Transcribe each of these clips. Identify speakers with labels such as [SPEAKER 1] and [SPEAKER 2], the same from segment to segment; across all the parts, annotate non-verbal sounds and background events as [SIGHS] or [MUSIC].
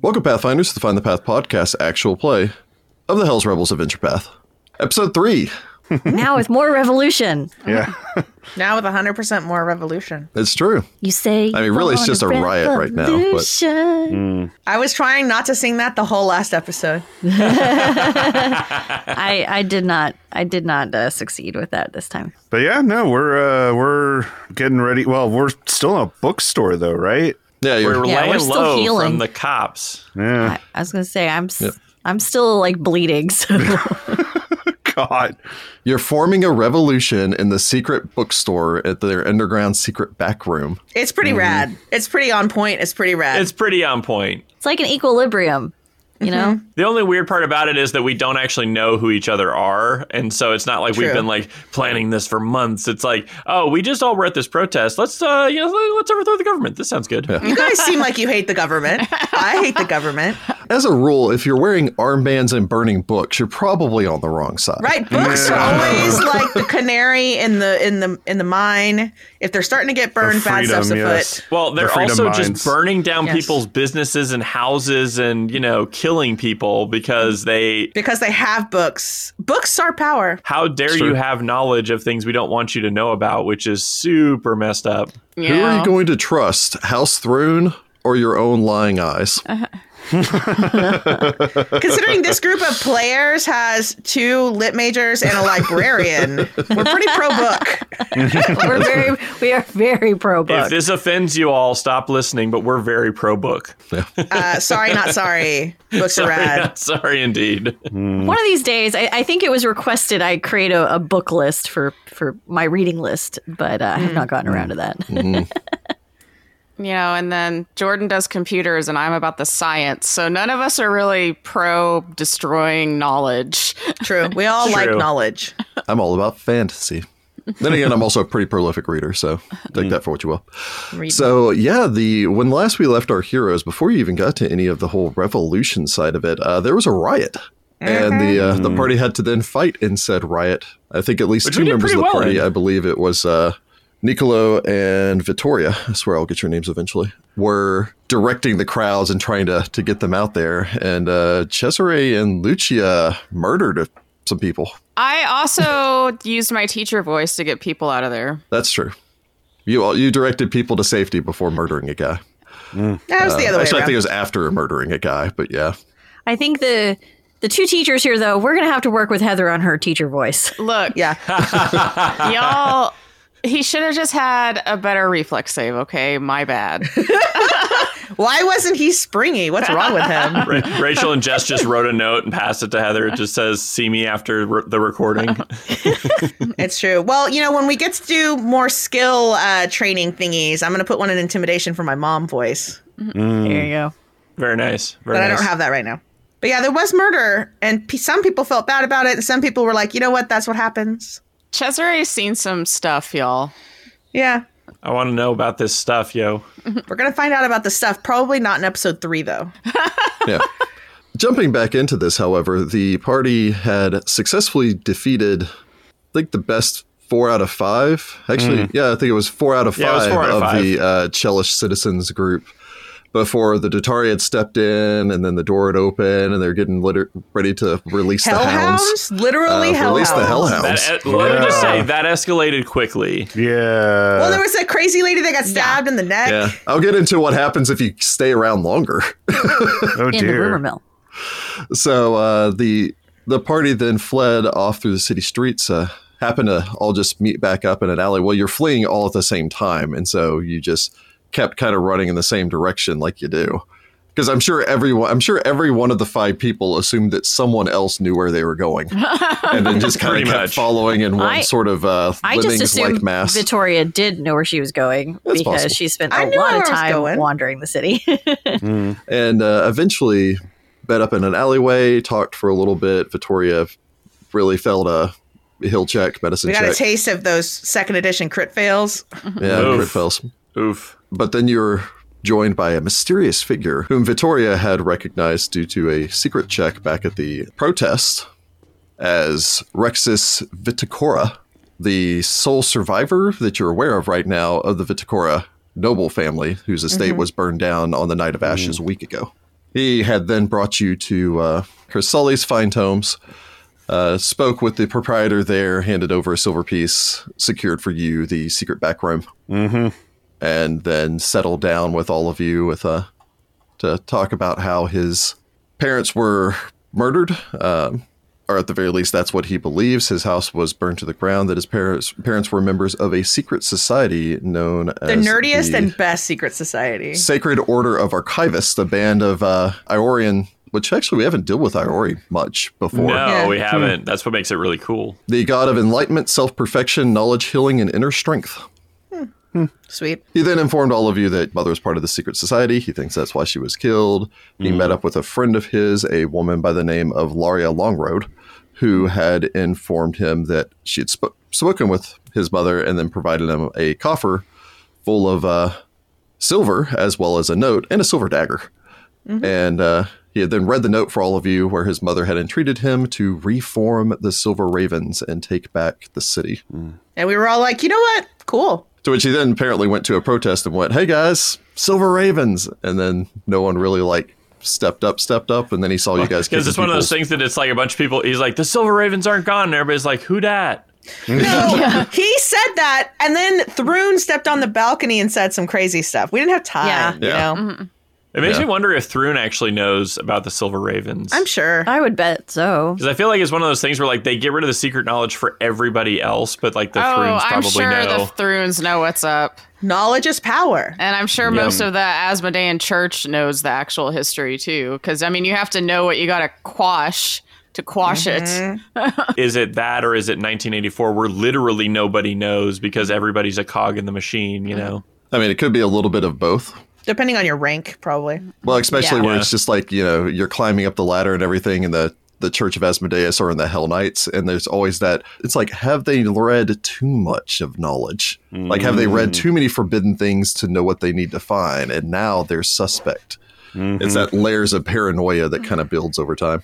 [SPEAKER 1] Welcome, Pathfinders, to the Find the Path podcast actual play of the Hell's Rebels Adventure Path. Episode 3.
[SPEAKER 2] now with more revolution.
[SPEAKER 3] Yeah.
[SPEAKER 4] Now with 100% more revolution.
[SPEAKER 1] It's true.
[SPEAKER 2] You say.
[SPEAKER 1] I mean, really, it's just a riot right now, but- [LAUGHS]
[SPEAKER 2] Revolution.
[SPEAKER 4] I was trying not to sing that the whole last episode.
[SPEAKER 2] I I did not I did not uh, succeed with that this time.
[SPEAKER 3] But yeah, no, we're uh we're getting ready. Well, we're still in a bookstore though, right?
[SPEAKER 1] Yeah,
[SPEAKER 5] We're
[SPEAKER 1] you're,
[SPEAKER 2] Yeah,
[SPEAKER 5] laying
[SPEAKER 2] we're still
[SPEAKER 5] low
[SPEAKER 2] healing.
[SPEAKER 5] from the cops.
[SPEAKER 3] Yeah.
[SPEAKER 2] I, I was gonna say I'm s
[SPEAKER 1] Yep.
[SPEAKER 2] am still like bleeding. [LAUGHS] So
[SPEAKER 3] [LAUGHS] God.
[SPEAKER 1] you're forming a revolution in the secret bookstore at their underground secret back room.
[SPEAKER 4] It's pretty rad. It's pretty on point. It's pretty rad.
[SPEAKER 5] Mm-hmm. It's pretty on point.
[SPEAKER 2] it's like an equilibrium, you know.
[SPEAKER 5] The only weird part about it is that we don't actually know who each other are, and so it's not like we've
[SPEAKER 4] True.
[SPEAKER 5] been like planning this for months. It's like, oh, we just all were at this protest. Let's, uh, you know, let's overthrow the government. This sounds good.
[SPEAKER 4] you
[SPEAKER 5] [LAUGHS]
[SPEAKER 4] guys seem like you hate the government. I hate the government.
[SPEAKER 1] As a rule, if you're wearing armbands and burning books, you're probably on the wrong side.
[SPEAKER 4] Right? Books are always like the canary in the in the in the mine. If they're starting to get burned, bad stuff's afoot.
[SPEAKER 5] Well, they're
[SPEAKER 3] The Freedom
[SPEAKER 5] also
[SPEAKER 3] Mines.
[SPEAKER 5] just burning down
[SPEAKER 4] Yes.
[SPEAKER 5] people's businesses and houses, and you know, killing people because they.
[SPEAKER 4] Because they have books. Books are power.
[SPEAKER 5] How dare you have knowledge of things we don't want you to know about, which is super messed up.
[SPEAKER 1] Who are you going to trust, House Throne or your own lying eyes?
[SPEAKER 4] Considering this group of players has two lit majors and a librarian, we're pretty pro book.
[SPEAKER 2] [LAUGHS] We're very we are very pro
[SPEAKER 5] If
[SPEAKER 2] book.
[SPEAKER 5] this offends you all, stop listening. But we're very pro book.
[SPEAKER 4] Uh, sorry, not sorry. Books are rad.
[SPEAKER 5] Sorry, [LAUGHS] sorry indeed.
[SPEAKER 2] One of these days, I, I think it was requested I create a, a book list for for my reading list, but uh, I have not gotten around to that.
[SPEAKER 1] Mm.
[SPEAKER 6] You know, and then Jordan does computers and I'm about the science. So none of us are really pro destroying knowledge. [LAUGHS]
[SPEAKER 4] True. We all like
[SPEAKER 5] True.
[SPEAKER 4] knowledge.
[SPEAKER 1] [LAUGHS] I'm all about fantasy. Then again, I'm also a pretty prolific reader, so take that for what you will.
[SPEAKER 4] Read.
[SPEAKER 1] So yeah, the when last we left our heroes, before you even got to any of the whole revolution side of it, uh, there was a riot, and the uh, the party had to then fight in said riot. I think at least
[SPEAKER 5] Mm-hmm. Which
[SPEAKER 1] two
[SPEAKER 5] we did
[SPEAKER 1] members of the
[SPEAKER 5] pretty well eh?
[SPEAKER 1] party.
[SPEAKER 5] in.
[SPEAKER 1] I believe it was uh, Niccolo and Vittoria. I swear I'll get your names eventually. Were directing the crowds and trying to to get them out there, and uh, Cesare and Lucia murdered some people.
[SPEAKER 6] I also used my teacher voice to get people out of there.
[SPEAKER 1] That's true. You all, you directed people to safety before murdering a guy.
[SPEAKER 4] That was the other
[SPEAKER 1] Actually, Uh,
[SPEAKER 4] way
[SPEAKER 1] I think it
[SPEAKER 4] around.
[SPEAKER 1] was after murdering a guy, but yeah.
[SPEAKER 2] I think the the two teachers here though, we're gonna have to work with Heather on her teacher voice.
[SPEAKER 1] Oh,
[SPEAKER 6] Look,
[SPEAKER 4] Yeah.
[SPEAKER 6] [LAUGHS] y'all, he should have just had a better reflex save, okay? My bad.
[SPEAKER 4] Why wasn't he springy? What's wrong with him?
[SPEAKER 1] [LAUGHS]
[SPEAKER 5] Ra- Rachel and Jess just wrote a note and passed it to Heather. It just says, "See me after re- the recording."
[SPEAKER 4] It's true. Well, you know, when we get to do more skill uh, training thingies, I'm going to put one in intimidation for my mom voice,
[SPEAKER 2] [LAUGHS] There you go.
[SPEAKER 5] Very nice. Very
[SPEAKER 4] but I
[SPEAKER 5] nice.
[SPEAKER 4] don't have that right now. But yeah, there was murder, and p- some people felt bad about it, and some people were like, you know what? That's what happens.
[SPEAKER 6] Cesare's seen some stuff, y'all.
[SPEAKER 4] Yeah.
[SPEAKER 5] I want to know about this stuff, yo.
[SPEAKER 4] We're going to find out about the stuff. Probably not in episode three, though.
[SPEAKER 1] yeah. Jumping back into this, however, the party had successfully defeated, I think, the best four out of five. Actually, yeah, I think it was four out of five
[SPEAKER 5] Yeah, it was four out
[SPEAKER 1] of
[SPEAKER 5] of
[SPEAKER 1] the uh, Chelish citizens group before the Dotari had stepped in and then the door had opened and they're getting liter- ready to release the hounds.
[SPEAKER 4] Hellhounds? Literally
[SPEAKER 1] Uh, release
[SPEAKER 4] hellhounds.
[SPEAKER 1] the hellhounds.
[SPEAKER 5] That e- let me just say that escalated quickly.
[SPEAKER 3] Yeah.
[SPEAKER 4] Well, there was a crazy lady that got stabbed in the neck.
[SPEAKER 1] Yeah. [LAUGHS] I'll get into what happens if you stay around longer. [LAUGHS]
[SPEAKER 3] oh
[SPEAKER 2] In the rumor
[SPEAKER 3] dear.
[SPEAKER 2] mill.
[SPEAKER 1] so uh, the the party then fled off through the city streets. Uh, happened to all just meet back up in an alley. Well, you're fleeing all at the same time, and so you just kept kind of running in the same direction like you do. Because I'm sure everyone, I'm sure every one of the five people assumed that someone else knew where they were
[SPEAKER 2] [LAUGHS]
[SPEAKER 1] going, and then just kind
[SPEAKER 5] Pretty
[SPEAKER 1] of kept
[SPEAKER 5] much.
[SPEAKER 1] following in one
[SPEAKER 2] I-
[SPEAKER 1] sort of uh,
[SPEAKER 2] I just
[SPEAKER 1] like
[SPEAKER 2] assumed
[SPEAKER 1] mass.
[SPEAKER 2] Victoria did know where she was going
[SPEAKER 1] That's
[SPEAKER 2] because
[SPEAKER 1] possible.
[SPEAKER 2] she spent
[SPEAKER 4] I
[SPEAKER 2] a
[SPEAKER 4] knew
[SPEAKER 2] lot
[SPEAKER 4] where
[SPEAKER 2] of
[SPEAKER 4] I was
[SPEAKER 2] time
[SPEAKER 4] going.
[SPEAKER 2] wandering the city. [LAUGHS]
[SPEAKER 1] and uh, eventually met up in an alleyway, talked for a little bit. Vittoria really failed a hill check, medicine
[SPEAKER 4] We got
[SPEAKER 1] check.
[SPEAKER 4] a taste of those second edition crit fails.
[SPEAKER 1] yeah,
[SPEAKER 5] Oof.
[SPEAKER 1] crit fails.
[SPEAKER 5] Oof.
[SPEAKER 1] But then you're joined by a mysterious figure whom Vittoria had recognized due to a secret check back at the protest as Rexus Viticora, the sole survivor that you're aware of right now of the Viticora noble family whose estate was burned down on the night of ashes a week ago. He had then brought you to uh, Chris Sully's fine tomes, uh, spoke with the proprietor there, handed over a silver piece, secured for you the secret back room, mm-hmm. and then settled down with all of you with uh, to talk about how his parents were murdered, um, or at the very least, that's what he believes. His house was burned to the ground. That his parents parents were members of a secret society known
[SPEAKER 4] The
[SPEAKER 1] as
[SPEAKER 4] nerdiest
[SPEAKER 1] the-
[SPEAKER 4] and best secret society.
[SPEAKER 1] Sacred Order of Archivists, the band of uh, Iorian, which actually we haven't dealt with Iori much before.
[SPEAKER 5] No,
[SPEAKER 4] Yeah.
[SPEAKER 5] we haven't. That's what makes it really cool.
[SPEAKER 1] The god of enlightenment, self perfection, knowledge, healing, and inner strength.
[SPEAKER 4] Sweet.
[SPEAKER 1] He then informed all of you that Mother is part of the secret society. He thinks that's why she was killed. He met up with a friend of his, a woman by the name of Laria Longroad, who had informed him that she had sp- spoken with his mother and then provided him a coffer full of uh, silver as well as a note and a silver dagger. And uh, he had then read the note for all of you where his mother had entreated him to reform the Silver Ravens and take back the city.
[SPEAKER 4] And we were all like, you know what? Cool.
[SPEAKER 1] To which he then apparently went to a protest and went, "Hey guys, Silver Ravens!" And then no one really like stepped up, stepped up, and then he saw you
[SPEAKER 5] [LAUGHS]
[SPEAKER 1] guys.
[SPEAKER 5] Because
[SPEAKER 1] kicking
[SPEAKER 5] it's one of those
[SPEAKER 1] people's-
[SPEAKER 5] things that it's like a bunch of people. He's like, the Silver Ravens aren't gone. And everybody's like, who dat?
[SPEAKER 4] No, he said that, and then Thrun stepped on the balcony and said some crazy stuff. We didn't have time,
[SPEAKER 1] Yeah.
[SPEAKER 4] you know.
[SPEAKER 5] It makes
[SPEAKER 1] Yeah.
[SPEAKER 5] me wonder if Thrun actually knows about the Silver Ravens.
[SPEAKER 4] I'm sure.
[SPEAKER 2] I would bet so.
[SPEAKER 5] Because I feel like it's one of those things where like they get rid of the secret knowledge for everybody else, but like the
[SPEAKER 6] oh,
[SPEAKER 5] Thrunes
[SPEAKER 6] I'm
[SPEAKER 5] probably
[SPEAKER 6] sure
[SPEAKER 5] know.
[SPEAKER 6] the Thrunes know what's up.
[SPEAKER 4] Knowledge is power.
[SPEAKER 6] And I'm sure most of the Asmodean church knows the actual history too. Because, I mean, you have to know what you got to quash to quash
[SPEAKER 4] Mm-hmm.
[SPEAKER 6] it.
[SPEAKER 5] is it that or is it 1984 where literally nobody knows because everybody's a cog in the machine, you know?
[SPEAKER 1] I mean, it could be a little bit of both.
[SPEAKER 4] Depending on your rank, probably.
[SPEAKER 1] Well, especially
[SPEAKER 6] Yeah.
[SPEAKER 1] where
[SPEAKER 5] Yeah.
[SPEAKER 1] it's just like you know you're climbing up the ladder and everything, and the the Church of Asmodeus or in the Hell Knights, and there's always that. It's like have they read too much of knowledge? Like have they
[SPEAKER 5] Mm.
[SPEAKER 1] read too many forbidden things to know what they need to find? And now they're suspect.
[SPEAKER 5] Mm-hmm.
[SPEAKER 1] It's that layers of paranoia that kind of builds over time.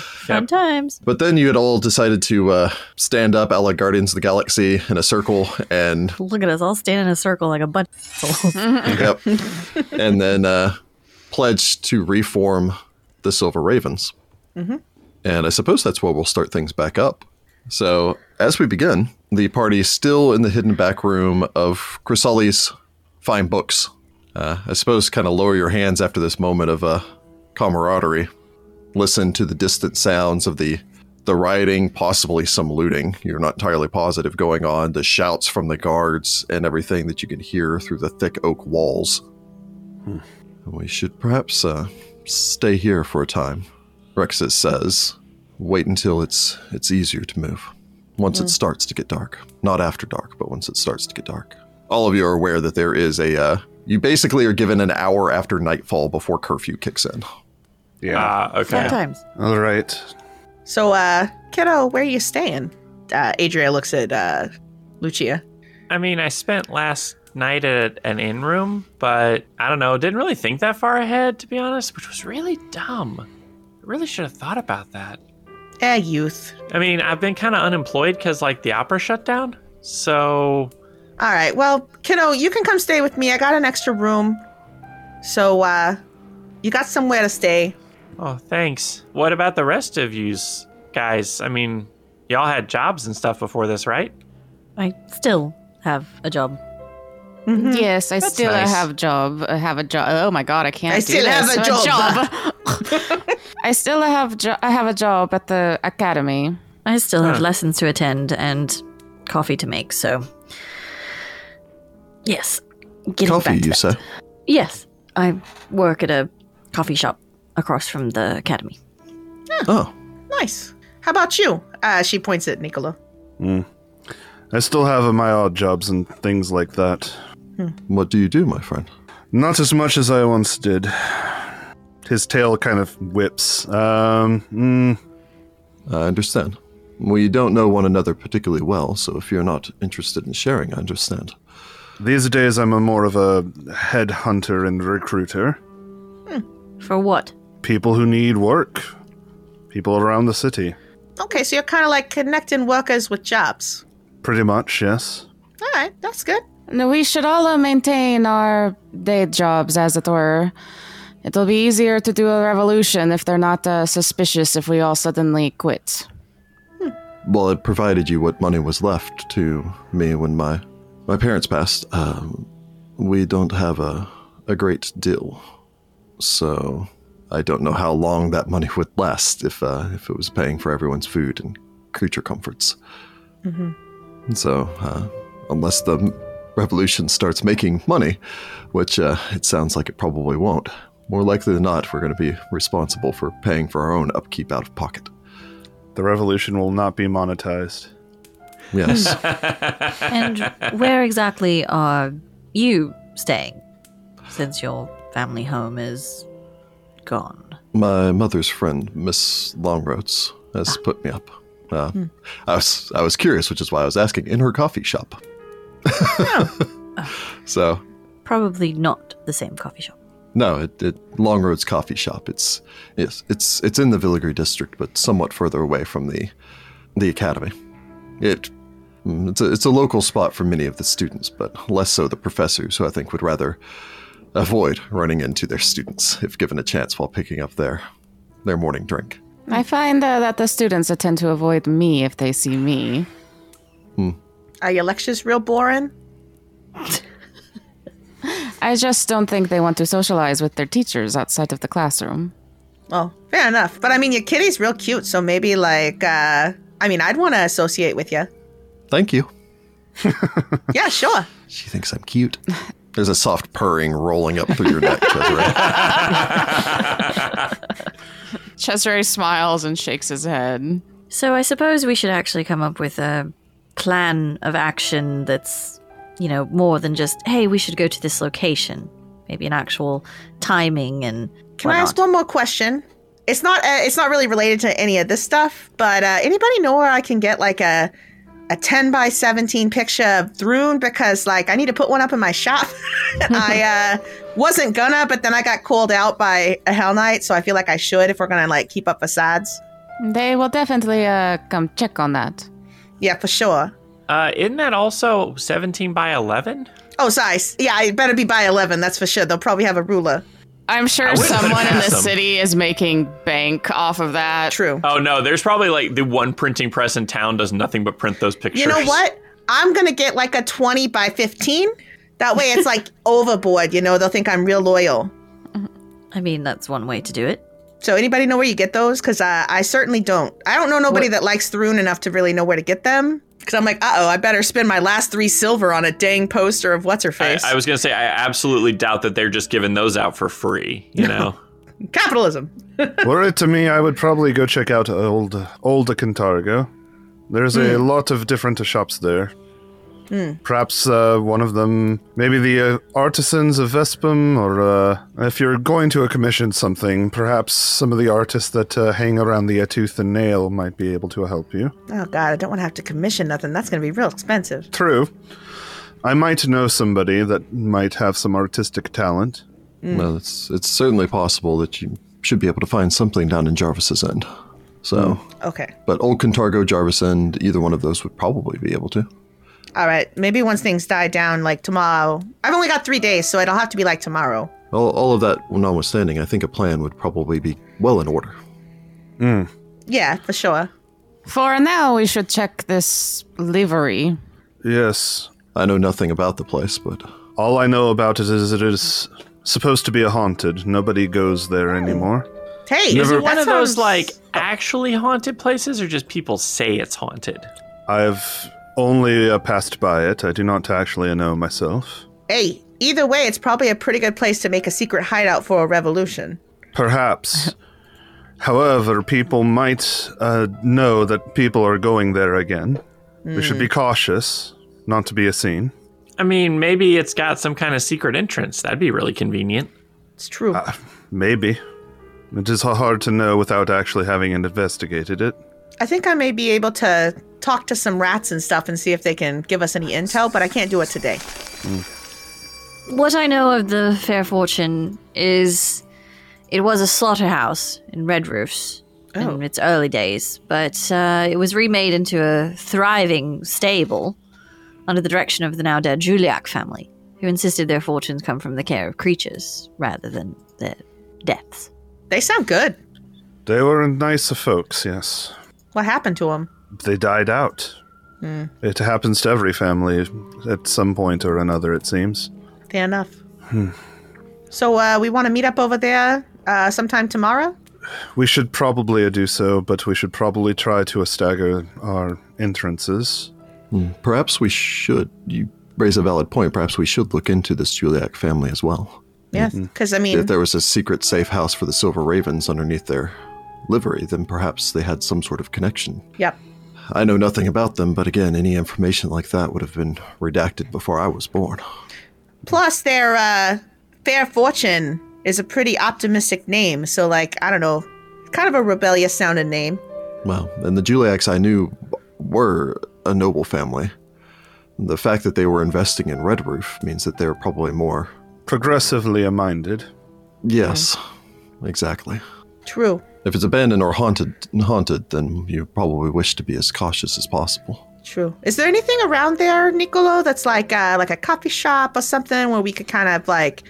[SPEAKER 2] Sometimes.
[SPEAKER 1] But then you had all decided to uh, stand up a la Guardians of the Galaxy in a circle and
[SPEAKER 2] Look at us all standing in a circle like a bunch [LAUGHS] of assholes.
[SPEAKER 1] yep, and then uh, pledge to reform the Silver Ravens. And I suppose that's where we'll start things back up. So as we begin, the party is still in the hidden back room of Chrysali's fine books. Uh, I suppose kind of lower your hands after this moment of uh, camaraderie. Listen to the distant sounds of the the rioting, possibly some looting. You're not entirely positive going on. The shouts from the guards and everything that you can hear through the thick oak walls. We should perhaps uh, stay here for a time, Rexus says. Wait until it's it's easier to move. Once
[SPEAKER 2] Hmm.
[SPEAKER 1] it starts to get dark, not after dark, but once it starts to get dark. All of you are aware that there is a. Uh, you basically are given an hour after nightfall before curfew kicks in.
[SPEAKER 3] Yeah.
[SPEAKER 5] Ah, okay.
[SPEAKER 2] Sometimes.
[SPEAKER 3] All right.
[SPEAKER 4] So, uh, kiddo, where are you staying? Uh, Adria looks at uh, Lucia.
[SPEAKER 5] I mean, I spent last night at an inn room, but I don't know, didn't really think that far ahead, to be honest, which was really dumb. I really should have thought about that.
[SPEAKER 4] Eh, youth.
[SPEAKER 5] I mean, I've been kind of unemployed because, like, the opera shut down. So,
[SPEAKER 4] All right. Well, kiddo, you can come stay with me. I got an extra room. So, uh, you got somewhere to stay.
[SPEAKER 5] oh, thanks. What about the rest of you guys? I mean, y'all had jobs and stuff before this, right?
[SPEAKER 2] I still have a job.
[SPEAKER 4] Mm-hmm.
[SPEAKER 6] Mm-hmm. Yes, I still
[SPEAKER 5] nice.
[SPEAKER 6] have job. I have a job. Oh my god, I can't.
[SPEAKER 4] I
[SPEAKER 6] do
[SPEAKER 4] still have
[SPEAKER 6] this.
[SPEAKER 4] a job. [LAUGHS]
[SPEAKER 6] job. [LAUGHS] I still have. Jo- I have a job at the academy.
[SPEAKER 2] I still have
[SPEAKER 5] Huh.
[SPEAKER 2] lessons to attend and coffee to make, so. Yes. Getting
[SPEAKER 1] Coffee,
[SPEAKER 2] back to
[SPEAKER 1] you
[SPEAKER 2] that. [LAUGHS]
[SPEAKER 1] say?
[SPEAKER 2] Yes. I work at a coffee shop across from the academy.
[SPEAKER 1] Oh,
[SPEAKER 4] Nice. How about you? Uh, she points at Nicola.
[SPEAKER 3] I still have my odd jobs and things like that.
[SPEAKER 1] what do you do, my friend?
[SPEAKER 3] Not as much as I once did. His tail kind of whips. Um, mm,
[SPEAKER 1] I understand. We don't know one another particularly well, so if you're not interested in sharing, I understand.
[SPEAKER 3] these days, I'm a more of a headhunter and recruiter.
[SPEAKER 2] For what?
[SPEAKER 3] People who need work. People around the city.
[SPEAKER 4] Okay, so you're kind of like connecting workers with jobs.
[SPEAKER 3] Pretty much, yes.
[SPEAKER 4] All right, that's good.
[SPEAKER 6] No, we should all uh, maintain our day jobs, as it were. It'll be easier to do a revolution if they're not uh, suspicious if we all suddenly quit.
[SPEAKER 1] Well, it provided you what money was left to me when my my parents passed. Um, we don't have a a great deal, so I don't know how long that money would last if uh, if it was paying for everyone's food and creature comforts. So, uh, unless the revolution starts making money, which uh, it sounds like it probably won't, more likely than not, we're going to be responsible for paying for our own upkeep out of pocket.
[SPEAKER 3] The revolution will not be monetized. [LAUGHS]
[SPEAKER 1] Yes.
[SPEAKER 2] And where exactly are you staying since your family home is gone?
[SPEAKER 1] My mother's friend, Miss Longroats, has put me up. Uh, I was I was curious, which is why I was asking in her coffee shop. [LAUGHS] so
[SPEAKER 2] Probably not the same coffee shop.
[SPEAKER 1] no, it, it Longroads Coffee Shop. It's it's it's it's in the Villigry district, but somewhat further away from the the academy. It mm, it's a, it's a local spot for many of the students, but less so the professors, who I think would rather avoid running into their students if given a chance while picking up their their morning drink.
[SPEAKER 6] I find uh, that the students tend to avoid me if they see me.
[SPEAKER 4] Are your lectures real boring?
[SPEAKER 6] I just don't think they want to socialize with their teachers outside of the classroom.
[SPEAKER 4] Well, fair enough. But I mean, your kitty's real cute, so maybe like, uh, I mean, I'd want to associate with you.
[SPEAKER 1] Thank you.
[SPEAKER 4] Yeah, sure.
[SPEAKER 1] She thinks I'm cute. There's a soft purring rolling up through your neck, [LAUGHS] Cesare.
[SPEAKER 6] Cesare smiles and shakes his head.
[SPEAKER 2] So I suppose we should actually come up with a plan of action that's, you know, more than just, hey, we should go to this location. Maybe an actual timing and.
[SPEAKER 4] Can I ask one more question? It's not uh, it's not really related to any of this stuff, but uh, anybody know where I can get like a a ten by seventeen picture of Thrun because like I need to put one up in my shop. [LAUGHS] I uh, wasn't gonna, but then I got called out by a Hell Knight, so I feel like I should if we're gonna like keep up facades.
[SPEAKER 6] They will definitely uh, come check on that.
[SPEAKER 4] Yeah, for sure.
[SPEAKER 5] Uh, isn't that also 17 by 11?
[SPEAKER 4] Oh, sorry. S- Yeah, I better be by eleven. That's for sure. They'll probably have a ruler.
[SPEAKER 6] I'm sure
[SPEAKER 5] wouldn't put it
[SPEAKER 6] someone in the
[SPEAKER 5] past them.
[SPEAKER 6] city is making bank off of that.
[SPEAKER 4] True.
[SPEAKER 5] Oh no, there's probably like the one printing press in town does nothing but print those pictures.
[SPEAKER 4] You know what? I'm gonna get like a twenty by fifteen. That way, it's like [LAUGHS] overboard. You know, they'll think I'm real loyal.
[SPEAKER 2] I mean, that's one way to do it.
[SPEAKER 4] So anybody know where you get those? Because uh, I certainly don't. I don't know nobody that likes Thrun enough to really know where to get them. Because I'm like, uh oh, I better spend my last three silver on a dang poster of what's her
[SPEAKER 5] I,
[SPEAKER 4] face.
[SPEAKER 5] I was gonna say I absolutely doubt that they're just giving those out for free. [LAUGHS] You know,
[SPEAKER 4] Capitalism.
[SPEAKER 3] Were it to me, I would probably go check out old old Cantargo. There's a lot of different shops there. Perhaps uh, one of them, maybe the uh, artisans of Vespum, or uh, if you're going to a commission something, perhaps some of the artists that uh, hang around the uh, tooth and nail might be able to help you.
[SPEAKER 4] Oh god, I don't want to have to commission nothing. That's gonna be real expensive.
[SPEAKER 3] True. I might know somebody that might have some artistic talent.
[SPEAKER 1] Well, it's it's certainly possible that you should be able to find something down in Jarvis's end. So,
[SPEAKER 4] Okay.
[SPEAKER 1] but Old Cantargo, Jarvis End, either one of those would probably be able to.
[SPEAKER 4] All right. Maybe once things die down, like tomorrow. I've only got three days, so it'll have to be like tomorrow.
[SPEAKER 1] All, all of that notwithstanding, I think a plan would probably be well in order.
[SPEAKER 4] Yeah, for sure.
[SPEAKER 6] For now, we should check this livery.
[SPEAKER 3] Yes.
[SPEAKER 1] I know nothing about the place, but
[SPEAKER 3] All I know about it is it is supposed to be a haunted. Nobody goes there anymore.
[SPEAKER 4] Hey,
[SPEAKER 5] is it
[SPEAKER 4] that
[SPEAKER 5] one of those
[SPEAKER 4] sounds- uh,
[SPEAKER 5] like actually haunted places, or just people say it's haunted?
[SPEAKER 3] I've only uh, passed by it. I do not actually know myself.
[SPEAKER 4] Hey, either way, it's probably a pretty good place to make a secret hideout for a revolution.
[SPEAKER 3] Perhaps. However, people might uh, know that people are going there again. We should be cautious not to be a scene.
[SPEAKER 5] I mean, maybe it's got some kind of secret entrance. That'd be really convenient.
[SPEAKER 4] It's true.
[SPEAKER 3] Maybe. It is hard to know without actually having investigated it.
[SPEAKER 4] I think I may be able to talk to some rats and stuff and see if they can give us any intel, but I can't do it today.
[SPEAKER 2] What I know of the Fair Fortune is it was a slaughterhouse in Red Roofs in its early days, but uh, it was remade into a thriving stable under the direction of the now dead Juliac family, who insisted their fortunes come from the care of creatures rather than their deaths.
[SPEAKER 4] They sound good.
[SPEAKER 3] They were nice folks, yes.
[SPEAKER 4] What happened to them?
[SPEAKER 3] They died out. It happens to every family at some point or another, it seems.
[SPEAKER 4] Fair enough. So uh, we want to meet up over there uh, sometime tomorrow.
[SPEAKER 3] We should probably do so, but we should probably try to stagger our entrances.
[SPEAKER 1] Perhaps we should. You raise a valid point. Perhaps we should look into this Juliac family as well.
[SPEAKER 4] Yes, because I mean,
[SPEAKER 1] If there was a secret safe house for the Silver Ravens underneath their livery, then perhaps they had some sort of connection.
[SPEAKER 4] yep.
[SPEAKER 1] I know nothing about them, but again, any information like that would have been redacted before I was born.
[SPEAKER 4] Plus, their uh, fair fortune is a pretty optimistic name. So, like, I don't know, kind of a rebellious sounding name.
[SPEAKER 1] Well, and the Juliacs I knew were a noble family. The fact that they were investing in Red Roof means that they're probably more.
[SPEAKER 3] Progressively minded.
[SPEAKER 1] Yes, exactly.
[SPEAKER 4] True.
[SPEAKER 1] If it's abandoned or haunted, haunted, then you probably wish to be as cautious as possible.
[SPEAKER 4] True. Is there anything around there, Nicolo, that's like uh, like a coffee shop or something where we could kind of like,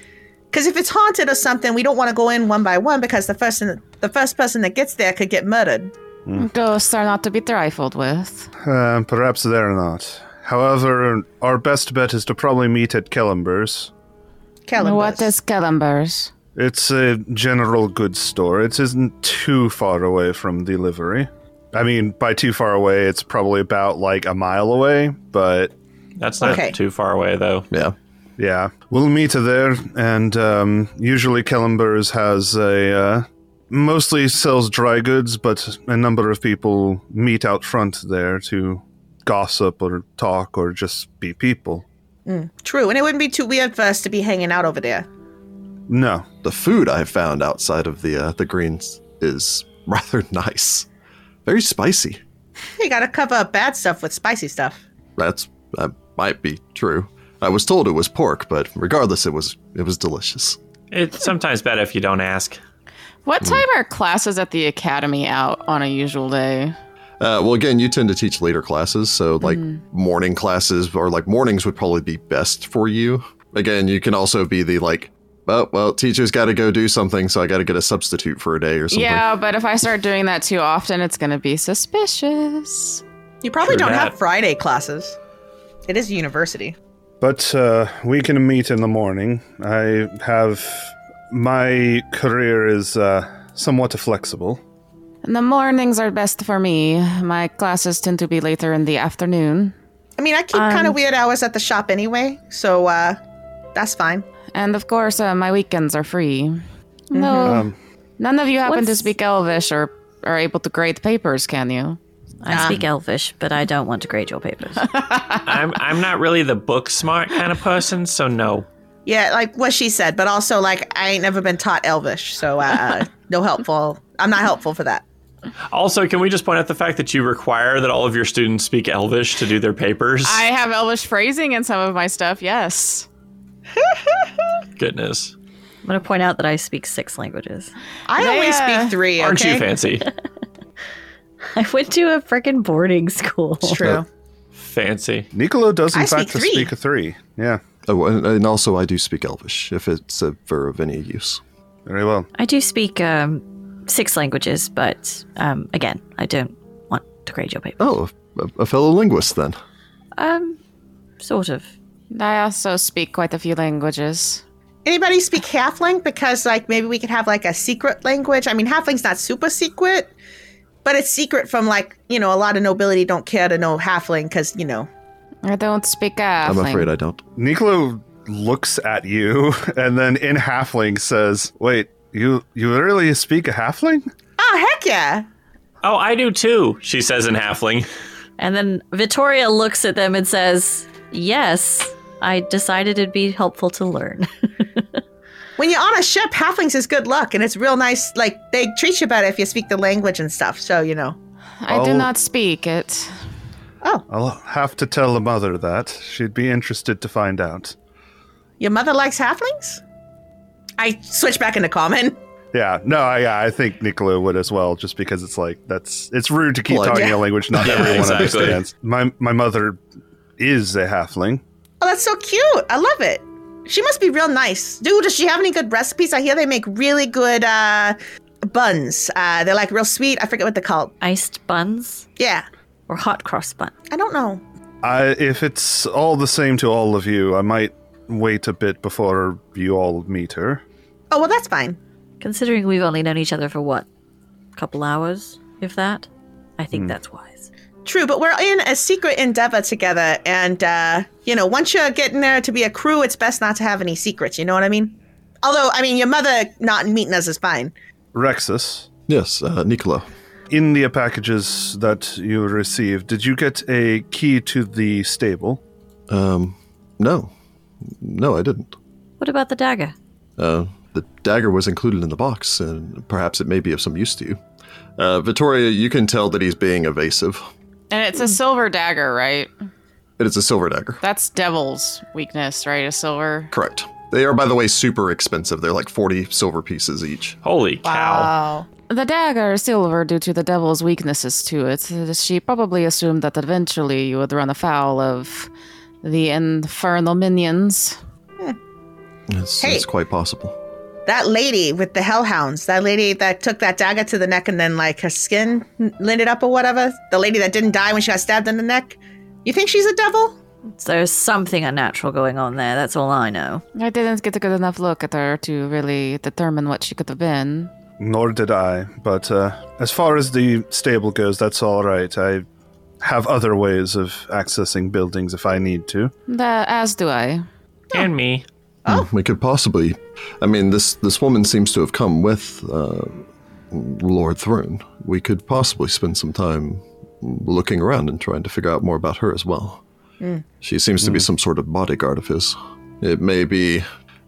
[SPEAKER 4] because if it's haunted or something, we don't want to go in one by one because the first the first person that gets there could get murdered.
[SPEAKER 6] Ghosts are not to be trifled with.
[SPEAKER 3] Uh, perhaps they're not. However, our best bet is to probably meet at Kellenber's.
[SPEAKER 4] Kellenberg.
[SPEAKER 6] What is Kellenber's?
[SPEAKER 3] It's a general goods store. It isn't too far away from the livery. I mean, by too far away, it's probably about like a mile away, but
[SPEAKER 5] That's not
[SPEAKER 4] Okay.
[SPEAKER 5] too far away, though.
[SPEAKER 1] Yeah.
[SPEAKER 3] Yeah, we'll meet her there, and um, usually Kellenber's has a uh, mostly sells dry goods, but a number of people meet out front there to gossip or talk or just be people.
[SPEAKER 4] True, and it wouldn't be too weird for us to be hanging out over there.
[SPEAKER 3] No,
[SPEAKER 1] The food I found outside of the uh, the greens is [LAUGHS] rather nice, very spicy.
[SPEAKER 4] You gotta cover up bad stuff with spicy stuff.
[SPEAKER 1] That's that might be true. I was told it was pork, but regardless, it was it was delicious.
[SPEAKER 5] It's sometimes better if you don't ask.
[SPEAKER 6] What time are classes at the academy out on a usual day?
[SPEAKER 1] Uh, well, again, you tend to teach later classes, so like morning classes or like mornings would probably be best for you. Again, you can also be the like, oh well, teacher's got to go do something, so I got to get a substitute for a day or something.
[SPEAKER 6] Yeah, but if I start doing that too often, it's going to be suspicious.
[SPEAKER 4] You probably
[SPEAKER 5] True
[SPEAKER 4] don't have
[SPEAKER 5] that.
[SPEAKER 4] Friday classes. It is university.
[SPEAKER 3] but uh, we can meet in the morning. I have my career is uh, somewhat flexible.
[SPEAKER 6] And the mornings are best for me. My classes tend to be later in the afternoon.
[SPEAKER 4] I mean, I keep kind of weird hours at the shop anyway, so uh, that's fine.
[SPEAKER 6] And of course, uh, my weekends are free. No, none of you happen to
[SPEAKER 2] What's-
[SPEAKER 6] speak Elvish or are able to grade papers, can you?
[SPEAKER 2] I speak Elvish, but I don't want to grade your papers.
[SPEAKER 5] I'm I'm not really the book smart kind of person, so no.
[SPEAKER 4] Yeah, like what she said, but also like I ain't never been taught Elvish, so uh, no helpful. I'm not helpful for that.
[SPEAKER 5] Also, can we just point out the fact that you require that all of your students speak Elvish to do their papers?
[SPEAKER 6] I have Elvish phrasing in some of my stuff, yes.
[SPEAKER 5] Goodness,
[SPEAKER 2] I'm going to point out that I speak six languages. [LAUGHS]
[SPEAKER 4] I
[SPEAKER 6] They,
[SPEAKER 4] only
[SPEAKER 6] uh,
[SPEAKER 4] speak three.
[SPEAKER 5] aren't
[SPEAKER 4] okay?
[SPEAKER 5] you fancy?
[SPEAKER 2] I went to a freaking boarding school.
[SPEAKER 4] It's true.
[SPEAKER 5] fancy.
[SPEAKER 3] Niccolo does in
[SPEAKER 4] I speak
[SPEAKER 3] fact
[SPEAKER 4] three.
[SPEAKER 3] speak a three. Yeah,
[SPEAKER 1] Oh, and, and also I do speak Elvish if it's ever of any use.
[SPEAKER 3] very well.
[SPEAKER 2] I do speak um, six languages, but um, again, I don't want to grade your papers.
[SPEAKER 1] Oh, a, a fellow linguist then.
[SPEAKER 2] Um, sort of.
[SPEAKER 6] I also speak quite a few languages.
[SPEAKER 4] Anybody speak halfling? Because like maybe we could have like a secret language. I mean, halfling's not super secret, but it's secret from like you know a lot of nobility don't care to know halfling because you know
[SPEAKER 6] I don't speak
[SPEAKER 1] I'm
[SPEAKER 6] Halfling.
[SPEAKER 1] afraid I don't.
[SPEAKER 3] Nicolo looks at you [LAUGHS] and then in halfling says, "Wait, you you really speak a halfling?"
[SPEAKER 4] oh heck yeah,
[SPEAKER 5] Oh, I do too. She says in halfling.
[SPEAKER 2] And then Vittoria looks at them and says, Yes, I decided it'd be helpful to learn. [LAUGHS]
[SPEAKER 4] when you're on a ship, halflings is good luck, and it's real nice. Like they treat you better if you speak the language and stuff. So you know.
[SPEAKER 6] I do
[SPEAKER 3] Oh.
[SPEAKER 6] not speak it.
[SPEAKER 4] Oh,
[SPEAKER 3] I'll have to tell the mother that. She'd be interested to find out.
[SPEAKER 4] your mother likes halflings. I switch back into common.
[SPEAKER 3] Yeah, no, I, yeah, I think Nicola would as well, just because it's like that's it's rude to keep
[SPEAKER 1] Polite.
[SPEAKER 3] talking
[SPEAKER 4] Yeah.
[SPEAKER 3] a language not
[SPEAKER 5] [LAUGHS] Yeah,
[SPEAKER 3] everyone
[SPEAKER 5] exactly.
[SPEAKER 3] understands. My my mother is a halfling.
[SPEAKER 4] Oh, that's so cute. I love it. She must be real nice. Dude, does she have any good recipes? I hear they make really good uh, buns. Uh, they're like real sweet. I forget what they're called.
[SPEAKER 2] Iced buns
[SPEAKER 4] Yeah.
[SPEAKER 2] or hot cross bun.
[SPEAKER 4] I don't know.
[SPEAKER 3] I, if it's all the same to all of you, I might wait a bit before you all meet her.
[SPEAKER 4] Oh, well, that's fine.
[SPEAKER 2] Considering we've only known each other for what, a couple hours, if that, I think that's wise.
[SPEAKER 4] True, but we're in a secret endeavor together. And, uh, you know, once you're getting there to be a crew, it's best not to have any secrets. You know what I mean? Although, I mean, your mother not meeting us is fine.
[SPEAKER 3] Rexus,
[SPEAKER 1] Yes, uh, Nicola.
[SPEAKER 3] in the packages that you received, did you get a key to the stable?
[SPEAKER 1] Um, no, no, I didn't.
[SPEAKER 2] What about the dagger?
[SPEAKER 1] Uh, the dagger was included in the box, and perhaps it may be of some use to you. Uh, Vittoria, you can tell that he's being evasive.
[SPEAKER 6] And it's a silver dagger, right?
[SPEAKER 1] It is a silver dagger.
[SPEAKER 6] That's devil's weakness, right? A silver.
[SPEAKER 1] Correct. They are, by the way, super expensive. They're like 40 silver pieces each.
[SPEAKER 5] Holy cow.
[SPEAKER 6] The dagger is silver due to the devil's weaknesses to it. She probably assumed that eventually you would run afoul of the infernal minions.
[SPEAKER 1] It's,
[SPEAKER 4] Hey.
[SPEAKER 1] it's quite possible.
[SPEAKER 4] That lady with the hellhounds, that lady that took that dagger to the neck and then, like, her skin lined it up or whatever, the lady that didn't die when she got stabbed in the neck, you think she's a devil?
[SPEAKER 2] There's something unnatural going on there. That's all I know.
[SPEAKER 6] I didn't get a good enough look at her to really determine what she could have been.
[SPEAKER 3] Nor did I, but uh, as far as the stable goes, that's all right. I have other ways of accessing buildings if I need to.
[SPEAKER 6] The, as do I.
[SPEAKER 5] And me.
[SPEAKER 1] Hmm,
[SPEAKER 4] Oh.
[SPEAKER 1] We could possibly. I mean, this this woman seems to have come with uh, Lord Throne. We could possibly spend some time looking around and trying to figure out more about her as well.
[SPEAKER 4] Hmm.
[SPEAKER 1] She seems to be some sort of bodyguard of his. It may be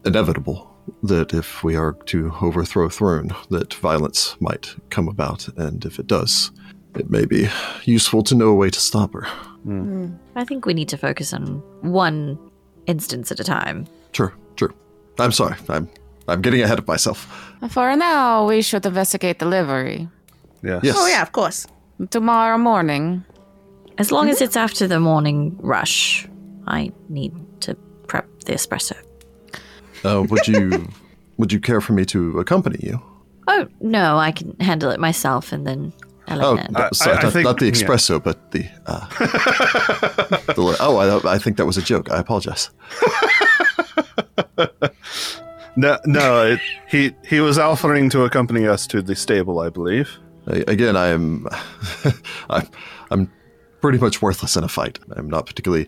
[SPEAKER 1] inevitable that if we are to overthrow Throne, that violence might come about, and if it does, it may be useful to know a way to stop her.
[SPEAKER 2] I think we need to focus on one instance at a time.
[SPEAKER 1] Sure, sure. I'm sorry. I'm I'm getting ahead of myself.
[SPEAKER 6] For now, we should investigate the livery.
[SPEAKER 3] Yes.
[SPEAKER 1] Yes.
[SPEAKER 4] Oh, yeah, of course.
[SPEAKER 6] Tomorrow morning.
[SPEAKER 2] As long as it's after the morning rush, I need to prep the espresso.
[SPEAKER 1] Uh, would you would you care for me to accompany you?
[SPEAKER 2] Oh, no, I can handle it myself and then
[SPEAKER 1] Oh,
[SPEAKER 2] Ellen.
[SPEAKER 1] th- sorry,
[SPEAKER 3] I
[SPEAKER 1] not,
[SPEAKER 3] think-
[SPEAKER 1] not the
[SPEAKER 3] yeah.
[SPEAKER 1] espresso, but the. Uh, the li- oh, I, I think that was a joke. I apologize.
[SPEAKER 3] No, no. It, he he was offering to accompany us to the stable, I believe.
[SPEAKER 1] I, again, I am. [LAUGHS] I'm, I'm pretty much worthless in a fight. I'm not particularly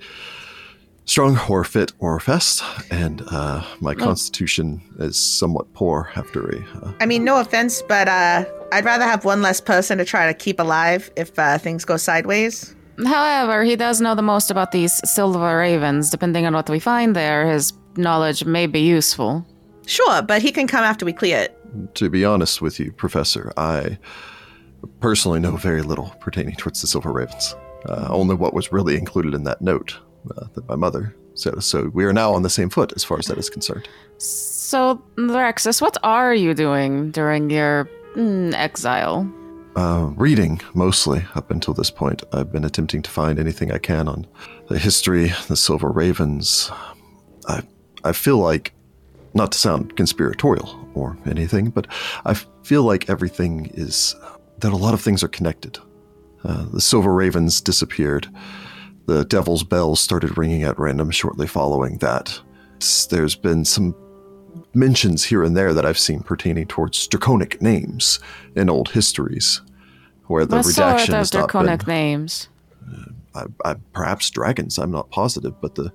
[SPEAKER 1] strong or fit or fast, and uh, my constitution is somewhat poor after a. Uh,
[SPEAKER 4] I mean, no offense, but uh, I'd rather have one less person to try to keep alive if uh, things go sideways.
[SPEAKER 6] However, he does know the most about these silver ravens. Depending on what we find there, his knowledge may be useful.
[SPEAKER 4] Sure, but he can come after we clear it.
[SPEAKER 1] to be honest with you, Professor, I personally know very little pertaining towards the Silver Ravens. Uh, only what was really included in that note uh, that my mother said. So we are now on the same foot as far as that is concerned.
[SPEAKER 6] So, Laraxus, what are you doing during your mm, exile?
[SPEAKER 1] Uh, reading mostly up until this point, I've been attempting to find anything I can on the history, the Silver Ravens. I I feel like, not to sound conspiratorial or anything, but I feel like everything is that a lot of things are connected. Uh, the Silver Ravens disappeared. The Devil's Bell started ringing at random shortly following that. S- There's been some mentions here and there that I've seen pertaining towards draconic names in old histories, where the
[SPEAKER 6] what sort
[SPEAKER 1] redaction
[SPEAKER 6] of
[SPEAKER 1] has not been
[SPEAKER 6] draconic names?
[SPEAKER 1] I, I, perhaps dragons. I'm not positive, but the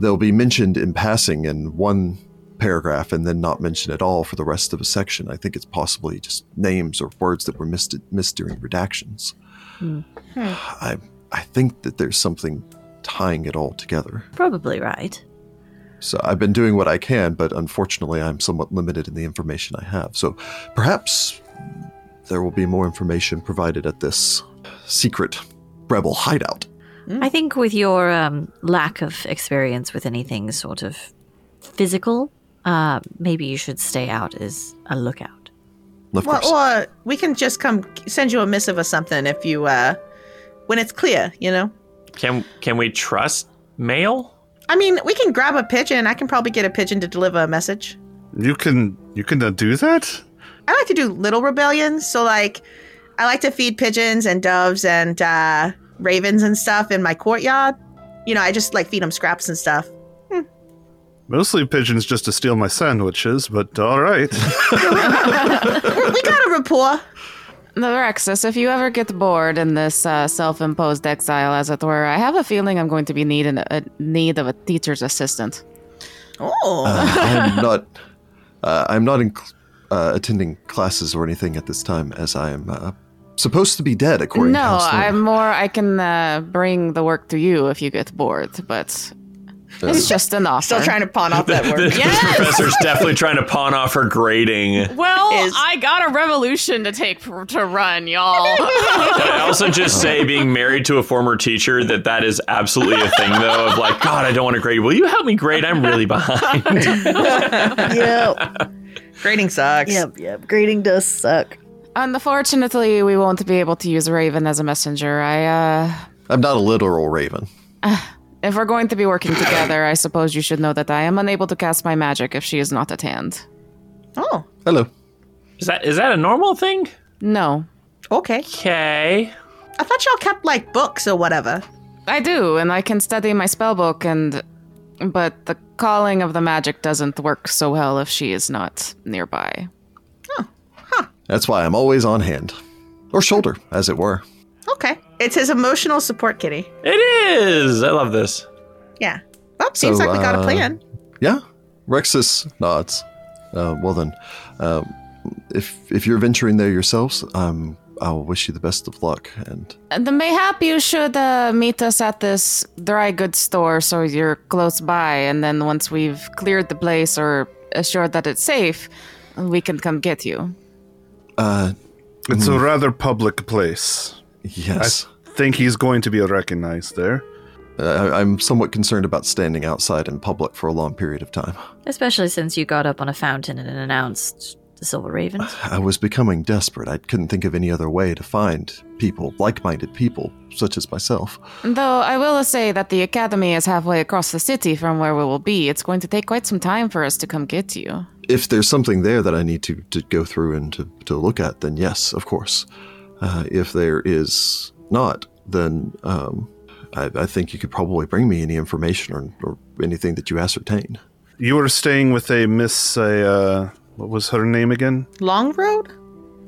[SPEAKER 1] they'll be mentioned in passing in one paragraph and then not mentioned at all for the rest of a section. I think it's possibly just names or words that were missed, missed during redactions. I I think that there's something tying it all together.
[SPEAKER 2] Probably right.
[SPEAKER 1] So I've been doing what I can, but unfortunately, I'm somewhat limited in the information I have. So perhaps there will be more information provided at this secret rebel hideout.
[SPEAKER 2] I think with your um, lack of experience with anything sort of physical, uh, maybe you should stay out as a lookout.
[SPEAKER 1] Of
[SPEAKER 4] Well,
[SPEAKER 1] course.
[SPEAKER 4] or we can just come send you a missive or something if you, uh, when it's clear, you know?
[SPEAKER 5] Can can we trust mail? [LAUGHS]
[SPEAKER 4] I mean, we can grab a pigeon. I can probably get a pigeon to deliver a message.
[SPEAKER 3] You can you can uh, do that?
[SPEAKER 4] I like to do little rebellions. So, like, I like to feed pigeons and doves and uh, ravens and stuff in my courtyard. You know, I just like feed them scraps and stuff.
[SPEAKER 3] Mostly pigeons just to steal my sandwiches, but all right.
[SPEAKER 4] We're-
[SPEAKER 1] [LAUGHS]
[SPEAKER 4] we got a rapport.
[SPEAKER 6] The Rexus, if you ever get bored in this uh, self-imposed exile, as it were, I have a feeling I'm going to be need in a need of a teacher's assistant.
[SPEAKER 4] Oh,
[SPEAKER 1] Uh-huh. I'm not. Uh, I'm not in, uh, attending classes or anything at this time, as I am uh, supposed to be dead according to
[SPEAKER 6] no,
[SPEAKER 1] House Lord.
[SPEAKER 6] I'm more. I can uh, bring the work to you if you get bored, but
[SPEAKER 1] Uh,
[SPEAKER 6] it's just an offer.
[SPEAKER 4] still trying to pawn off that
[SPEAKER 1] [LAUGHS]
[SPEAKER 4] word.
[SPEAKER 5] This professor's definitely trying to pawn off her grading.
[SPEAKER 7] Well,
[SPEAKER 4] Is-
[SPEAKER 7] I got a revolution to take pr- to run, y'all. [LAUGHS]
[SPEAKER 5] Can I also just say, being married to a former teacher, that that is absolutely a thing, though, of like, God, I don't want to grade. Will you help me grade? I'm really behind. [LAUGHS]
[SPEAKER 1] [LAUGHS]
[SPEAKER 8] yep.
[SPEAKER 4] Grading sucks.
[SPEAKER 8] Yep. Yep. Grading does suck.
[SPEAKER 6] [LAUGHS] Unfortunately, we won't be able to use Raven as a messenger. I, uh,
[SPEAKER 1] I'm not a literal raven.
[SPEAKER 6] if we're going to be working together, I suppose you should know that I am unable to cast my magic if she is not at hand.
[SPEAKER 4] Oh,
[SPEAKER 1] Hello.
[SPEAKER 5] Is that is that a normal thing?
[SPEAKER 6] No,
[SPEAKER 4] okay.
[SPEAKER 5] Okay.
[SPEAKER 4] I thought y'all kept like books or whatever.
[SPEAKER 6] I do, and I can study my spellbook, and but the calling of the magic doesn't work so well if she is not nearby.
[SPEAKER 1] That's why I'm always on hand, or shoulder, as it were.
[SPEAKER 4] Okay. It's his emotional support kitty.
[SPEAKER 5] It is. I love this.
[SPEAKER 4] Yeah. Well, seems
[SPEAKER 1] So,
[SPEAKER 4] like we got a
[SPEAKER 1] uh,
[SPEAKER 4] plan.
[SPEAKER 1] Yeah. Rexus nods. Uh, well then, um, if if you're venturing there yourselves, um, I'll wish you the best of luck. And
[SPEAKER 6] And then mayhap you should uh, meet us at this dry goods store so you're close by, and then once we've cleared the place or assured that it's safe, we can come get you.
[SPEAKER 1] uh,
[SPEAKER 3] It's a rather public place. I
[SPEAKER 1] yes,
[SPEAKER 3] think he's going to be recognized there.
[SPEAKER 1] uh, I, I'm somewhat concerned about standing outside in public for a long period of time.
[SPEAKER 2] Especially since you got up on a fountain and announced the Silver [SIGHS] Ravens.
[SPEAKER 1] I was becoming desperate. I couldn't think of any other way to find people, like-minded people such as myself.
[SPEAKER 6] Though I will say that the academy is halfway across the city from where we will be. It's going to take quite some time for us to come get you.
[SPEAKER 1] If there's something there that I need to, to go through and to, to look at, then yes, of course. Uh, if there is not, then um, I, I think you could probably bring me any information or, or anything that you ascertain.
[SPEAKER 3] You were staying with a Miss, a, uh, what was her name again?
[SPEAKER 4] Long road?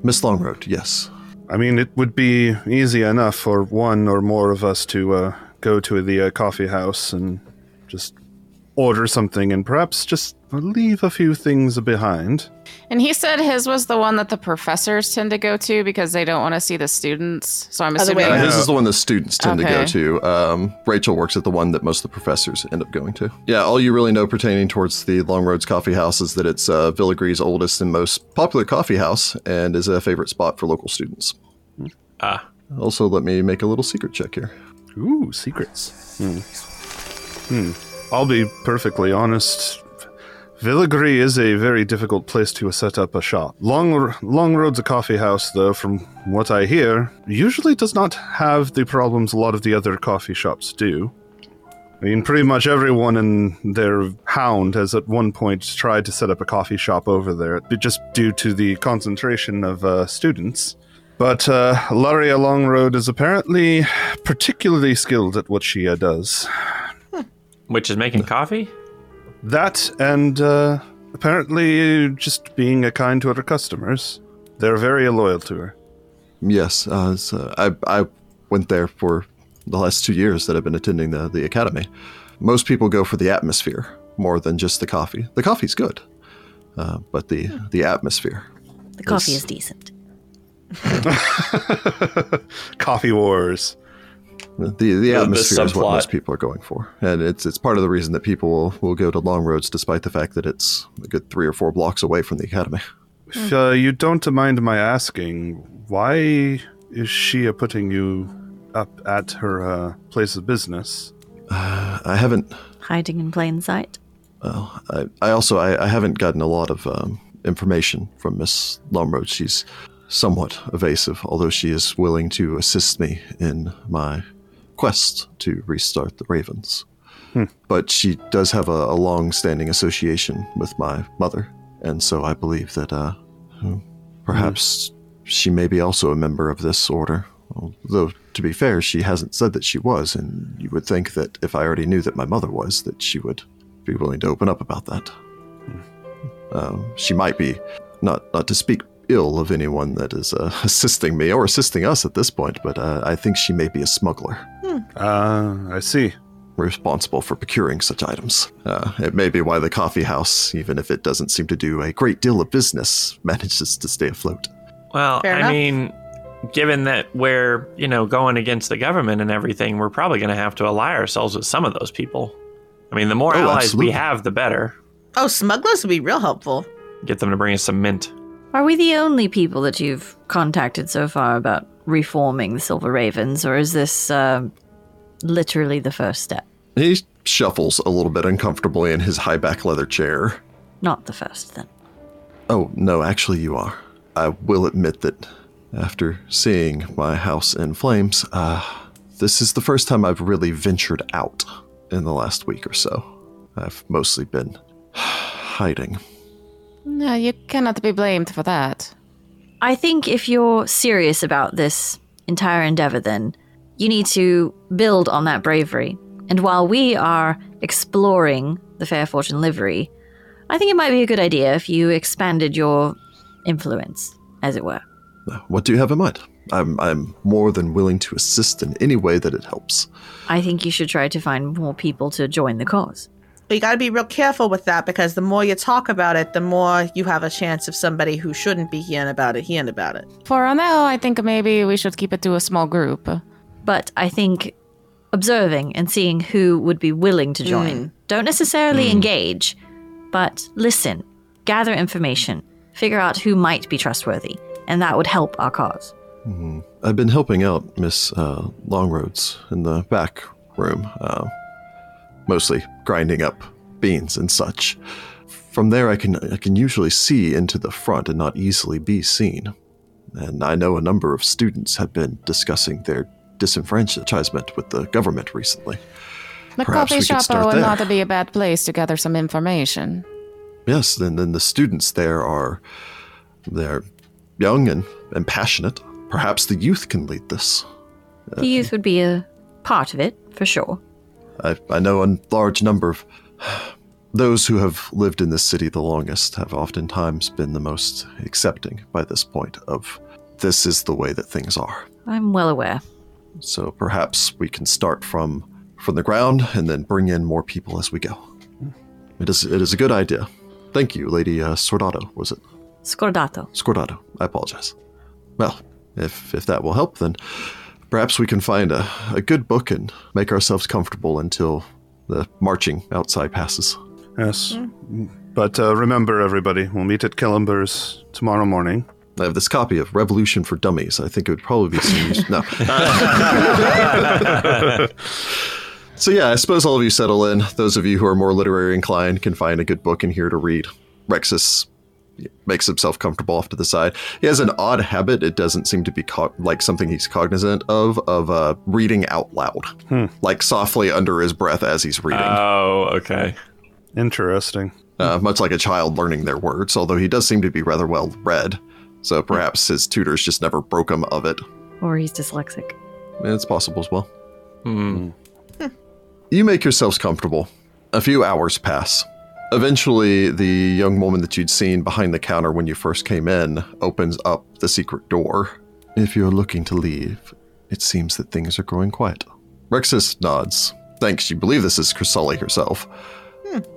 [SPEAKER 1] Miss Longroad, yes.
[SPEAKER 3] I mean, it would be easy enough for one or more of us to uh, go to the uh, coffee house and just order something and perhaps just leave a few things behind.
[SPEAKER 6] And he said his was the one that the professors tend to go to because they don't want to see the students. So I'm assuming.
[SPEAKER 4] way
[SPEAKER 1] Uh,
[SPEAKER 4] around.
[SPEAKER 1] This is the one the students tend
[SPEAKER 6] Okay.
[SPEAKER 1] to go to. Um, Rachel works at the one that most of the professors end up going to. Yeah, all you really know pertaining towards the Long Roads Coffee House is that it's uh, Villigree's oldest and most popular coffee house and is a favorite spot for local students.
[SPEAKER 5] Ah.
[SPEAKER 1] Also, let me make a little secret check here.
[SPEAKER 3] Ooh, secrets. Hmm. Hmm. I'll be perfectly honest. Villagree is a very difficult place to set up a shop. Long, Long Road's a coffee house, though, from what I hear, usually does not have the problems a lot of the other coffee shops do. I mean, pretty much everyone in their hound has at one point tried to set up a coffee shop over there, but just due to the concentration of uh, students. But uh, Laria Longroad is apparently particularly skilled at what she uh, does.
[SPEAKER 5] Which is making coffee.
[SPEAKER 3] That and uh, apparently just being uh, kind to her customers. They're very loyal to her.
[SPEAKER 1] Yes, uh, so I, I went there for the last two years that I've been attending the, the academy. Most people go for the atmosphere more than just the coffee. The coffee's good, uh, but the, the atmosphere.
[SPEAKER 2] The coffee is decent.
[SPEAKER 3] Coffee wars.
[SPEAKER 1] The, the atmosphere is what
[SPEAKER 5] subplot.
[SPEAKER 1] most people are going for, and it's it's part of the reason that people will, will go to Long Roads, despite the fact that it's a good three or four blocks away from the academy.
[SPEAKER 3] If uh, you don't mind my asking, why is she uh, putting you up at her uh, place of business?
[SPEAKER 1] I haven't.
[SPEAKER 2] Hiding in plain sight.
[SPEAKER 1] I, I also I, I haven't gotten a lot of um, information from Miss Lomroad. She's somewhat evasive, although she is willing to assist me in my quest to restart the Ravens. but she does have a, a long-standing association with my mother, and so I believe that uh, perhaps she may be also a member of this order. Though to be fair, she hasn't said that she was, and you would think that if I already knew that my mother was, that she would be willing to open up about that. Um, she might be, not not to speak ill of anyone that is uh, [LAUGHS] assisting me or assisting us at this point, but uh, I think she may be a smuggler
[SPEAKER 3] Ah, I see.
[SPEAKER 1] responsible for procuring such items. Uh, it may be why the coffee house, even if it doesn't seem to do a great deal of business, manages to stay afloat.
[SPEAKER 5] Well,
[SPEAKER 4] Fair enough.
[SPEAKER 5] I mean, given that we're, you know, going against the government and everything, we're probably going to have to ally ourselves with some of those people. I mean, the more
[SPEAKER 1] Oh,
[SPEAKER 5] allies
[SPEAKER 1] absolutely.
[SPEAKER 5] we have, the better.
[SPEAKER 4] Oh, smugglers would be real helpful.
[SPEAKER 5] Get them to bring us some [LAUGHS] mint.
[SPEAKER 2] Are we the only people that you've contacted so far about reforming the Silver Ravens, or is this uh, literally the first step?
[SPEAKER 1] He shuffles a little bit uncomfortably in his high back leather chair.
[SPEAKER 2] Not the first, then.
[SPEAKER 1] Oh, no, actually, you are. I will admit that after seeing my house in flames, uh, this is the first time I've really ventured out in the last week or so. I've mostly been hiding.
[SPEAKER 6] No, uh, you cannot be blamed for that.
[SPEAKER 2] I think if you're serious about this entire endeavor, then you need to build on that bravery. And while we are exploring the Fair Fortune livery, I think it might be a good idea if you expanded your influence, as it were.
[SPEAKER 1] What do you have in mind? I'm, I'm more than willing to assist in any way that it helps.
[SPEAKER 2] I think you should try to find more people to join the cause.
[SPEAKER 4] But you got to be real careful with that because the more you talk about it, the more you have a chance of somebody who shouldn't be hearing about it hearing about it.
[SPEAKER 6] For now, I think maybe we should keep it to a small group.
[SPEAKER 2] But I think observing and seeing who would be willing to join, don't necessarily engage, but listen, gather information, figure out who might be trustworthy, and that would help our cause.
[SPEAKER 1] I've been helping out Miss uh, Longroads in the back room, uh, mostly grinding up beans and such. From there, I can I can usually see into the front and not easily be seen. And I know a number of students have been discussing their disenfranchisement with the government recently.
[SPEAKER 6] The
[SPEAKER 1] Perhaps we
[SPEAKER 6] coffee
[SPEAKER 1] could
[SPEAKER 6] shop
[SPEAKER 1] start
[SPEAKER 6] would
[SPEAKER 1] there.
[SPEAKER 6] not be a bad place to gather some information.
[SPEAKER 1] Yes, and then the students there are they're young and, and passionate. Perhaps the youth can lead this.
[SPEAKER 2] The youth would be a part of it, for sure.
[SPEAKER 1] I, I know a large number of those who have lived in this city the longest have oftentimes been the most accepting by this point of this is the way that things are.
[SPEAKER 2] I'm well aware.
[SPEAKER 1] So perhaps we can start from from the ground and then bring in more people as we go. It is it is a good idea. Thank you, Lady uh, Sordato. Was it
[SPEAKER 2] Scordato.
[SPEAKER 1] Scordato? I apologize. Well, if if that will help, then perhaps we can find a, a good book and make ourselves comfortable until the marching outside passes.
[SPEAKER 3] Yes. But uh, remember, everybody, we'll meet at Killenbur's tomorrow morning.
[SPEAKER 1] I have this copy of Revolution for Dummies. I think it would probably be some use. No.
[SPEAKER 5] Oh,
[SPEAKER 1] so, yeah, I suppose all of you settle in. Those of you who are more literary inclined can find a good book in here to read. Rexus makes himself comfortable off to the side. He has an odd habit. It doesn't seem to be co- like something he's cognizant of, of uh, reading out loud, like softly under his breath as he's reading, uh,
[SPEAKER 5] Oh, okay.
[SPEAKER 3] Interesting.
[SPEAKER 1] much like a child learning their words, although he does seem to be rather well read. So perhaps his tutors just never broke him of it.
[SPEAKER 2] Or he's dyslexic.
[SPEAKER 1] It's possible as well.
[SPEAKER 5] Hmm.
[SPEAKER 1] You make yourselves comfortable. A few hours pass. Eventually, the young woman that you'd seen behind the counter when you first came in opens up the secret door. If you're looking to leave, it seems that things are growing quiet. Rexus nods. Thanks. You believe this is Chrysalis herself.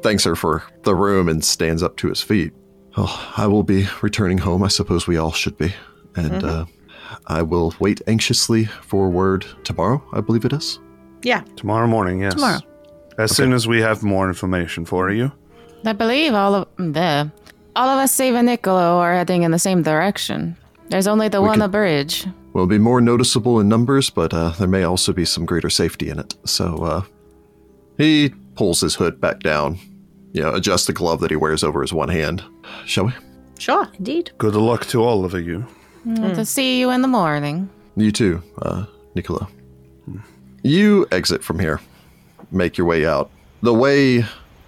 [SPEAKER 1] Thanks her for the room and stands up to his feet. Oh, I will be returning home. I suppose we all should be. And uh, I will wait anxiously for word tomorrow, I believe it is.
[SPEAKER 4] Yeah.
[SPEAKER 3] Tomorrow morning, yes.
[SPEAKER 2] Tomorrow.
[SPEAKER 3] As soon as we have more information for you.
[SPEAKER 6] I believe all of mm, there. All of us save a Niccolo are heading in the same direction. There's only the one
[SPEAKER 1] could-
[SPEAKER 6] abridge.
[SPEAKER 1] will be more noticeable in numbers, but uh, there may also be some greater safety in it. So uh, he pulls his hood back down, you know, adjusts the glove that he wears over his one hand. Shall we?
[SPEAKER 4] Sure.
[SPEAKER 2] Indeed.
[SPEAKER 3] Good luck to all of you.
[SPEAKER 6] To see you in the morning.
[SPEAKER 1] You too, uh, Nicola. You exit from here, make your way out. the way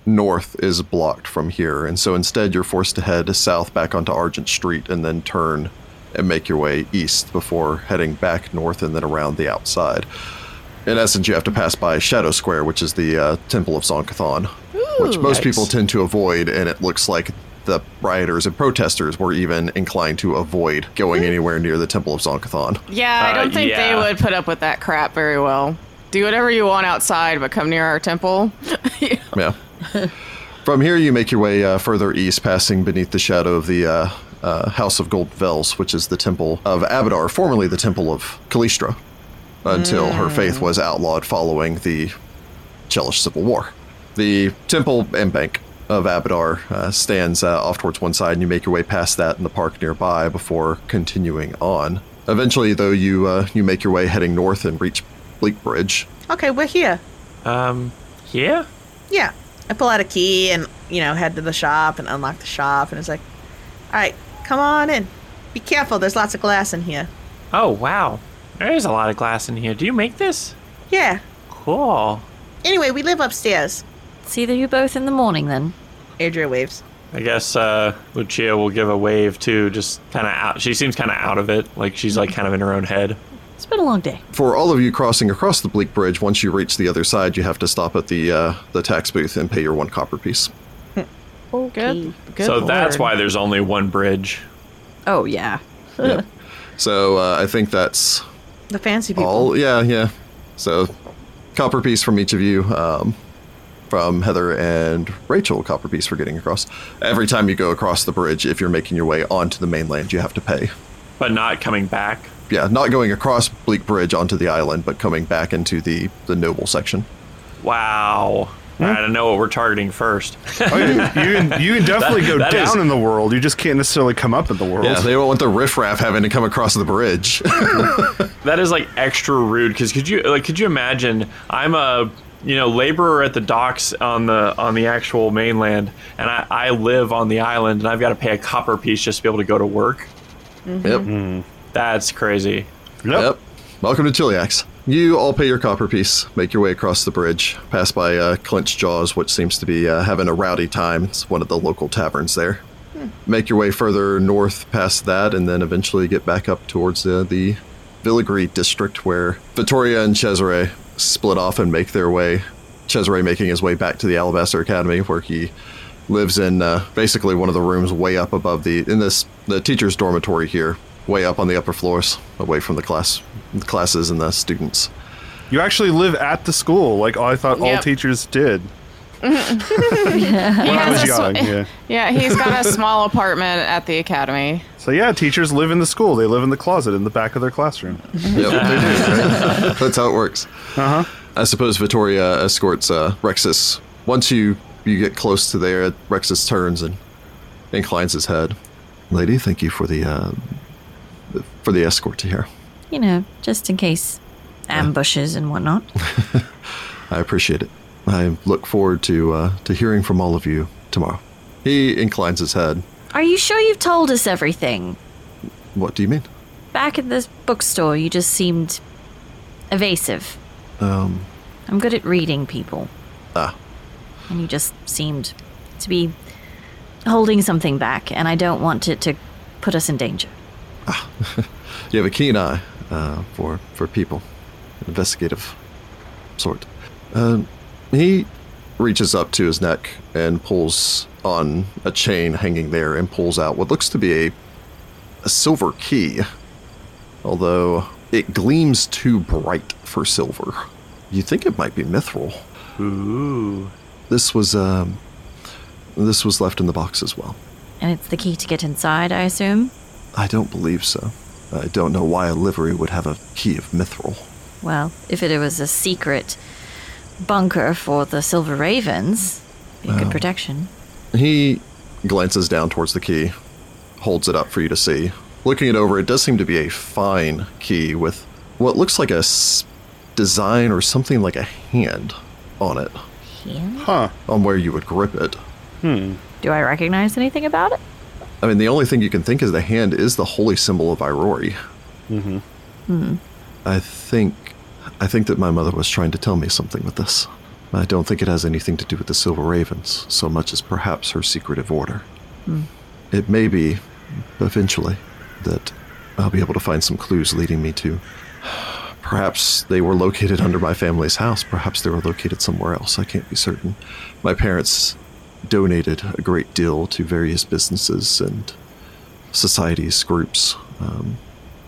[SPEAKER 1] north is blocked from here, and so instead you're forced to head south back onto Argent Street and then turn and make your way east before heading back north and then around the outside. In essence, you have to pass by Shadow Square, which is the uh, Temple of Zonkathon, which most people tend to avoid, and it looks like the rioters and protesters were even inclined to avoid going anywhere near the Temple of Zonkathon.
[SPEAKER 6] Yeah, I
[SPEAKER 5] Uh,
[SPEAKER 6] don't think
[SPEAKER 5] yeah.
[SPEAKER 6] they would put up with that crap very well. Do whatever you want outside, but come near our temple.
[SPEAKER 1] Yeah. From here, you make your way uh, further east, passing beneath the shadow of the uh, uh, House of Gold Vels, which is the temple of Abadar, formerly the temple of Kalistra, until her faith was outlawed following the Chelish Civil War. The temple and bank of Abadar uh, stands uh, off towards one side, and you make your way past that in the park nearby before continuing on. Eventually, though, you uh, you make your way heading north and reach Bleak Bridge.
[SPEAKER 4] Okay, we're here.
[SPEAKER 5] Um, yeah.
[SPEAKER 4] Yeah. I pull out a key and, you know, head to the shop and unlock the shop. And it's like, all right, come on in. Be careful. There's lots of glass in here.
[SPEAKER 5] Oh wow, there is a lot of glass in here. Do you make this?
[SPEAKER 4] Yeah.
[SPEAKER 5] Cool.
[SPEAKER 4] Anyway, we live upstairs.
[SPEAKER 2] See you both in the morning then.
[SPEAKER 4] Adria waves.
[SPEAKER 5] I guess uh, Lucia will give a wave too. Just kind of out. She seems kind of out of it. Like she's like kind of in her own head.
[SPEAKER 2] It's been a long day.
[SPEAKER 1] for all of you crossing across the Bleak Bridge, once you reach the other side, you have to stop at the uh, the tax booth and pay your one copper piece.
[SPEAKER 7] Good.
[SPEAKER 5] so that's why there's only one bridge.
[SPEAKER 2] Oh yeah.
[SPEAKER 1] So uh, I think that's
[SPEAKER 4] The fancy people.
[SPEAKER 1] all. Yeah, yeah. So copper piece from each of you, um, from Heather and Rachel, copper piece for getting across. Every time you go across the bridge, if you're making your way onto the mainland, you have to pay.
[SPEAKER 5] but not coming back.
[SPEAKER 1] Yeah, not going across Bleak Bridge onto the island, but coming back into the the noble section.
[SPEAKER 5] Wow. I don't know what we're targeting [LAUGHS] first.
[SPEAKER 3] Oh, you, you can, you can [LAUGHS] definitely go
[SPEAKER 5] That- that
[SPEAKER 3] down
[SPEAKER 5] is-
[SPEAKER 3] in the world. You just can't necessarily come up in the world.
[SPEAKER 1] Yeah, they don't want the riffraff having to come across the bridge.
[SPEAKER 5] that is like extra rude because could you like could you imagine I'm a you know laborer at the docks on the on the actual mainland and I, I live on the island and I've got to pay a copper piece just to be able to go to work.
[SPEAKER 1] Yep.
[SPEAKER 5] That's [LAUGHS] crazy.
[SPEAKER 3] Yep.
[SPEAKER 1] Yep. Welcome to Chiliax. You all pay your copper piece, make your way across the bridge, pass by uh, Clenched Jaws, which seems to be uh, having a rowdy time. It's one of the local taverns there. Make your way further north past that, and then eventually get back up towards uh, the Villigry district where Vittoria and Cesare split off and make their way. Cesare making his way back to the Alabaster Academy, where he lives in uh, basically one of the rooms way up above the in this the teacher's dormitory here, way up on the upper floors, away from the class the classes and the students.
[SPEAKER 3] You actually live at the school, like I thought all
[SPEAKER 6] Yep.
[SPEAKER 3] teachers did. when I
[SPEAKER 6] has
[SPEAKER 3] was
[SPEAKER 6] a sw-
[SPEAKER 3] young, yeah.
[SPEAKER 6] [LAUGHS] Yeah, he's got a small apartment at the academy.
[SPEAKER 3] So yeah, teachers live in the school. They live in the closet in the back of their classroom.
[SPEAKER 1] Yep, [LAUGHS] they do. Right? [LAUGHS] That's how it works. Uh huh. I suppose Vittoria escorts uh, Rexus. Once you you get close to there, Rexus turns and inclines his head. Lady, thank you for the uh, for the escort to here.
[SPEAKER 2] You know, just in case ambushes and whatnot.
[SPEAKER 1] I appreciate it. I look forward to uh, to hearing from all of you tomorrow. He inclines his head.
[SPEAKER 2] Are you sure you've told us everything?
[SPEAKER 1] What do you mean?
[SPEAKER 2] Back at this bookstore, you just seemed evasive.
[SPEAKER 1] Um,
[SPEAKER 2] I'm good at reading people,
[SPEAKER 1] ah,
[SPEAKER 2] and you just seemed to be holding something back, and I don't want it to put us in danger.
[SPEAKER 1] you have a keen eye uh, for for people, investigative sort. Um, he reaches up to his neck and pulls on a chain hanging there and pulls out what looks to be a, a silver key, although it gleams too bright for silver. You think it might be mithril.
[SPEAKER 5] Ooh.
[SPEAKER 1] This was um, this was left in the box as well.
[SPEAKER 2] And it's the key to get inside, I assume?
[SPEAKER 1] I don't believe so. I don't know why a livery would have a key of mithril.
[SPEAKER 2] Well, if it was a secret bunker for the Silver Ravens, be good protection.
[SPEAKER 1] He glances down towards the key, holds it up for you to see. Looking it over, it does seem to be a fine key with what looks like a s- design or something like a hand on it,
[SPEAKER 2] Yeah.
[SPEAKER 3] Huh.
[SPEAKER 1] on where you would grip it.
[SPEAKER 2] Do I recognize anything about it?
[SPEAKER 1] I mean, the only thing you can think is the hand is the holy symbol of Irori. Mm-hmm. I think, I think that my mother was trying to tell me something with this. I don't think it has anything to do with the Silver Ravens so much as perhaps her secretive order. It may be, eventually, that I'll be able to find some clues leading me to. Perhaps they were located under my family's house. Perhaps they were located somewhere else. I can't be certain. My parents donated a great deal to various businesses and societies, groups, um,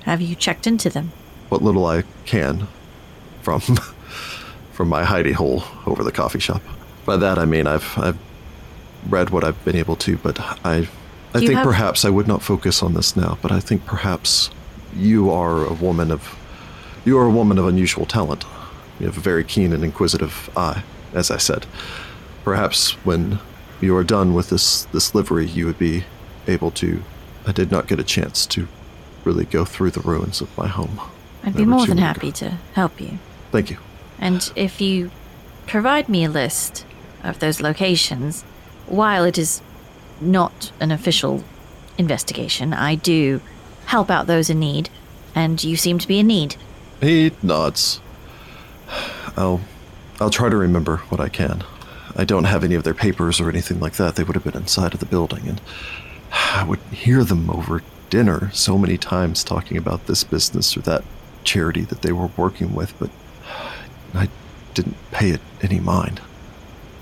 [SPEAKER 2] Have you checked into them?
[SPEAKER 1] what little I can from [LAUGHS] from my hidey hole over the coffee shop. By that I mean I've I've read what I've been able to, but I I
[SPEAKER 2] Do you
[SPEAKER 1] think
[SPEAKER 2] have-
[SPEAKER 1] perhaps I would not focus on this now, but I think perhaps you are a woman of you are a woman of unusual talent. You have a very keen and inquisitive eye, as I said. Perhaps when you are done with this this livery, you would be able to. I did not get a chance to really go through the ruins of my home.
[SPEAKER 2] I'd be
[SPEAKER 1] Over
[SPEAKER 2] more
[SPEAKER 1] two
[SPEAKER 2] than
[SPEAKER 1] week.
[SPEAKER 2] happy to help you.
[SPEAKER 1] Thank you.
[SPEAKER 2] And if you provide me a list of those locations, while it is not an official investigation, I do help out those in need, and you seem to be in need.
[SPEAKER 1] He nods. I'll I'll try to remember what I can. I don't have any of their papers or anything like that. They would have been inside of the building and I would hear them over dinner so many times talking about this business or that charity that they were working with, but I didn't pay it any mind.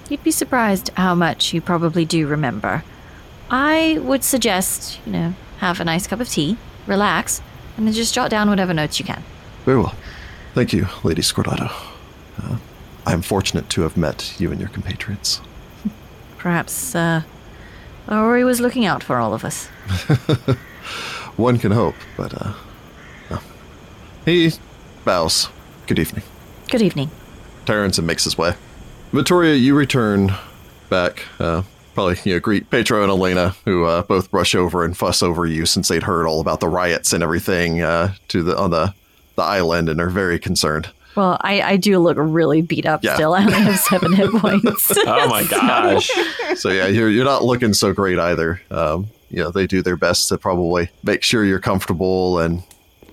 [SPEAKER 2] You'd be surprised how much you probably do remember. I would suggest, you know, have a nice cup of tea, relax, and then just jot down whatever notes you can.
[SPEAKER 1] Very well. Thank you, Lady Scordato. Uh, I'm fortunate to have met you and your compatriots.
[SPEAKER 2] Perhaps, uh, Ori was looking out for all of us.
[SPEAKER 1] One can hope, but uh, no. he bows. Good evening,
[SPEAKER 2] Good evening.
[SPEAKER 1] turns and makes his way. Vittoria, you return back. Uh, probably you know, greet Petro and Elena, who uh, both rush over and fuss over you since they'd heard all about the riots and everything uh, to the on the the island and are very concerned.
[SPEAKER 2] Well, I, I do look really beat up
[SPEAKER 1] Yeah.
[SPEAKER 2] still. I only have
[SPEAKER 1] [LAUGHS]
[SPEAKER 2] seven hit points. [LAUGHS]
[SPEAKER 5] Oh my gosh.
[SPEAKER 1] so yeah, you're you're not looking so great either. Um, you know, they do their best to probably make sure you're comfortable, and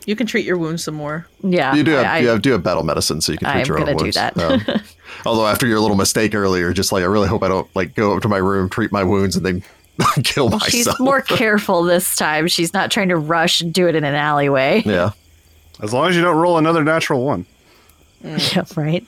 [SPEAKER 4] You can treat your wounds some more.
[SPEAKER 2] yeah.
[SPEAKER 1] you do have
[SPEAKER 2] I,
[SPEAKER 1] you have, do have battle medicine, so you can treat
[SPEAKER 2] I'm
[SPEAKER 1] your own
[SPEAKER 2] gonna do
[SPEAKER 1] wounds.
[SPEAKER 2] that.
[SPEAKER 1] Um,
[SPEAKER 2] [LAUGHS]
[SPEAKER 1] although after your little mistake earlier, just like I really hope I don't like go up to my room, treat my wounds, and then [LAUGHS] kill
[SPEAKER 2] I- she's
[SPEAKER 1] myself.
[SPEAKER 2] more careful this time. She's not trying to rush and do it in an alleyway.
[SPEAKER 1] [LAUGHS] yeah,
[SPEAKER 3] As long as you don't roll another natural one.
[SPEAKER 2] [LAUGHS] yeah, right?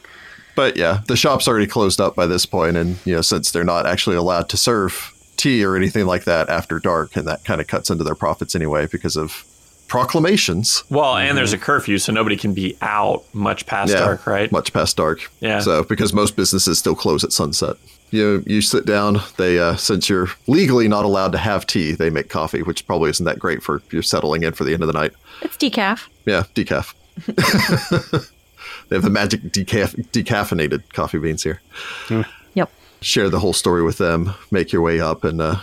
[SPEAKER 1] but yeah, the shop's already closed up by this point, and you know since they're not actually allowed to serve tea or anything like that after dark, and that kind of cuts into their profits anyway because of proclamations.
[SPEAKER 5] Well, and there's a curfew, so nobody can be out much past dark, right?
[SPEAKER 1] Much past dark.
[SPEAKER 5] Yeah.
[SPEAKER 1] So because most businesses still close at sunset. You you sit down. They uh, since you're legally not allowed to have tea, they make coffee, which probably isn't that great for you're settling in for the end of the night.
[SPEAKER 2] It's decaf.
[SPEAKER 1] Yeah, decaf. [LAUGHS] they have the magic decaf decaffeinated coffee beans here.
[SPEAKER 2] Yep.
[SPEAKER 1] Share the whole story with them. Make your way up, and uh,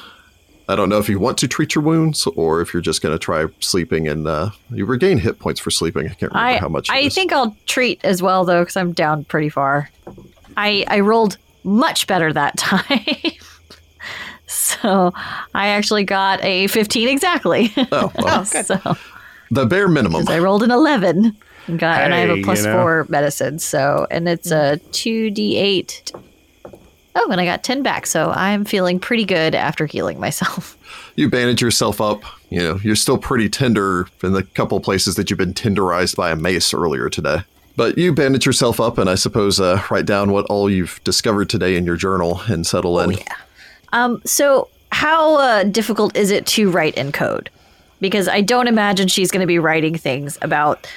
[SPEAKER 1] I don't know if you want to treat your wounds or if you're just going to try sleeping and uh, you regain hit points for sleeping. I can't remember
[SPEAKER 2] I
[SPEAKER 1] how much. it
[SPEAKER 2] I
[SPEAKER 1] is.
[SPEAKER 2] think I'll treat as well though, because I'm down pretty far. I I rolled much better that [LAUGHS] time. so I actually got a 15 exactly.
[SPEAKER 1] Oh, well,
[SPEAKER 2] [LAUGHS] so
[SPEAKER 1] the bare minimum.
[SPEAKER 2] 'cause I rolled an 11 and got and I have
[SPEAKER 3] Hey,
[SPEAKER 2] a
[SPEAKER 3] you
[SPEAKER 2] plus
[SPEAKER 3] know.
[SPEAKER 2] 4 medicine. So and it's a 2d8. Oh, and I got 10 back, so I'm feeling pretty good after healing myself. [LAUGHS]
[SPEAKER 1] you bandage yourself up. You know, you're still pretty tender in the couple places that you've been tenderized by a mace earlier today. But you bandage yourself up, and I suppose uh, write down what all you've discovered today in your journal and settle
[SPEAKER 4] Oh,
[SPEAKER 1] in.
[SPEAKER 2] Um, so how uh, difficult is it to write in code? Because I don't imagine she's going to be writing things about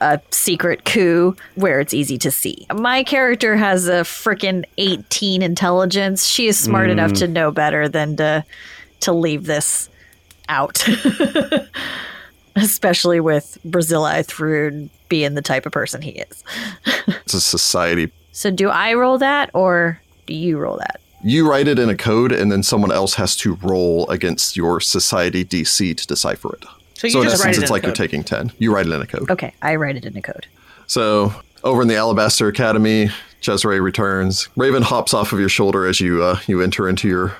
[SPEAKER 2] a secret coup where it's easy to see. My character has a freaking 18 intelligence. She is smart enough to know better than to to leave this out. [LAUGHS] Especially with Brazili through being the type of person he is.
[SPEAKER 1] It's a society.
[SPEAKER 2] So do I roll that or do you roll that?
[SPEAKER 1] You write it in a code, and then someone else has to roll against your society DC to decipher it.
[SPEAKER 4] So you
[SPEAKER 1] in
[SPEAKER 4] just write
[SPEAKER 1] essence,
[SPEAKER 4] it in
[SPEAKER 1] it's
[SPEAKER 4] a
[SPEAKER 1] like you're
[SPEAKER 4] code.
[SPEAKER 1] taking 10. You write it in a code.
[SPEAKER 2] Okay, I write it in a code.
[SPEAKER 1] So over in the Alabaster Academy, Cesare returns. Raven hops off of your shoulder as you uh, you enter into your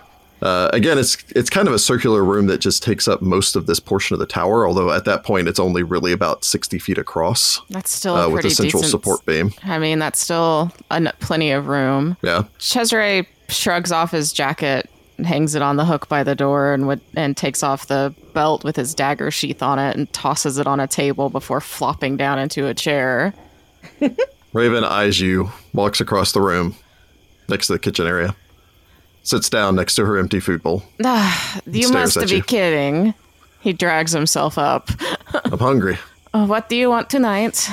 [SPEAKER 1] Uh, again, it's it's kind of a circular room that just takes up most of this portion of the tower. Although at that point, it's only really about sixty feet across
[SPEAKER 6] That's still
[SPEAKER 1] uh,
[SPEAKER 6] a
[SPEAKER 1] with
[SPEAKER 6] Oh, pretty
[SPEAKER 1] a central
[SPEAKER 6] decent-
[SPEAKER 1] support beam.
[SPEAKER 6] I mean, that's still an, plenty of room.
[SPEAKER 1] Yeah,
[SPEAKER 6] Cesare shrugs off his jacket, and hangs it on the hook by the door, and would, and takes off the belt with his dagger sheath on it and tosses it on a table before flopping down into a chair.
[SPEAKER 1] Raven eyes you, walks across the room, next to the kitchen area, sits down next to her empty food
[SPEAKER 6] [LAUGHS]
[SPEAKER 1] bowl.
[SPEAKER 6] You
[SPEAKER 1] stares
[SPEAKER 6] must
[SPEAKER 1] at
[SPEAKER 6] be
[SPEAKER 1] you.
[SPEAKER 6] kidding. He drags himself up.
[SPEAKER 1] I'm hungry,
[SPEAKER 6] "Uh, what do you want tonight?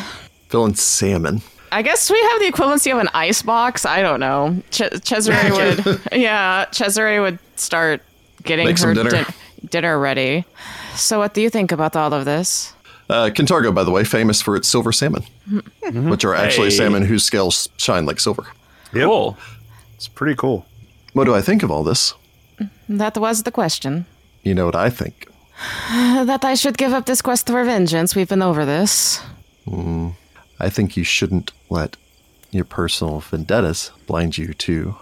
[SPEAKER 1] feeling salmon.
[SPEAKER 6] I guess we have the equivalency of an ice box. I don't know. Ch- Cesare would, [LAUGHS] yeah, Cesare would start getting
[SPEAKER 1] Make some
[SPEAKER 6] her
[SPEAKER 1] dinner.
[SPEAKER 6] din- dinner ready. So, what do you think about all of this?
[SPEAKER 1] Uh, Cantargo, by the way, famous for its silver salmon, which are actually
[SPEAKER 5] Hey.
[SPEAKER 1] salmon whose scales shine like silver.
[SPEAKER 3] Yep.
[SPEAKER 5] Cool.
[SPEAKER 3] It's pretty cool.
[SPEAKER 1] What do I think of all this?
[SPEAKER 6] That was the question.
[SPEAKER 1] You know what I think.
[SPEAKER 6] That I should give up this quest for vengeance. We've been over this.
[SPEAKER 1] I think you shouldn't let your personal vendettas blind you to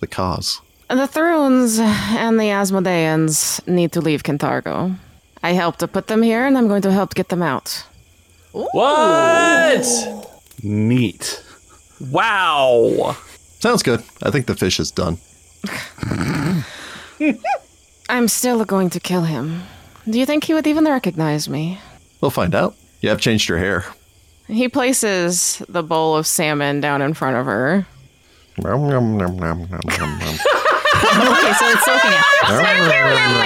[SPEAKER 1] the cause.
[SPEAKER 6] The Thrones and the Asmodeans need to leave Cantargo. I helped to put them here, and I'm going to help get them out.
[SPEAKER 5] What?
[SPEAKER 3] Neat.
[SPEAKER 5] Wow.
[SPEAKER 1] Sounds good. I think the fish is done.
[SPEAKER 6] I'm still going to kill him. Do you think he would even recognize me?
[SPEAKER 1] We'll find out. You have changed your hair.
[SPEAKER 6] He places the bowl of salmon down in front of her.
[SPEAKER 1] Nom, nom, nom, nom, nom, nom, nom.
[SPEAKER 2] Okay, so it's looking at.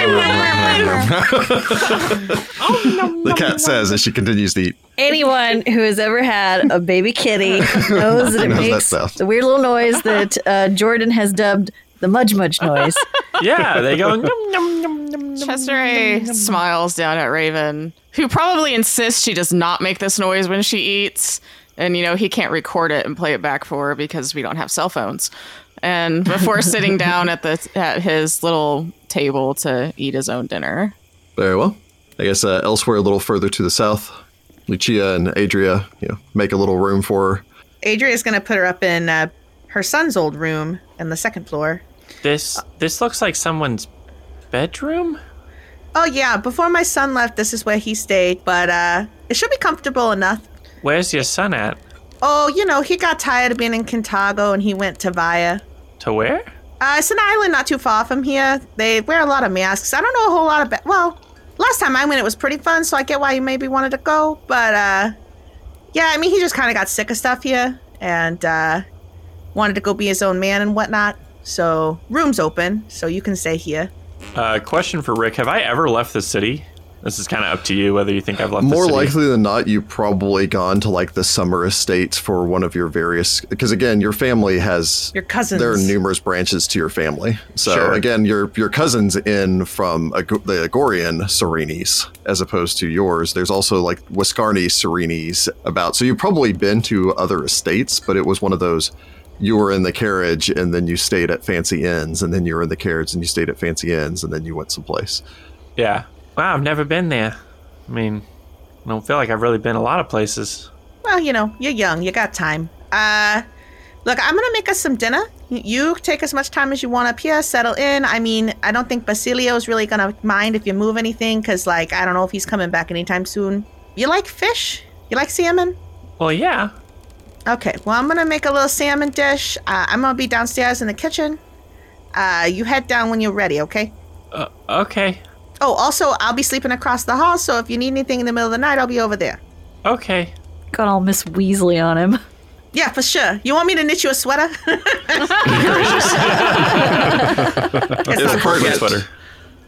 [SPEAKER 1] the cat says as she continues to eat.
[SPEAKER 2] [LAUGHS]
[SPEAKER 8] Anyone who has ever had a
[SPEAKER 1] [LAUGHS]
[SPEAKER 8] baby kitty knows that
[SPEAKER 1] Knows that
[SPEAKER 8] it makes
[SPEAKER 1] sound.
[SPEAKER 8] the weird little noise [LAUGHS] that uh, Jordan has dubbed the
[SPEAKER 1] [LAUGHS]
[SPEAKER 8] mudge mudge noise.
[SPEAKER 5] [LAUGHS] Yeah, they go. "Nom, nom, nom, nom, nom."
[SPEAKER 6] Chesire smiles down at Raven, who probably insists she does not make this noise when she eats. And, you know, he can't record it and play it back for her because we don't have cell phones. And before sitting down at the at his little table to eat his own dinner.
[SPEAKER 1] Very well. I guess uh, elsewhere, a little further to the south, Lucia and Adria, you know, make a little room for her.
[SPEAKER 4] Adria's going to put her up in uh, her son's old room in the second floor. Uh,
[SPEAKER 5] This this looks like someone's bedroom.
[SPEAKER 4] Oh, yeah, before my son left, this is where he stayed, but uh, it should be comfortable enough.
[SPEAKER 5] Where's your son at?
[SPEAKER 4] Oh, you know, he got tired of being in Kintago and he went to Via.
[SPEAKER 5] To where?
[SPEAKER 4] Uh, it's an island not too far from here. They wear a lot of masks. I don't know a whole lot about. Well, last time I went, it was pretty fun, so I get why you maybe wanted to go. But uh, yeah, I mean, he just kind of got sick of stuff here and uh, wanted to go be his own man and whatnot. So room's open, so you can stay here.
[SPEAKER 5] Uh, question for Rick: Have I ever left the city? This is kind of up to you whether you think I've left. the
[SPEAKER 1] More
[SPEAKER 5] city.
[SPEAKER 1] likely than not, you've probably gone to like the summer estates for one of your various. Because again, your family has
[SPEAKER 4] Your cousins.
[SPEAKER 1] There are numerous branches to your family. So
[SPEAKER 5] Sure.
[SPEAKER 1] again, your your cousins in from Ag- the Agorian Serenes, as opposed to yours. There's also like Wiscarni Serenes about. So you've probably been to other estates, but it was one of those. You were in the carriage, and then you stayed at fancy inns, and then you were in the carriage, and you stayed at fancy inns, and then you went someplace.
[SPEAKER 5] Yeah. Wow, I've never been there. I mean, I don't feel like I've really been a lot of places.
[SPEAKER 4] Well, you know, you're young. You got time. Uh, look, I'm gonna make us some dinner. Y- You take as much time as you want up here. Settle in. I mean, I don't think Basilio's really gonna mind if you move anything, cause like I don't know if he's coming back anytime soon. You like fish? You like salmon?
[SPEAKER 5] Well, yeah.
[SPEAKER 4] Okay. Well, I'm gonna make a little salmon dish. Uh, I'm gonna be downstairs in the kitchen. Uh, you head down when you're ready, okay?
[SPEAKER 5] Uh, okay.
[SPEAKER 4] Oh, also, I'll be sleeping across the hall, so if you need anything in the middle of the night, I'll be over there.
[SPEAKER 5] Okay.
[SPEAKER 2] Got all Miss Weasley on him.
[SPEAKER 4] Yeah, for sure. You want me to knit you a sweater? [LAUGHS]
[SPEAKER 1] If
[SPEAKER 4] It's not cold
[SPEAKER 1] pertinent,
[SPEAKER 4] yet.
[SPEAKER 5] sweater.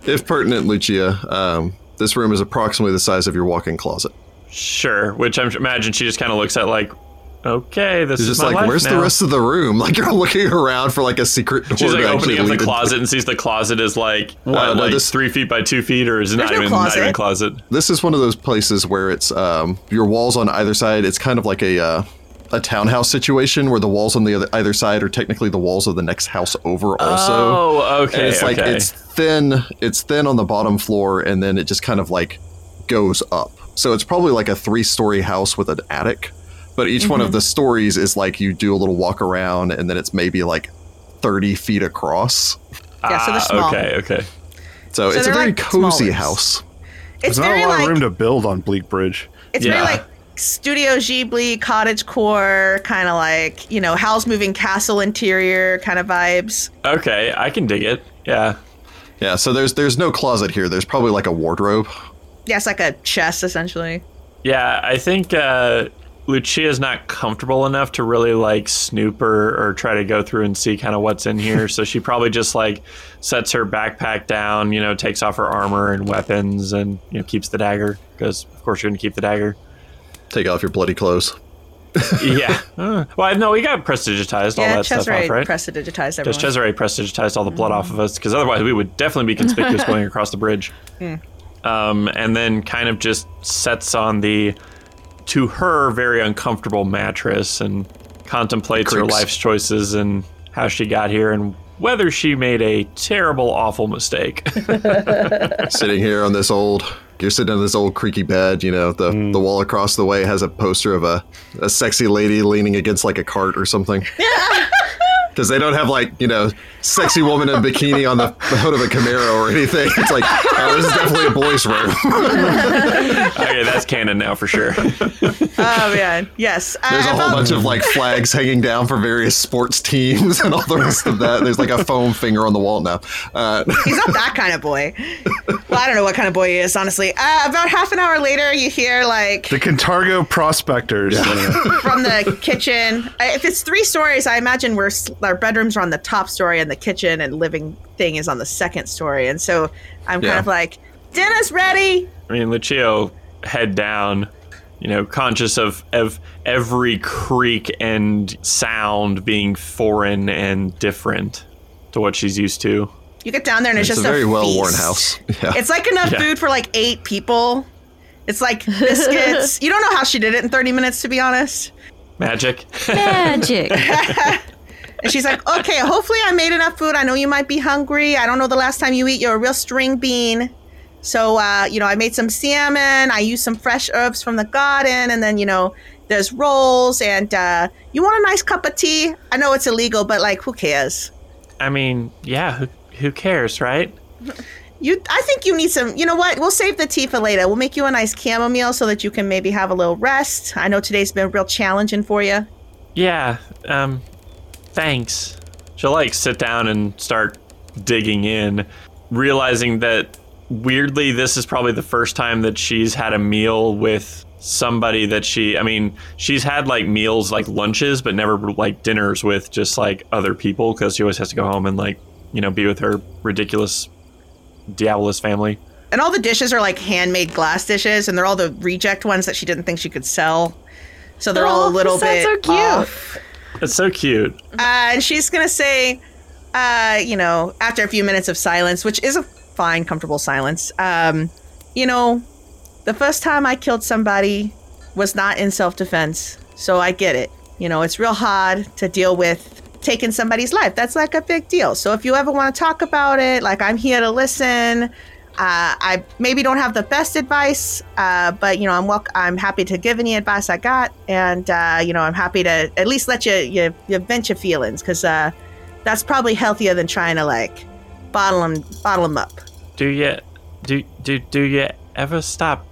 [SPEAKER 1] if pertinent, Lucia, um, this room is approximately the size of your walk-in closet.
[SPEAKER 5] Sure. Which I am imagine she just kind of looks at like, okay, this
[SPEAKER 1] It's
[SPEAKER 5] is
[SPEAKER 1] just
[SPEAKER 5] my
[SPEAKER 1] like,
[SPEAKER 5] life
[SPEAKER 1] where's
[SPEAKER 5] now."
[SPEAKER 1] the rest of the room? [LAUGHS] Like you're looking around for like a secret door.
[SPEAKER 5] She's like
[SPEAKER 1] to actually
[SPEAKER 5] opening up
[SPEAKER 1] lead
[SPEAKER 5] the
[SPEAKER 1] into-
[SPEAKER 5] closet and sees the closet is like what,
[SPEAKER 1] Uh, no,
[SPEAKER 5] like
[SPEAKER 1] this-
[SPEAKER 5] three feet by two feet, or is it not
[SPEAKER 4] no
[SPEAKER 5] even not
[SPEAKER 4] closet.
[SPEAKER 5] even a closet?
[SPEAKER 1] This is one of those places where it's um, your walls on either side. It's kind of like a uh, a townhouse situation where the walls on the other either side are technically the walls of the next house over. Also,
[SPEAKER 5] oh, okay.
[SPEAKER 1] and it's like
[SPEAKER 5] okay.
[SPEAKER 1] it's thin. It's thin on the bottom floor, and then it just kind of like goes up. So it's probably like a three story house with an attic. But each one
[SPEAKER 4] Mm-hmm.
[SPEAKER 1] of the stories is like you do a little walk around, and then it's maybe like thirty feet across.
[SPEAKER 4] Yeah, so they're
[SPEAKER 5] Ah,
[SPEAKER 4] small.
[SPEAKER 5] Okay, okay.
[SPEAKER 1] So, it's a
[SPEAKER 4] they're
[SPEAKER 1] very
[SPEAKER 4] like
[SPEAKER 1] cozy
[SPEAKER 4] smaller.
[SPEAKER 1] house.
[SPEAKER 4] It's
[SPEAKER 3] There's not
[SPEAKER 4] very
[SPEAKER 3] a lot
[SPEAKER 4] like
[SPEAKER 3] of room to build on Bleak Bridge.
[SPEAKER 4] it's
[SPEAKER 5] Yeah.
[SPEAKER 4] very like Studio Ghibli cottage core kind of like you know house moving castle interior kind of vibes.
[SPEAKER 5] Okay, I can dig it. Yeah.
[SPEAKER 1] Yeah, so there's there's no closet here. There's probably like a wardrobe.
[SPEAKER 4] Yes, like a chest essentially.
[SPEAKER 5] Yeah, I think uh, Lucia's not comfortable enough to really like snoop or, or try to go through and see kind of what's
[SPEAKER 1] [LAUGHS]
[SPEAKER 5] in here. so she probably just like sets her backpack down, you know, takes off her armor and weapons and, you know, keeps the dagger because, of course, you're going to keep
[SPEAKER 1] [LAUGHS]
[SPEAKER 5] the dagger.
[SPEAKER 1] Take off your bloody clothes.
[SPEAKER 5] yeah. Uh, well, no, we got prestidigitized all
[SPEAKER 4] yeah,
[SPEAKER 5] that stuff
[SPEAKER 4] Cesare
[SPEAKER 5] off, right?
[SPEAKER 4] prestidigitized
[SPEAKER 5] Does
[SPEAKER 4] everyone.
[SPEAKER 5] Cesare prestidigitized all the blood off of us? Because otherwise, we would definitely be conspicuous going across the bridge. Um, and then kind of just sets on the, to her, very uncomfortable mattress and contemplates her
[SPEAKER 1] Creaks.
[SPEAKER 5] life's choices and how she got here and whether she made a terrible, awful mistake. [LAUGHS]
[SPEAKER 1] sitting here on this old you're sitting on this old creaky bed you know the, the wall across the way has a poster of a, a sexy lady leaning against like a cart or
[SPEAKER 4] [LAUGHS]
[SPEAKER 1] something because they don't have like you know sexy woman in a bikini on the hood of a camaro or anything it's like oh, this is definitely a boys room [LAUGHS]
[SPEAKER 5] okay, that's canon now for sure.
[SPEAKER 4] Oh man, yes. Uh,
[SPEAKER 1] there's a whole
[SPEAKER 4] about-
[SPEAKER 1] bunch of like flags hanging down for various sports teams [LAUGHS] and all the rest of that there's like a foam finger on the wall now uh,
[SPEAKER 4] [LAUGHS]
[SPEAKER 1] [LAUGHS]
[SPEAKER 4] He's not that kind of boy. Well, I don't know what kind of boy he is, honestly. Uh, about half an hour later, you hear like
[SPEAKER 3] The Cantargo prospectors.
[SPEAKER 4] from the kitchen. I- If it's three stories, I imagine we're s- our bedrooms are on the top story, and the kitchen and living thing is on the second story. And so I'm kind
[SPEAKER 1] Yeah.
[SPEAKER 4] of like, dinner's ready.
[SPEAKER 5] I mean, Lucio head down, you know, conscious of, of every creak and sound being foreign and different to what she's used to.
[SPEAKER 4] You get down there, and it's,
[SPEAKER 1] it's a
[SPEAKER 4] just
[SPEAKER 1] very well worn
[SPEAKER 4] feast.
[SPEAKER 1] house [LAUGHS] yeah
[SPEAKER 4] It's like enough
[SPEAKER 5] Yeah.
[SPEAKER 4] food for like eight people. It's like
[SPEAKER 1] [LAUGHS]
[SPEAKER 4] biscuits. you don't know how she did it in 30 minutes, to be honest.
[SPEAKER 5] Magic.
[SPEAKER 2] [LAUGHS] Magic.
[SPEAKER 4] And she's like, okay, hopefully I made enough food. I know you might be hungry. I don't know the last time you eat. You're a real string bean. So, uh, you know, I made some salmon. I used some fresh herbs from the garden. And then, you know, there's rolls. And uh, you want a nice cup of tea? I know it's illegal, but like, who cares?
[SPEAKER 5] I mean, yeah, who, who cares, right?
[SPEAKER 4] You, I think you need some. You know what? We'll save the tea for later. We'll make you a nice chamomile so that you can maybe have a little rest. I know today's been real challenging for you.
[SPEAKER 5] Yeah, um, thanks. She'll like sit down and start digging in, realizing that weirdly, this is probably the first time that she's had a meal with somebody that she, I mean, she's had like meals, like lunches, but never like dinners with just like other people because she always has to go home and like, you know, be with her ridiculous Diabolus family.
[SPEAKER 4] And all the dishes are like handmade glass dishes, and they're all the reject ones that she didn't think she could sell. So they're all a little bit Oh, so cute.
[SPEAKER 5] That's so cute.
[SPEAKER 4] Uh, and she's gonna say, uh, you know, after a few minutes of silence, which is a fine, comfortable silence. Um, you know, the first time I killed somebody was not in self-defense, so I get it. You know, it's real hard to deal with taking somebody's life. That's like a big deal. So if you ever want to talk about it, like I'm here to listen. Uh, I maybe don't have the best advice, uh, but you know I'm welc I'm happy to give any advice I got, and uh, you know I'm happy to at least let you you, you vent your feelings because uh, that's probably healthier than trying to like bottle them bottle 'em up.
[SPEAKER 5] Do you, do, do, do you ever stop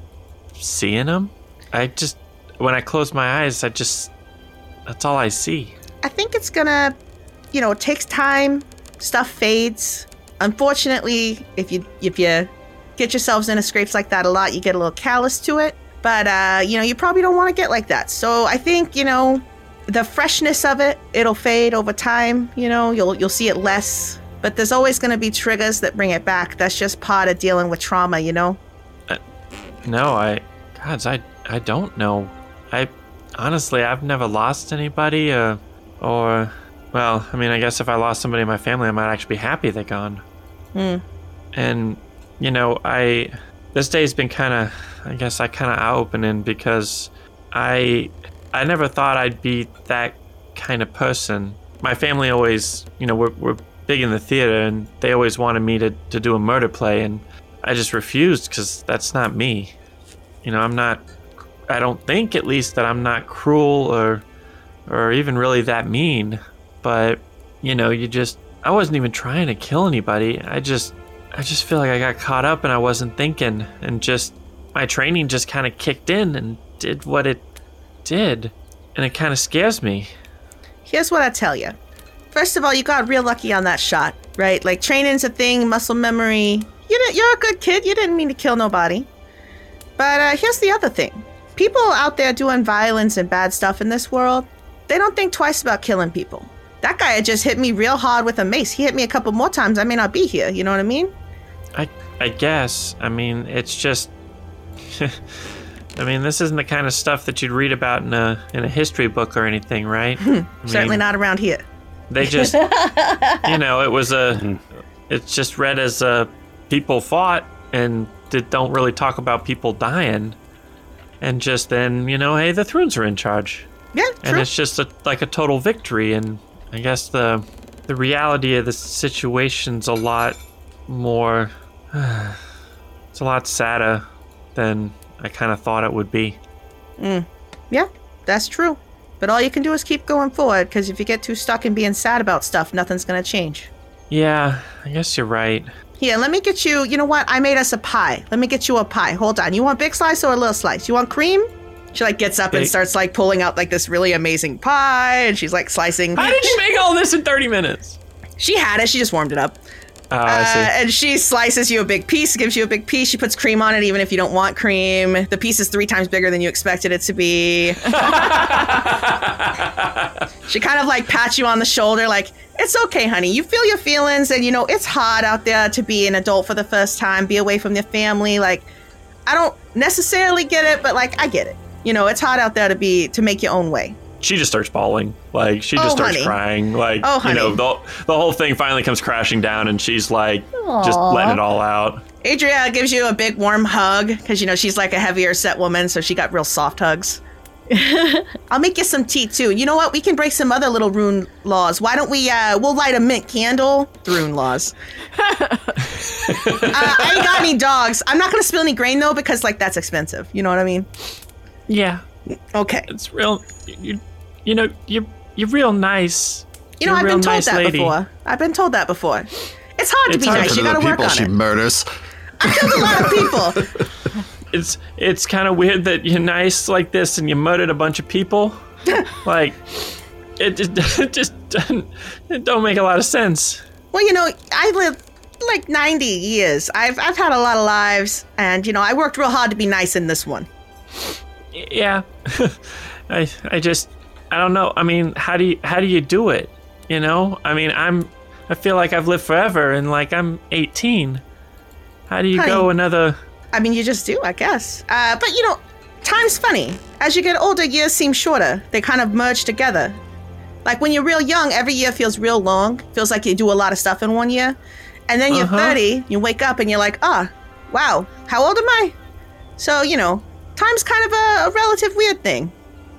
[SPEAKER 5] seeing them? I just, when I close my eyes, I just, that's all I see.
[SPEAKER 4] I think it's gonna, you know, it takes time. Stuff fades. Unfortunately, if you if you get yourselves into scrapes like that a lot, you get a little callous to it. But uh, you know, you probably don't want to get like that. So I think you know, the freshness of it, it'll fade over time. You know, you'll you'll see it less. But there's always gonna be triggers that bring it back. That's just part of dealing with trauma. You know.
[SPEAKER 5] No, I, gods, I, I don't know. I, honestly, I've never lost anybody, uh, or, well, I mean, I guess if I lost somebody in my family, I might actually be happy they're gone. And, you know, I, this day's been kind of, I guess, I kind of eye opening because I, I never thought I'd be that kind of person. My family always, you know, we're, we're big in the theater and they always wanted me to, to do a murder play and I just refused because that's not me. You know, I'm not, I don't think at least that I'm not cruel or, or even really that mean, but, you know, you just, I wasn't even trying to kill anybody. I just I just feel like I got caught up and I wasn't thinking and just my training just kind of kicked in and did what it did. And it kind of scares me.
[SPEAKER 4] Here's what I tell you. First of all, you got real lucky on that shot, right? Like training's a thing, muscle memory. You didn't, you're a good kid. You didn't mean to kill nobody. But uh, here's the other thing: people out there doing violence and bad stuff in this world, they don't think twice about killing people. That guy had just hit me real hard with a mace. He hit me a couple more times. I may not be here. You know what I mean?
[SPEAKER 5] I I guess. I mean, it's just [LAUGHS] I mean, this isn't the kind of stuff that you'd read about in a in a history book or anything, right? I
[SPEAKER 4] Certainly
[SPEAKER 5] mean,
[SPEAKER 4] not around here.
[SPEAKER 5] They just you know, it was a it's just read as a people fought and that don't really talk about people dying. And just then, you know, hey, the Thrones are in charge.
[SPEAKER 4] Yeah,
[SPEAKER 5] and
[SPEAKER 4] true.
[SPEAKER 5] it's just a, like a total victory and i guess the the reality of the situation's a lot more [SIGHS] it's a lot sadder than i kind of thought it would be
[SPEAKER 4] Yeah, that's true. But all you can do is keep going forward, because if you get too stuck in being sad about stuff, nothing's gonna change.
[SPEAKER 5] yeah i guess you're right
[SPEAKER 4] Here, let me get you. You know what? I made us a pie. Let me get you a pie. Hold on. You want big slice or a little slice? You want cream? She like gets up and
[SPEAKER 5] Big.
[SPEAKER 4] starts like pulling out like this really amazing pie, and she's like slicing.
[SPEAKER 5] how did you make all this in 30 minutes
[SPEAKER 4] She had it. She just warmed it up.
[SPEAKER 5] oh i see
[SPEAKER 4] Uh, and she slices you a big piece, gives you a big piece. She puts cream on it, even if you don't want cream. The piece is three times bigger than you expected it to be. she kind of like pats you on the shoulder, like, it's okay, honey. You feel your feelings, and you know, it's hard out there to be an adult for the first time, be away from your family. Like, I don't necessarily get it, but like, I get it. You know, it's hard out there to be, to make your own way.
[SPEAKER 5] she just starts bawling. Like she
[SPEAKER 4] Oh,
[SPEAKER 5] just starts
[SPEAKER 4] honey.
[SPEAKER 5] crying. Like
[SPEAKER 4] Oh,
[SPEAKER 5] you know,
[SPEAKER 4] honey.
[SPEAKER 5] the, the whole thing finally comes crashing down, and she's like, just letting it all out.
[SPEAKER 4] Adriana gives you a big warm hug because you know she's like a heavier set woman, so she got real soft
[SPEAKER 5] [LAUGHS]
[SPEAKER 4] hugs. I'll make you some tea too. You know what? We can break some other little rune laws. Why don't we? Uh, we'll light a mint candle. Rune
[SPEAKER 5] [LAUGHS]
[SPEAKER 4] laws. uh, I ain't got any dogs. I'm not gonna spill any grain though because like that's expensive. You know what I mean?
[SPEAKER 5] Yeah,
[SPEAKER 4] Okay.
[SPEAKER 5] it's real. You, you know, you you're real nice.
[SPEAKER 4] You know
[SPEAKER 5] You're a
[SPEAKER 4] I've
[SPEAKER 5] real
[SPEAKER 4] been told
[SPEAKER 5] nice
[SPEAKER 4] that
[SPEAKER 5] lady.
[SPEAKER 4] before. I've been told that before. It's hard to
[SPEAKER 5] It's
[SPEAKER 4] be
[SPEAKER 5] hard
[SPEAKER 4] nice.
[SPEAKER 5] to
[SPEAKER 4] You
[SPEAKER 1] the
[SPEAKER 4] gotta work
[SPEAKER 1] people
[SPEAKER 4] on
[SPEAKER 1] she
[SPEAKER 4] it.
[SPEAKER 1] murders.
[SPEAKER 4] There's a
[SPEAKER 5] [LAUGHS]
[SPEAKER 4] lot of people.
[SPEAKER 5] It's it's kind of weird that you're nice like this and you murdered a bunch of
[SPEAKER 4] [LAUGHS]
[SPEAKER 5] people. like it just, it [LAUGHS] just doesn't it don't make a lot of sense.
[SPEAKER 4] Well, you know, I lived like 90 years. I've, I've had a lot of lives, and, you know, I worked real hard to be nice in this one.
[SPEAKER 5] Y- Yeah, [LAUGHS] I I just I don't know. I mean, how do you how do you do it? You know, I mean, I'm I feel like I've lived forever and like I'm 18. How do you go
[SPEAKER 4] Honey.
[SPEAKER 5] another?
[SPEAKER 4] I mean, you just do, I guess. Uh, but, you know, time's funny. As you get older, years seem shorter, they kind of merge together. Like when you're real young, every year feels real long, feels like you do a lot of stuff in one year. And then you're
[SPEAKER 5] Uh-huh.
[SPEAKER 4] 30, you wake up and you're like, ah, wow, how old am I? So, you know, time's kind of a, a relative weird thing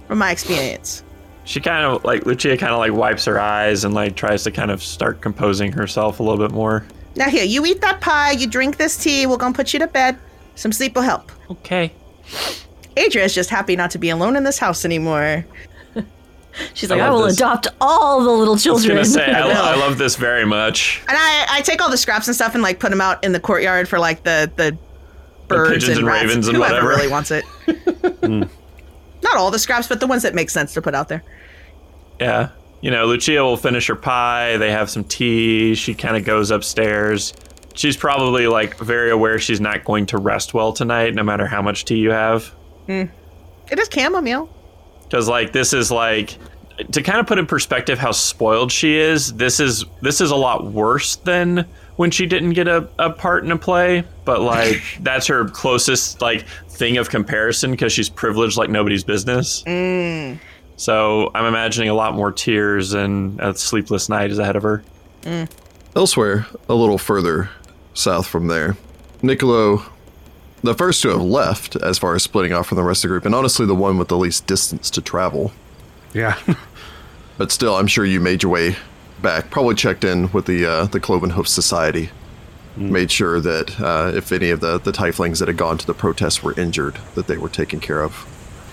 [SPEAKER 4] from my experience.
[SPEAKER 5] She kind of like Lucia kind of like wipes her eyes and like tries to kind of start composing herself a little bit more.
[SPEAKER 4] Now here, you eat that pie, you drink this tea, we're gonna put you to bed. Some sleep will help.
[SPEAKER 5] Okay.
[SPEAKER 4] Adria is just happy not to be alone in this house anymore.
[SPEAKER 2] She's like,
[SPEAKER 5] I
[SPEAKER 2] I,
[SPEAKER 5] love
[SPEAKER 2] will
[SPEAKER 5] this.
[SPEAKER 2] adopt all the little
[SPEAKER 5] I was
[SPEAKER 2] children.
[SPEAKER 5] gonna say I,
[SPEAKER 2] [LAUGHS]
[SPEAKER 5] lo- I love this very much.
[SPEAKER 4] And I, I take all the scraps and stuff and like put them out in the courtyard for like the the birds and,
[SPEAKER 5] pigeons and
[SPEAKER 4] rats,
[SPEAKER 5] ravens and
[SPEAKER 4] whoever
[SPEAKER 5] whatever.
[SPEAKER 4] really wants
[SPEAKER 5] [LAUGHS]
[SPEAKER 4] it. Not all the scraps, but the ones that make sense to put out there.
[SPEAKER 5] Yeah. You know, Lucia will finish her pie. They have some tea. She kind of goes upstairs. She's probably like very aware she's not going to rest well tonight, no matter how much tea you have.
[SPEAKER 4] It is chamomile.
[SPEAKER 5] Because like this is like to kind of put in perspective how spoiled she is. This is this is a lot worse than when she didn't get a, a part in a play. But like that's her closest like thing of comparison because she's privileged like nobody's business. So I'm imagining a lot more tears and a sleepless night is ahead of her.
[SPEAKER 1] Elsewhere, a little further south from there, Niccolo, the first to have left as far as splitting off from the rest of the group, and honestly the one with the least distance to travel.
[SPEAKER 3] [LAUGHS] Yeah.
[SPEAKER 1] But still, I'm sure you made your way back. Probably checked in with the uh, the Cloven Hoof Society, made sure that uh, if any of the the tieflings that had gone to the protests were injured, that they were taken care of.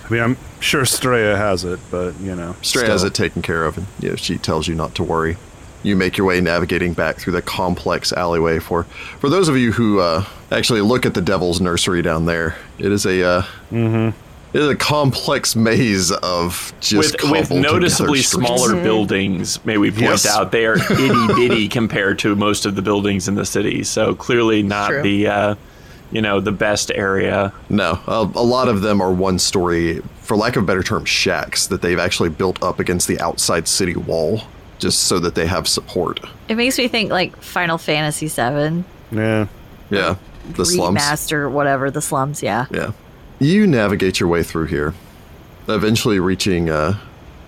[SPEAKER 3] I mean, I'm sure Straya has it, but you know.
[SPEAKER 1] Stray
[SPEAKER 3] still.
[SPEAKER 1] has it taken care of, and you know, she tells you not to worry. you make your way navigating back through the complex alleyway. For for those of you who uh, actually look at the Devil's Nursery down there, it is a uh, it is a complex maze of just
[SPEAKER 5] Mm-hmm. with,
[SPEAKER 1] cobbled
[SPEAKER 5] with
[SPEAKER 1] together
[SPEAKER 5] noticeably
[SPEAKER 1] streets.
[SPEAKER 5] smaller
[SPEAKER 4] Mm-hmm.
[SPEAKER 5] buildings, may we point
[SPEAKER 1] Yes.
[SPEAKER 5] out, they
[SPEAKER 1] [LAUGHS]
[SPEAKER 5] are itty bitty compared to most of the buildings in the city. So clearly not
[SPEAKER 4] True.
[SPEAKER 5] the, uh, you know, the best area.
[SPEAKER 1] No, a, a lot of them are one story, for lack of a better term, shacks that they've actually built up against the outside city wall just so that they have support.
[SPEAKER 2] It makes me think like Final Fantasy VII
[SPEAKER 3] Yeah.
[SPEAKER 1] Yeah, the slums.
[SPEAKER 2] remaster, whatever the slums. Yeah.
[SPEAKER 1] Yeah. You navigate your way through here, eventually reaching uh,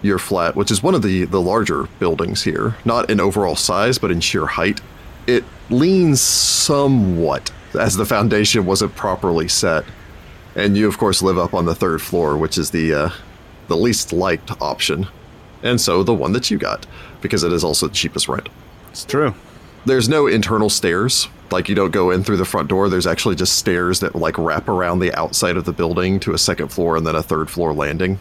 [SPEAKER 1] your flat, which is one of the, the larger buildings here, not in overall size, but in sheer height. It leans somewhat as the foundation wasn't properly set. And you, of course, live up on the third floor, which is the, uh, the least liked option. And so the one that you got, because it is also the cheapest rent
[SPEAKER 3] It's true.
[SPEAKER 1] there's no internal stairs. Like you don't go in through the front door. There's actually just stairs that like wrap around the outside of the building to a second floor and then a third floor landing.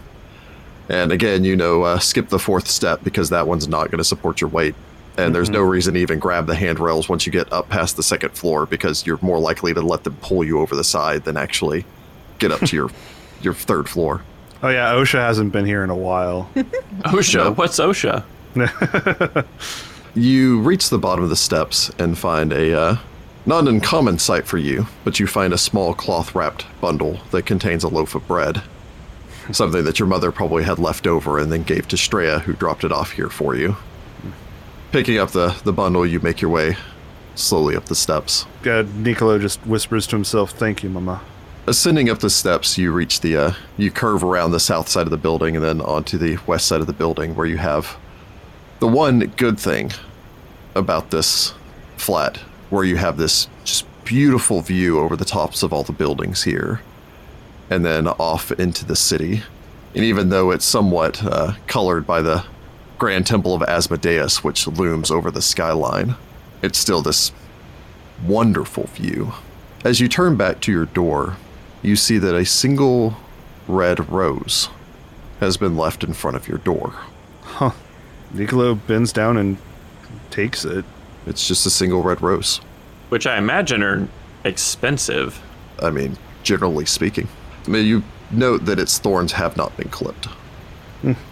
[SPEAKER 1] And again, you know, uh, skip the fourth step because that one's not going to support your weight. And there's no reason to even grab the handrails once you get up past the second floor because you're more likely to let them pull you over the side than actually get up to your your third floor.
[SPEAKER 3] Oh yeah, OSHA hasn't been here in a while.
[SPEAKER 5] OSHA. What's OSHA?
[SPEAKER 1] You reach the bottom of the steps and find a uh, not an uncommon sight for you, but you find a small cloth wrapped bundle that contains a loaf of bread. Something that your mother probably had left over and then gave to Straya, who dropped it off here for you. Picking up the, the bundle, you make your way slowly up the steps.
[SPEAKER 3] uh, Niccolo just whispers to himself, "Thank you, Mama."
[SPEAKER 1] Ascending up the steps, you reach the uh, you curve around the south side of the building and then onto the west side of the building, where you have the one good thing about this flat, where you have this just beautiful view over the tops of all the buildings here, and then off into the city. And even though it's somewhat uh, colored by the Grand Temple of Asmodeus, which looms over the skyline, it's still this wonderful view. As you turn back to your door, you see that a single red rose has been left in front of your door.
[SPEAKER 3] Niccolo bends down and takes it.
[SPEAKER 1] It's just a single red rose.
[SPEAKER 5] Which I imagine are
[SPEAKER 1] [LAUGHS]
[SPEAKER 5] expensive.
[SPEAKER 1] I mean, generally speaking. I mean, you note that its thorns have not been clipped.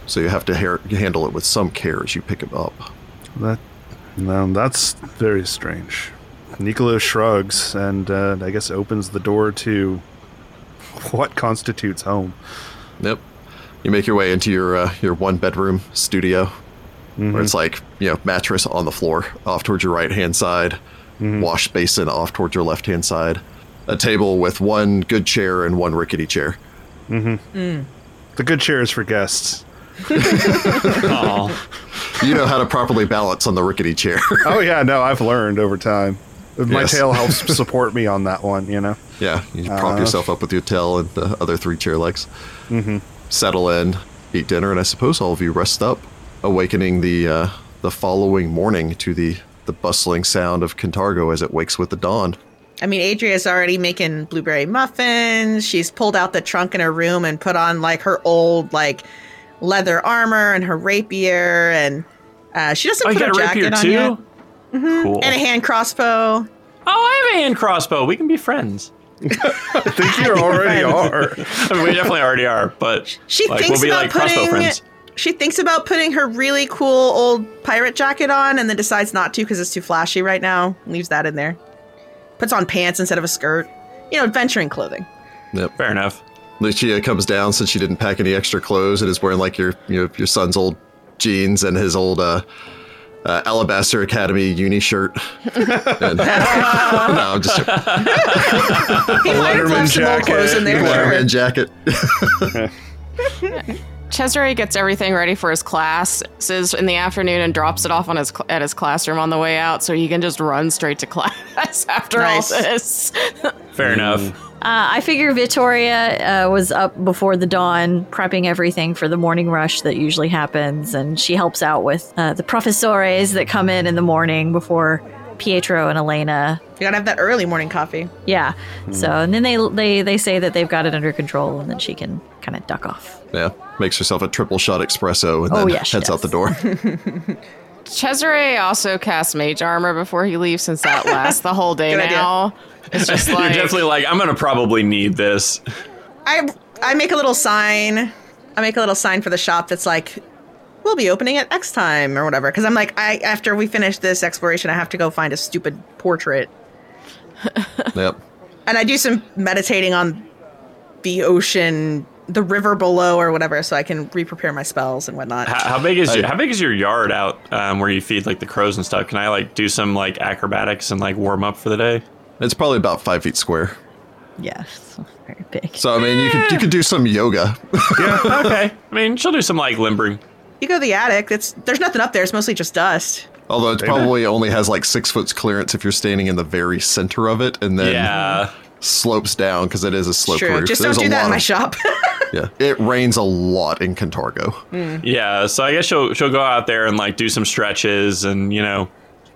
[SPEAKER 1] So you have to hair handle it with some care as you pick it up.
[SPEAKER 3] That, no, that's very strange. Niccolo shrugs and uh, I guess opens the door to what constitutes home.
[SPEAKER 1] Yep. You make your way into your uh, your one bedroom studio, where it's like you know mattress on the floor, off towards your right hand side, wash basin off towards your left hand side, a table with one good chair and one rickety chair.
[SPEAKER 3] The good chair is for guests.
[SPEAKER 5] Oh,
[SPEAKER 1] You know how to properly balance on the rickety chair. [LAUGHS]
[SPEAKER 3] Oh yeah, no, I've learned over time. My
[SPEAKER 1] Yes.
[SPEAKER 3] tail
[SPEAKER 1] [LAUGHS]
[SPEAKER 3] helps support me on that one, you know.
[SPEAKER 1] yeah, you prop
[SPEAKER 3] Uh.
[SPEAKER 1] yourself up with your tail and the other three chair legs. Mm-hmm. Settle in, eat dinner, and I suppose all of you rest up, awakening the uh, the following morning to the the bustling sound of Cantargo as it wakes with the dawn.
[SPEAKER 4] I mean, Adria's already making blueberry muffins. She's pulled out the trunk in her room and put on like her old like leather armor and her rapier, and uh, she doesn't
[SPEAKER 5] oh you
[SPEAKER 4] put her
[SPEAKER 5] got a rapier
[SPEAKER 4] jacket on
[SPEAKER 5] too? Mm-hmm.
[SPEAKER 4] yet.
[SPEAKER 5] Cool.
[SPEAKER 4] And a hand crossbow.
[SPEAKER 5] oh, I have a hand crossbow. We can be friends.
[SPEAKER 3] I think you
[SPEAKER 4] [LAUGHS]
[SPEAKER 3] already are.
[SPEAKER 5] I mean, we definitely already are, but
[SPEAKER 4] She
[SPEAKER 5] like,
[SPEAKER 4] thinks
[SPEAKER 5] we'll be
[SPEAKER 4] about
[SPEAKER 5] like crossbow
[SPEAKER 4] putting.
[SPEAKER 5] friends.
[SPEAKER 4] She thinks about putting her really cool old pirate jacket on, and then decides not to because it's too flashy right now. Leaves that in there. Puts on pants instead of a skirt. You know, adventuring clothing.
[SPEAKER 1] Yep.
[SPEAKER 5] Fair enough.
[SPEAKER 1] Lucia comes down since she didn't pack any extra clothes and is wearing like your you know, your son's old jeans and his old uh, uh, Alabaster Academy uni
[SPEAKER 4] [LAUGHS]
[SPEAKER 1] shirt. And- [LAUGHS] no, I'm just joking.
[SPEAKER 4] He might have
[SPEAKER 3] Letterman
[SPEAKER 4] left some old
[SPEAKER 3] jacket.
[SPEAKER 4] clothes in there.
[SPEAKER 1] Leather
[SPEAKER 4] sure.
[SPEAKER 1] man jacket.
[SPEAKER 6] Cesare gets everything ready for his classes in the afternoon and drops it off on his cl- at his classroom on the way out, so he can just run straight to [LAUGHS] class after
[SPEAKER 4] Nice.
[SPEAKER 6] all this.
[SPEAKER 5] Fair
[SPEAKER 1] Mm.
[SPEAKER 5] enough.
[SPEAKER 2] Uh, I figure Vittoria uh, was up before the dawn, prepping everything for the morning rush that usually happens, and she helps out with uh, the professores that come in in the morning before Pietro and Elena.
[SPEAKER 4] You gotta have that early morning coffee.
[SPEAKER 2] Yeah. So, and then they they they say that they've got it under control, and then she can kind of duck off.
[SPEAKER 1] Yeah, makes herself a triple shot espresso and
[SPEAKER 2] Oh,
[SPEAKER 1] then
[SPEAKER 2] yeah, she
[SPEAKER 4] [LAUGHS]
[SPEAKER 1] heads out the
[SPEAKER 2] does.
[SPEAKER 1] door.
[SPEAKER 6] Cesare also casts mage armor before he leaves, since
[SPEAKER 4] [LAUGHS]
[SPEAKER 6] that lasts the whole day
[SPEAKER 4] Good idea.
[SPEAKER 6] now.
[SPEAKER 5] [LAUGHS]
[SPEAKER 6] It's just
[SPEAKER 5] You're
[SPEAKER 6] like
[SPEAKER 5] definitely like, I'm gonna probably need this.
[SPEAKER 4] I I make a little sign. I make a little sign for the shop that's like, we'll be opening at X time or whatever. Because I'm like, I after we finish this exploration, I have to go find a stupid portrait.
[SPEAKER 1] Yep.
[SPEAKER 4] And I do some meditating on the ocean, the river below or whatever, so I can re-prepare my spells and whatnot.
[SPEAKER 5] How, how big is your, how big is your yard out um, where you feed like the crows and stuff? Can I like do some like acrobatics and like warm up for the day?
[SPEAKER 1] It's probably about five feet square.
[SPEAKER 8] Yeah, it's very big.
[SPEAKER 1] So I mean, you could you could do some yoga. [LAUGHS]
[SPEAKER 5] [LAUGHS] okay. I mean, she'll do some like limbering.
[SPEAKER 4] You go to the attic. It's there's nothing up there. It's mostly just dust.
[SPEAKER 1] Although it probably only has like six foot's clearance if you're standing in the very center of it, and then
[SPEAKER 5] Yeah.
[SPEAKER 1] slopes down because it is a slope
[SPEAKER 4] True.
[SPEAKER 1] roof.
[SPEAKER 4] Just don't
[SPEAKER 1] There's a
[SPEAKER 4] do that
[SPEAKER 1] lot
[SPEAKER 4] in my
[SPEAKER 1] of-
[SPEAKER 4] shop. [LAUGHS]
[SPEAKER 1] Yeah, it rains a lot in Cantargo.
[SPEAKER 5] Yeah. So I guess she'll she'll go out there and like do some stretches and you know,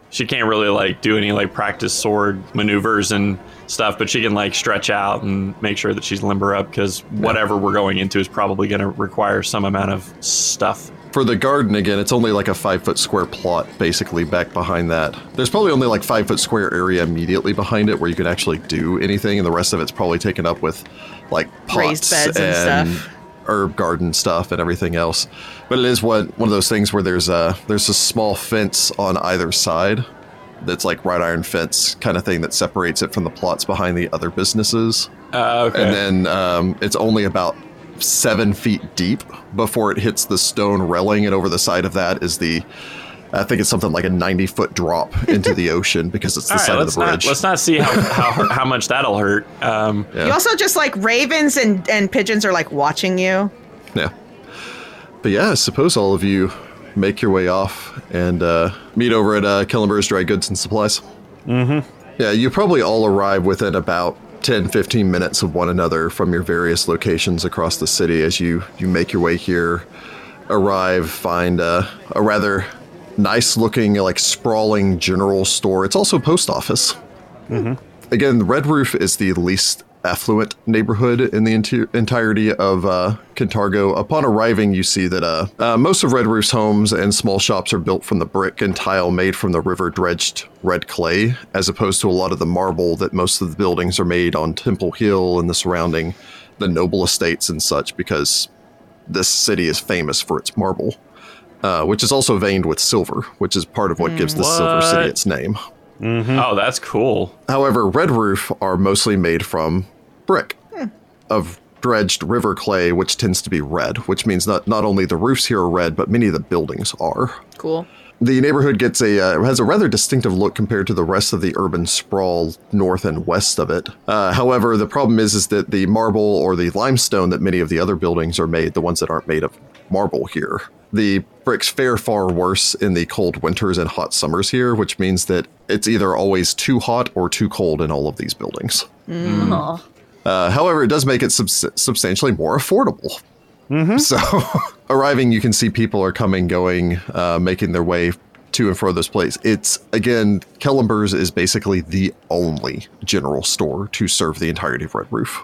[SPEAKER 5] she can't really like do any like practice sword maneuvers and stuff, but she can like stretch out and make sure that she's limber up because whatever we're going into is probably going to require some amount of stuff.
[SPEAKER 1] For the garden again, it's only like a five foot square plot basically back behind that. There's probably only like five foot square area immediately behind it where you can actually do anything, and the rest of it's probably taken up with like pots
[SPEAKER 4] Raised beds and stuff.
[SPEAKER 1] herb garden stuff and everything else. But it is one one of those things where there's a there's a small fence on either side that's like wrought iron fence kind of thing that separates it from the plots behind the other businesses.
[SPEAKER 5] Uh, okay.
[SPEAKER 1] and then um, it's only about seven feet deep before it hits the stone railing, and over the side of that is the. I think it's something like a 90 foot drop into
[SPEAKER 5] [LAUGHS]
[SPEAKER 1] the ocean because it's the
[SPEAKER 5] All
[SPEAKER 1] side
[SPEAKER 5] right,
[SPEAKER 1] of
[SPEAKER 5] let's
[SPEAKER 1] the
[SPEAKER 5] not
[SPEAKER 1] bridge.
[SPEAKER 5] let's not
[SPEAKER 1] [LAUGHS]
[SPEAKER 5] see how how, how much that'll hurt. Um,
[SPEAKER 1] Yeah.
[SPEAKER 4] You also just like ravens and and pigeons are like watching you.
[SPEAKER 1] Yeah. But yeah, I suppose all of you make your way off and uh, meet over at uh, Killenberg's Dry Goods and Supplies. Mm-hmm. Yeah, you probably all arrive within about 10, 15 minutes of one another from your various locations across the city as you, you make your way here, arrive, find uh, a rather nice looking, like sprawling general store. It's also post office again, Red Roof is the least affluent neighborhood in the enti- entirety of uh, Cantargo. Upon arriving, you see that uh, uh, most of Red Roof's homes and small shops are built from the brick and tile made from the river dredged red clay, as opposed to a lot of the marble that most of the buildings are made on Temple Hill and the surrounding, the noble estates and such, because this city is famous for its marble. Uh, which is also veined with silver, which is part of what gives the Silver City
[SPEAKER 5] What?
[SPEAKER 1] its name. Mm-hmm.
[SPEAKER 5] Oh, that's cool.
[SPEAKER 1] However, red roof are mostly made from brick of dredged river clay, which tends to be red, which means not, not only the roofs here are red, but many of the buildings are.
[SPEAKER 6] cool.
[SPEAKER 1] The neighborhood gets a uh, has a rather distinctive look compared to the rest of the urban sprawl north and west of it. Uh, however, the problem is is that the marble or the limestone that many of the other buildings are made, the ones that aren't made of marble here, the bricks fare far worse in the cold winters and hot summers here, which means that it's either always too hot or too cold in all of these buildings.
[SPEAKER 2] Aw.
[SPEAKER 1] Uh, however, it does make it subs- substantially more affordable. So, [LAUGHS] arriving, you can see people are coming, going, uh, making their way to and fro this place. It's again, Kellenber's is basically the only general store to serve the entirety of Red Roof.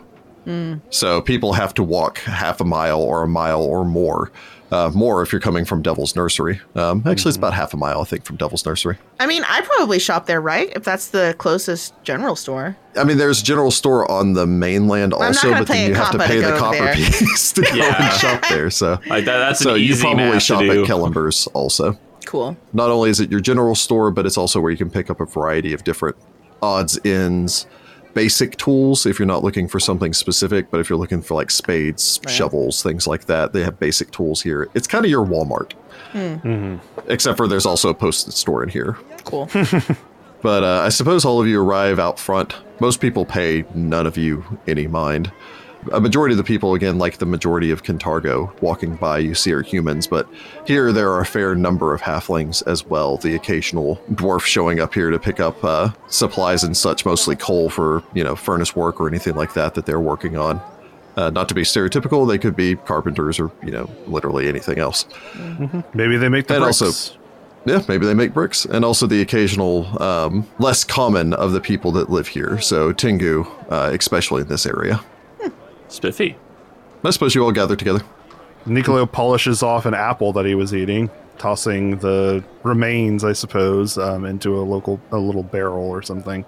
[SPEAKER 1] So people have to walk half a mile or a mile or more, uh, more if you're coming from Devil's Nursery. Um, actually, it's about half a mile, I think, from Devil's Nursery.
[SPEAKER 4] I mean, I probably shop there, right? If that's the closest general store.
[SPEAKER 1] I mean, there's a general store on the mainland
[SPEAKER 4] I'm not
[SPEAKER 1] also,
[SPEAKER 4] gonna
[SPEAKER 1] but
[SPEAKER 4] pay
[SPEAKER 1] then
[SPEAKER 4] a
[SPEAKER 1] you have to
[SPEAKER 4] copper to
[SPEAKER 1] pay
[SPEAKER 4] go
[SPEAKER 1] the
[SPEAKER 4] over
[SPEAKER 1] copper
[SPEAKER 4] there.
[SPEAKER 1] piece to go
[SPEAKER 5] Yeah.
[SPEAKER 1] and shop there. So,
[SPEAKER 5] [LAUGHS] Like that, that's
[SPEAKER 1] so
[SPEAKER 5] an
[SPEAKER 1] you
[SPEAKER 5] easy
[SPEAKER 1] probably
[SPEAKER 5] math
[SPEAKER 1] shop
[SPEAKER 5] to
[SPEAKER 1] at
[SPEAKER 5] do.
[SPEAKER 1] Kellenber's also.
[SPEAKER 4] Cool.
[SPEAKER 1] Not only is it your general store, but it's also where you can pick up a variety of different odds, ends, basic tools if you're not looking for something specific. But if you're looking for like spades, shovels, things like that, they have basic tools here. It's kind of your Walmart,
[SPEAKER 4] Hmm.
[SPEAKER 5] Mm-hmm.
[SPEAKER 1] except for there's also a posted store in here.
[SPEAKER 4] Cool.
[SPEAKER 1] But uh, I suppose all of you arrive out front. Most people pay none of you any mind. A majority of the people, again, like the majority of Cantargo walking by, you see are humans, but here there are a fair number of halflings as well. The occasional dwarf showing up here to pick up uh, supplies and such, mostly coal for, you know, furnace work or anything like that that they're working on. Uh, not to be stereotypical, they could be carpenters or, you know, literally anything else.
[SPEAKER 3] Maybe they make the
[SPEAKER 1] And
[SPEAKER 3] bricks.
[SPEAKER 1] also- Yeah, maybe they make bricks, and also the occasional um, less common of the people that live here. So Tengu, uh, especially in this area.
[SPEAKER 5] Spiffy.
[SPEAKER 1] I suppose you all gather together.
[SPEAKER 3] Niccolo polishes off an apple that he was eating. tossing the remains, I suppose, um, into a local a little barrel or something.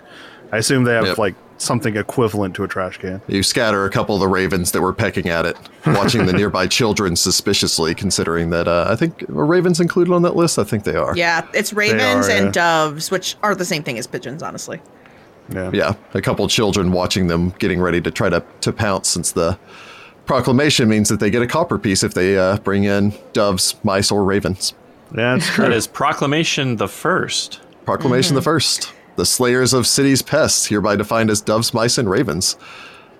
[SPEAKER 3] I assume they have
[SPEAKER 1] Yep.
[SPEAKER 3] like something equivalent to a trash can.
[SPEAKER 1] You scatter a couple of the ravens that were pecking at it, watching the nearby children suspiciously, considering that uh, I think are ravens included on that list? I think they are.
[SPEAKER 4] Yeah, it's ravens
[SPEAKER 3] are,
[SPEAKER 4] and
[SPEAKER 3] yeah.
[SPEAKER 4] doves, which are the same thing as pigeons, honestly.
[SPEAKER 3] Yeah.
[SPEAKER 1] Yeah, a couple children watching them getting ready to try to, to pounce since the proclamation means that they get a copper piece if they uh, bring in doves, mice, or ravens.
[SPEAKER 3] That's
[SPEAKER 4] [LAUGHS]
[SPEAKER 3] true.
[SPEAKER 5] That is Proclamation the First.
[SPEAKER 1] Proclamation the First. The slayers of cities' pests, hereby defined as doves, mice, and ravens,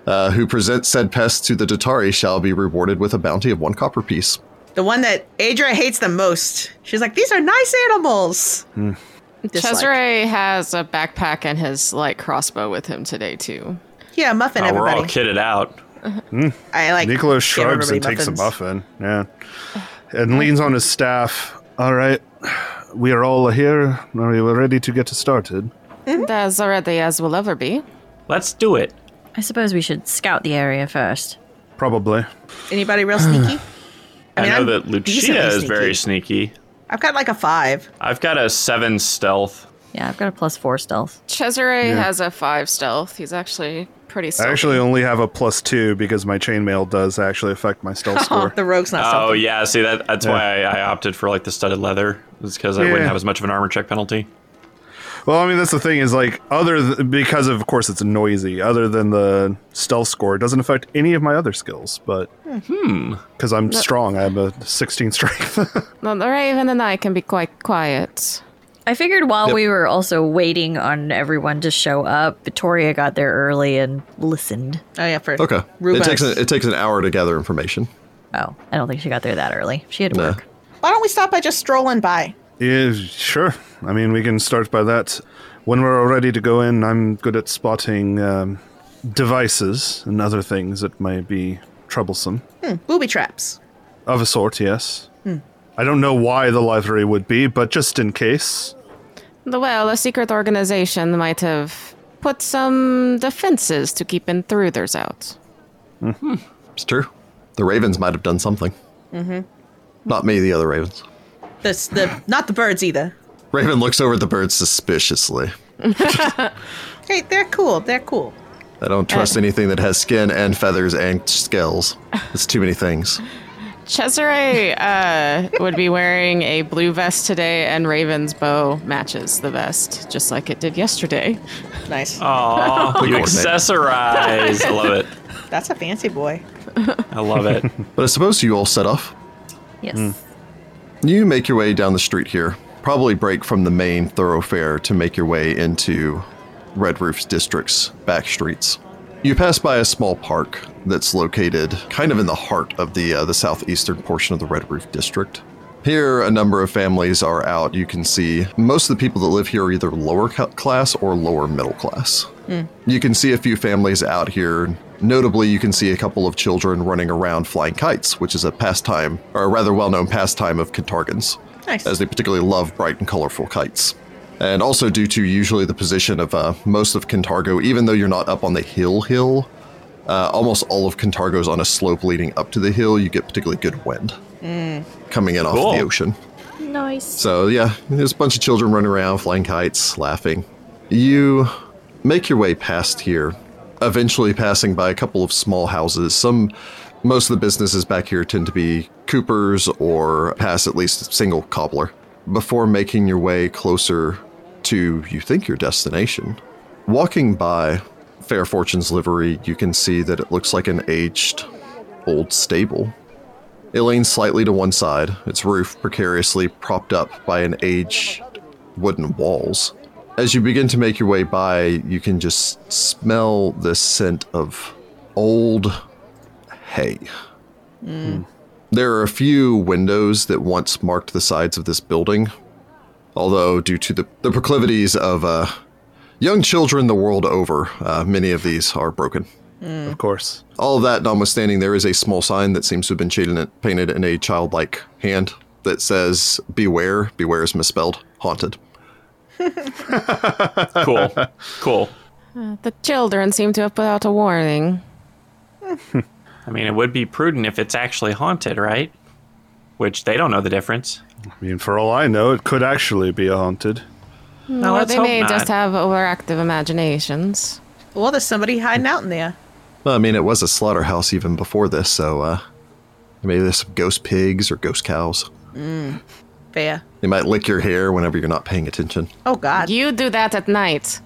[SPEAKER 1] uh, who present said pests to the Datari shall be rewarded with a bounty of one copper piece.
[SPEAKER 4] The one that Adra hates the most. She's like, these are nice animals. Dislike.
[SPEAKER 6] Cesare has a backpack and his light crossbow with him today too.
[SPEAKER 4] Yeah, muffin
[SPEAKER 5] Oh, we're
[SPEAKER 4] everybody.
[SPEAKER 5] all kitted out.
[SPEAKER 4] I like
[SPEAKER 3] Nicholas
[SPEAKER 4] give
[SPEAKER 3] shrugs and
[SPEAKER 4] everybody
[SPEAKER 3] takes a
[SPEAKER 4] muffins.
[SPEAKER 3] muffin. Yeah.
[SPEAKER 4] [SIGHS]
[SPEAKER 3] And leans on his staff. All right. We are all here. Are we ready to get started?
[SPEAKER 4] Mm-hmm.
[SPEAKER 6] That's already as will ever be.
[SPEAKER 5] Let's do it.
[SPEAKER 2] I suppose we should scout the area first.
[SPEAKER 3] Probably.
[SPEAKER 4] Anybody real sneaky?
[SPEAKER 5] I,
[SPEAKER 4] mean,
[SPEAKER 5] know
[SPEAKER 4] I'm
[SPEAKER 5] that
[SPEAKER 4] decently
[SPEAKER 5] Lucia is very sneaky.
[SPEAKER 4] I've got like a five.
[SPEAKER 5] I've got a seven stealth.
[SPEAKER 2] Yeah, I've got a plus four stealth.
[SPEAKER 6] Cesare has a five stealth. He's actually pretty
[SPEAKER 3] I
[SPEAKER 6] stealthy.
[SPEAKER 3] actually only have a plus two because my chainmail does actually affect my
[SPEAKER 4] [LAUGHS]
[SPEAKER 3] stealth score.
[SPEAKER 4] The rogue's not
[SPEAKER 5] Oh
[SPEAKER 4] stealthy.
[SPEAKER 5] yeah, see that that's
[SPEAKER 3] Yeah.
[SPEAKER 5] why I, I opted for like the studded leather. It's because I
[SPEAKER 3] Yeah.
[SPEAKER 5] wouldn't have as much of an armor check penalty.
[SPEAKER 3] Well, I mean, that's the thing is like, other th- because of course it's noisy, other than the stealth score, it doesn't affect any of my other skills, but. Because I'm strong. I have a 16 strength. [LAUGHS]
[SPEAKER 6] No, the raven and I can be quite quiet.
[SPEAKER 2] I figured while
[SPEAKER 1] Yep.
[SPEAKER 2] we were also waiting on everyone to show up, Victoria got there early and listened.
[SPEAKER 4] Oh, yeah, for
[SPEAKER 1] Okay.
[SPEAKER 4] Rubens.
[SPEAKER 1] It takes an, it takes an hour to gather information.
[SPEAKER 2] Oh, I don't think she got there that early. She had to
[SPEAKER 1] No.
[SPEAKER 2] work.
[SPEAKER 4] Why don't we stop by just strolling by?
[SPEAKER 3] Yeah, sure. I mean, we can start by that. When we're all ready to go in, I'm good at spotting um, devices and other things that might be troublesome.
[SPEAKER 4] Hmm, Booby traps.
[SPEAKER 3] Of a sort, yes. I don't know why the library would be, but just in case.
[SPEAKER 6] The- Well, a secret organization might have put some defenses to keep intruders out.
[SPEAKER 1] It's true. The ravens might have done something. Mm-hmm. Not me, the other ravens.
[SPEAKER 4] This the not the birds either.
[SPEAKER 1] Raven looks over at the birds suspiciously.
[SPEAKER 4] Hey, they're cool. They're cool.
[SPEAKER 1] I don't trust anything that has skin and feathers and scales. It's too many things.
[SPEAKER 6] Cesare uh, would be wearing a blue vest today, and Raven's bow matches the vest, just like it did yesterday.
[SPEAKER 4] Nice.
[SPEAKER 5] Oh. Aw, [LAUGHS] you
[SPEAKER 1] coordinate.
[SPEAKER 5] accessorize. I love it.
[SPEAKER 4] That's a fancy boy.
[SPEAKER 5] I
[SPEAKER 1] [LAUGHS]
[SPEAKER 5] love it.
[SPEAKER 1] But I suppose you all set off.
[SPEAKER 2] Yes.
[SPEAKER 1] You make your way down the street here, probably break from the main thoroughfare to make your way into Red Roof's district's back streets. You pass by a small park that's located kind of in the heart of the uh, the southeastern portion of the Red Roof district. Here, a number of families are out. You can see most of the people that live here are either lower cu- class or lower middle class. You can see a few families out here. Notably, you can see a couple of children running around flying kites, which is a pastime, or a rather well known pastime of Kentargans,
[SPEAKER 4] Nice.
[SPEAKER 1] as they particularly love bright and colorful kites. And also, due to usually the position of uh, most of Kentargo, even though you're not up on the hill, hill, uh, almost all of Kentargo's on a slope leading up to the hill, you get particularly good wind coming in off
[SPEAKER 5] Cool.
[SPEAKER 1] the ocean.
[SPEAKER 2] Nice.
[SPEAKER 1] So yeah, there's a bunch of children running around, flying kites, laughing. You make your way past here, eventually passing by a couple of small houses. Some, most of the businesses back here tend to be coopers or pass at least single cobbler. Before making your way closer to you think your destination, walking by Fair Fortune's livery, you can see that it looks like an aged old stable. It leans slightly to one side, its roof precariously propped up by an aged wooden walls. As you begin to make your way by, you can just smell the scent of old hay. There are a few windows that once marked the sides of this building, although, due to the, the proclivities of uh, young children the world over, uh, many of these are broken.
[SPEAKER 3] Of course.
[SPEAKER 1] All of that notwithstanding, there is a small sign that seems to have been shaded- painted in a childlike hand that says, Beware, beware is misspelled, haunted.
[SPEAKER 5] Cool. Cool.
[SPEAKER 6] The children seem to have put out a warning.
[SPEAKER 5] I mean, it would be prudent if it's actually haunted, right? which they don't know the difference.
[SPEAKER 3] I mean, for all I know, it could actually be a haunted.
[SPEAKER 5] No,
[SPEAKER 7] Mm, or
[SPEAKER 5] let's
[SPEAKER 7] they
[SPEAKER 5] hope
[SPEAKER 7] may
[SPEAKER 5] not.
[SPEAKER 7] just have overactive imaginations.
[SPEAKER 4] Well, there's somebody hiding out in there.
[SPEAKER 1] Well, I mean, it was a slaughterhouse even before this, so uh, maybe there's some ghost pigs or ghost cows.
[SPEAKER 4] Fair.
[SPEAKER 1] They might lick your hair whenever you're not paying attention.
[SPEAKER 4] Oh God.
[SPEAKER 7] You do that at night.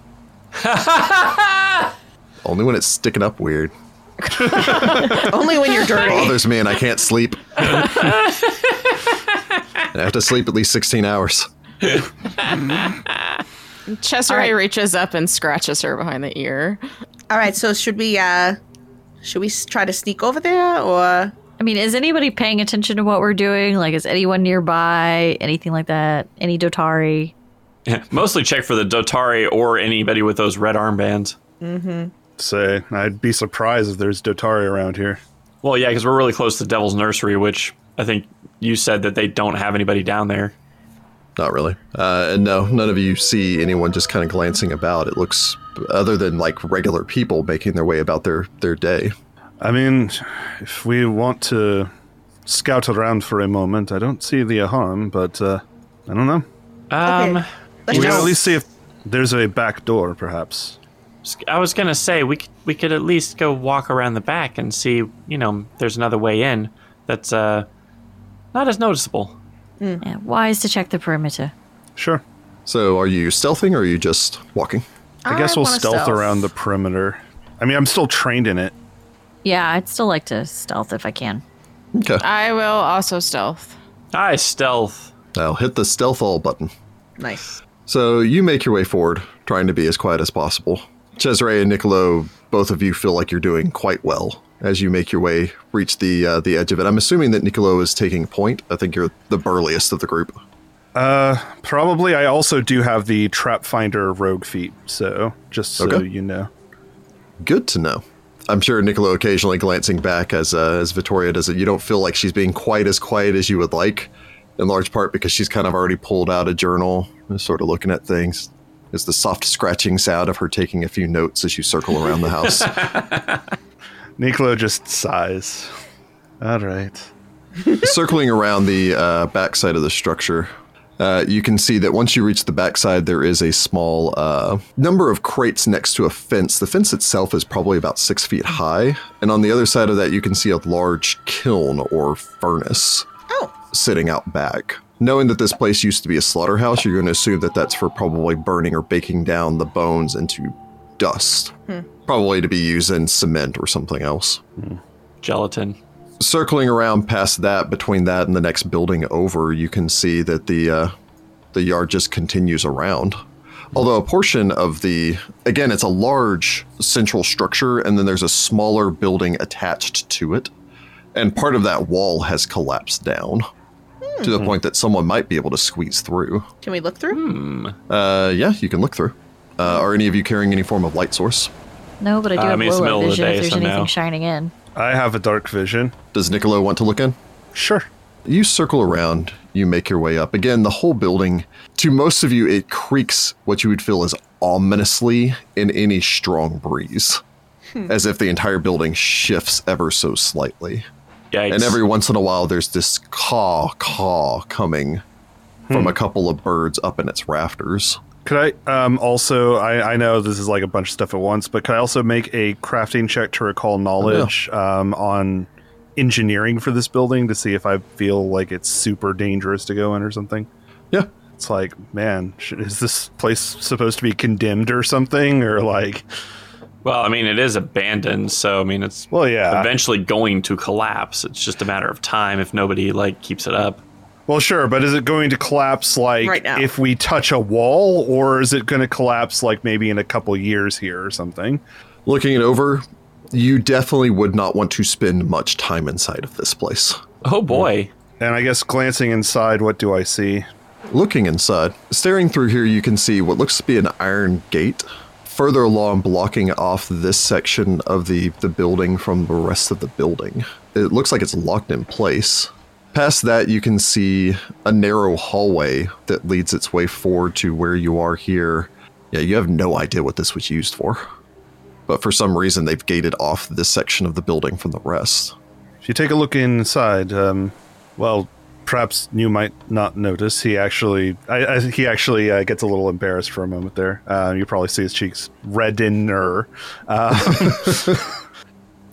[SPEAKER 1] Only when it's sticking up weird.
[SPEAKER 4] Only when you're
[SPEAKER 1] [LAUGHS]
[SPEAKER 4] dirty.
[SPEAKER 1] Bothers me and I can't sleep. [LAUGHS] And I have to sleep at least 16 hours.
[SPEAKER 6] Cesare
[SPEAKER 4] All right.
[SPEAKER 6] reaches up and scratches her behind the ear.
[SPEAKER 4] All right. So should we? uh Should we s- try to sneak over there, or
[SPEAKER 2] I mean, is anybody paying attention to what we're doing? Like, is anyone nearby? Anything like that? Any Dotari?
[SPEAKER 5] [LAUGHS] Mostly check for the Dotari or anybody with those red armbands.
[SPEAKER 3] Say, I'd be surprised if there's Dotari around here.
[SPEAKER 5] Well, yeah, because we're really close to Devil's Nursery, which I think you said that they don't have anybody down there.
[SPEAKER 1] Not really. Uh, and no, none of you see anyone just kind of glancing about. It looks other than like regular people making their way about their, their day.
[SPEAKER 3] I mean, if we want to scout around for a moment, I don't see the harm, but uh, I don't know.
[SPEAKER 5] Um,
[SPEAKER 4] Okay. let's
[SPEAKER 3] We
[SPEAKER 5] You
[SPEAKER 3] can
[SPEAKER 5] know-
[SPEAKER 3] at least see if there's a back door, perhaps.
[SPEAKER 5] I was gonna say we could, we could at least go walk around the back and see, you know, there's another way in that's uh, not as noticeable.
[SPEAKER 2] Yeah, wise to check the perimeter.
[SPEAKER 3] Sure.
[SPEAKER 1] So are you stealthing or are you just walking?
[SPEAKER 3] I, guess we'll
[SPEAKER 7] wanna
[SPEAKER 3] stealth,
[SPEAKER 7] stealth.
[SPEAKER 3] around the perimeter. I mean, I'm still trained in it.
[SPEAKER 2] Yeah, I'd still like to stealth if I can.
[SPEAKER 1] Okay.
[SPEAKER 6] I will also stealth.
[SPEAKER 5] I stealth.
[SPEAKER 1] Now hit the stealth all button.
[SPEAKER 4] Nice.
[SPEAKER 1] So you make your way forward, trying to be as quiet as possible. Cesare and Niccolo, both of you feel like you're doing quite well as you make your way, reach the uh, the edge of it. I'm assuming that Niccolo is taking point. I think you're the burliest of the group.
[SPEAKER 3] Probably, I also do have the trap finder rogue feat, so just so
[SPEAKER 1] Okay.
[SPEAKER 3] you know.
[SPEAKER 1] Good to know. I'm sure Niccolo occasionally glancing back as uh, as Vittoria does it. You don't feel like she's being quite as quiet as you would like, in large part because she's kind of already pulled out a journal and sort of looking at things. It's the soft scratching sound of her taking a few notes as you circle around the house.
[SPEAKER 3] Nicolo just sighs. All right.
[SPEAKER 1] circling around the uh, backside of the structure, uh, you can see that once you reach the backside, there is a small uh, number of crates next to a fence. The fence itself is probably about six feet high, and on the other side of that, you can see a large kiln or furnace
[SPEAKER 4] Oh,
[SPEAKER 1] sitting out back. Knowing that this place used to be a slaughterhouse, you're going to assume that that's for probably burning or baking down the bones into dust, probably to be used in cement or something else
[SPEAKER 5] Gelatin.
[SPEAKER 1] circling around past that, between that and the next building over, you can see that the uh, the yard just continues around. Although a portion of the again, it's a large central structure, and then there's a smaller building attached to it, and part of that wall has collapsed down to the point that someone might be able to squeeze through.
[SPEAKER 4] can we look
[SPEAKER 5] Hmm.
[SPEAKER 4] through?
[SPEAKER 1] Uh, yeah, you can look through. Uh, are any of you carrying any form of light source?
[SPEAKER 2] No, but I do
[SPEAKER 5] Uh, I
[SPEAKER 2] have
[SPEAKER 5] mean, it's the
[SPEAKER 2] low
[SPEAKER 5] middle of the
[SPEAKER 2] vision
[SPEAKER 5] day,
[SPEAKER 2] if there's
[SPEAKER 5] so no.
[SPEAKER 2] anything shining in.
[SPEAKER 3] I have a dark vision.
[SPEAKER 1] Does Niccolo want to look in?
[SPEAKER 3] Sure.
[SPEAKER 1] You circle around, you make your way up. Again, the whole building, to most of you, it creaks what you would feel is ominously in any strong breeze, as if the entire building shifts ever so slightly.
[SPEAKER 5] Yikes.
[SPEAKER 1] And every once in a while, there's this caw, caw coming from a couple of birds up in its rafters.
[SPEAKER 3] Could I um, also? I, I know this is like a bunch of stuff at once, but could I also make a crafting check to recall knowledge um, on engineering for this building to see if I feel like it's super dangerous to go in or something?
[SPEAKER 1] Yeah.
[SPEAKER 3] It's like, man, sh- is this place supposed to be condemned or something? Or like,
[SPEAKER 5] well, I mean, it is abandoned, so I mean, it's
[SPEAKER 3] Well, yeah.
[SPEAKER 5] eventually going to collapse. It's just a matter of time if nobody like keeps it up.
[SPEAKER 3] well, sure, but is it going to collapse like
[SPEAKER 4] Right now.
[SPEAKER 3] if we touch a wall, or is it going to collapse like maybe in a couple years here or something?
[SPEAKER 1] Looking it over, you definitely would not want to spend much time inside of this place.
[SPEAKER 4] Mm.
[SPEAKER 5] Oh boy.
[SPEAKER 3] And I guess glancing inside, what do I see?
[SPEAKER 1] Looking inside, staring through here, you can see what looks to be an iron gate. Further along, blocking off this section of the, the building from the rest of the building. It looks like it's locked in place. Past that, you can see a narrow hallway that leads its way forward to where you are here. Yeah, you have no idea what this was used for. But for some reason, they've gated off this section of the building from the rest.
[SPEAKER 3] If you take a look inside, um, well, perhaps you might not notice, he actually, I, I think he actually uh, gets a little embarrassed for a moment there. Uh, you probably see his cheeks reddener.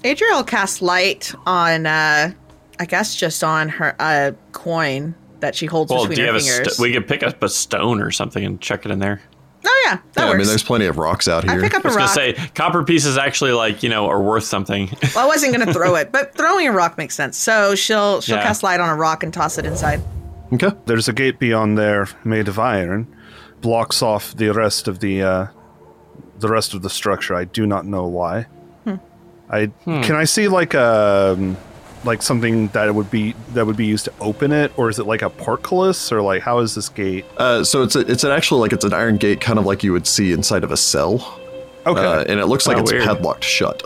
[SPEAKER 4] Adriel casts light on, uh, I guess, just on her uh, coin that she holds
[SPEAKER 5] Well, do
[SPEAKER 4] between
[SPEAKER 5] you
[SPEAKER 4] her
[SPEAKER 5] have a
[SPEAKER 4] fingers.
[SPEAKER 5] st- we could pick up a stone or something and chuck it in there.
[SPEAKER 4] oh yeah, that
[SPEAKER 1] Yeah, I
[SPEAKER 4] works.
[SPEAKER 1] mean, there's plenty of rocks out
[SPEAKER 4] I
[SPEAKER 1] here.
[SPEAKER 4] pick up a
[SPEAKER 5] I was gonna
[SPEAKER 4] rock.
[SPEAKER 5] say copper pieces actually like you know are worth something. [LAUGHS]
[SPEAKER 4] well, I wasn't gonna throw it, but throwing a rock makes sense. So she'll she'll
[SPEAKER 5] Yeah.
[SPEAKER 4] cast light on a rock and toss it inside.
[SPEAKER 1] okay.
[SPEAKER 3] There's a gate beyond there made of iron, blocks off the rest of the uh, the rest of the structure. I do not know why. I
[SPEAKER 1] Hmm.
[SPEAKER 3] can I see like a like something that would be that would be used to open it, or is it like a portcullis, or like how is this gate?
[SPEAKER 1] Uh, so it's a, it's an actual like it's an iron gate, kind of like you would see inside of a cell,
[SPEAKER 3] Okay,
[SPEAKER 1] uh, and it looks like
[SPEAKER 5] Oh,
[SPEAKER 1] it's
[SPEAKER 5] weird.
[SPEAKER 1] padlocked shut.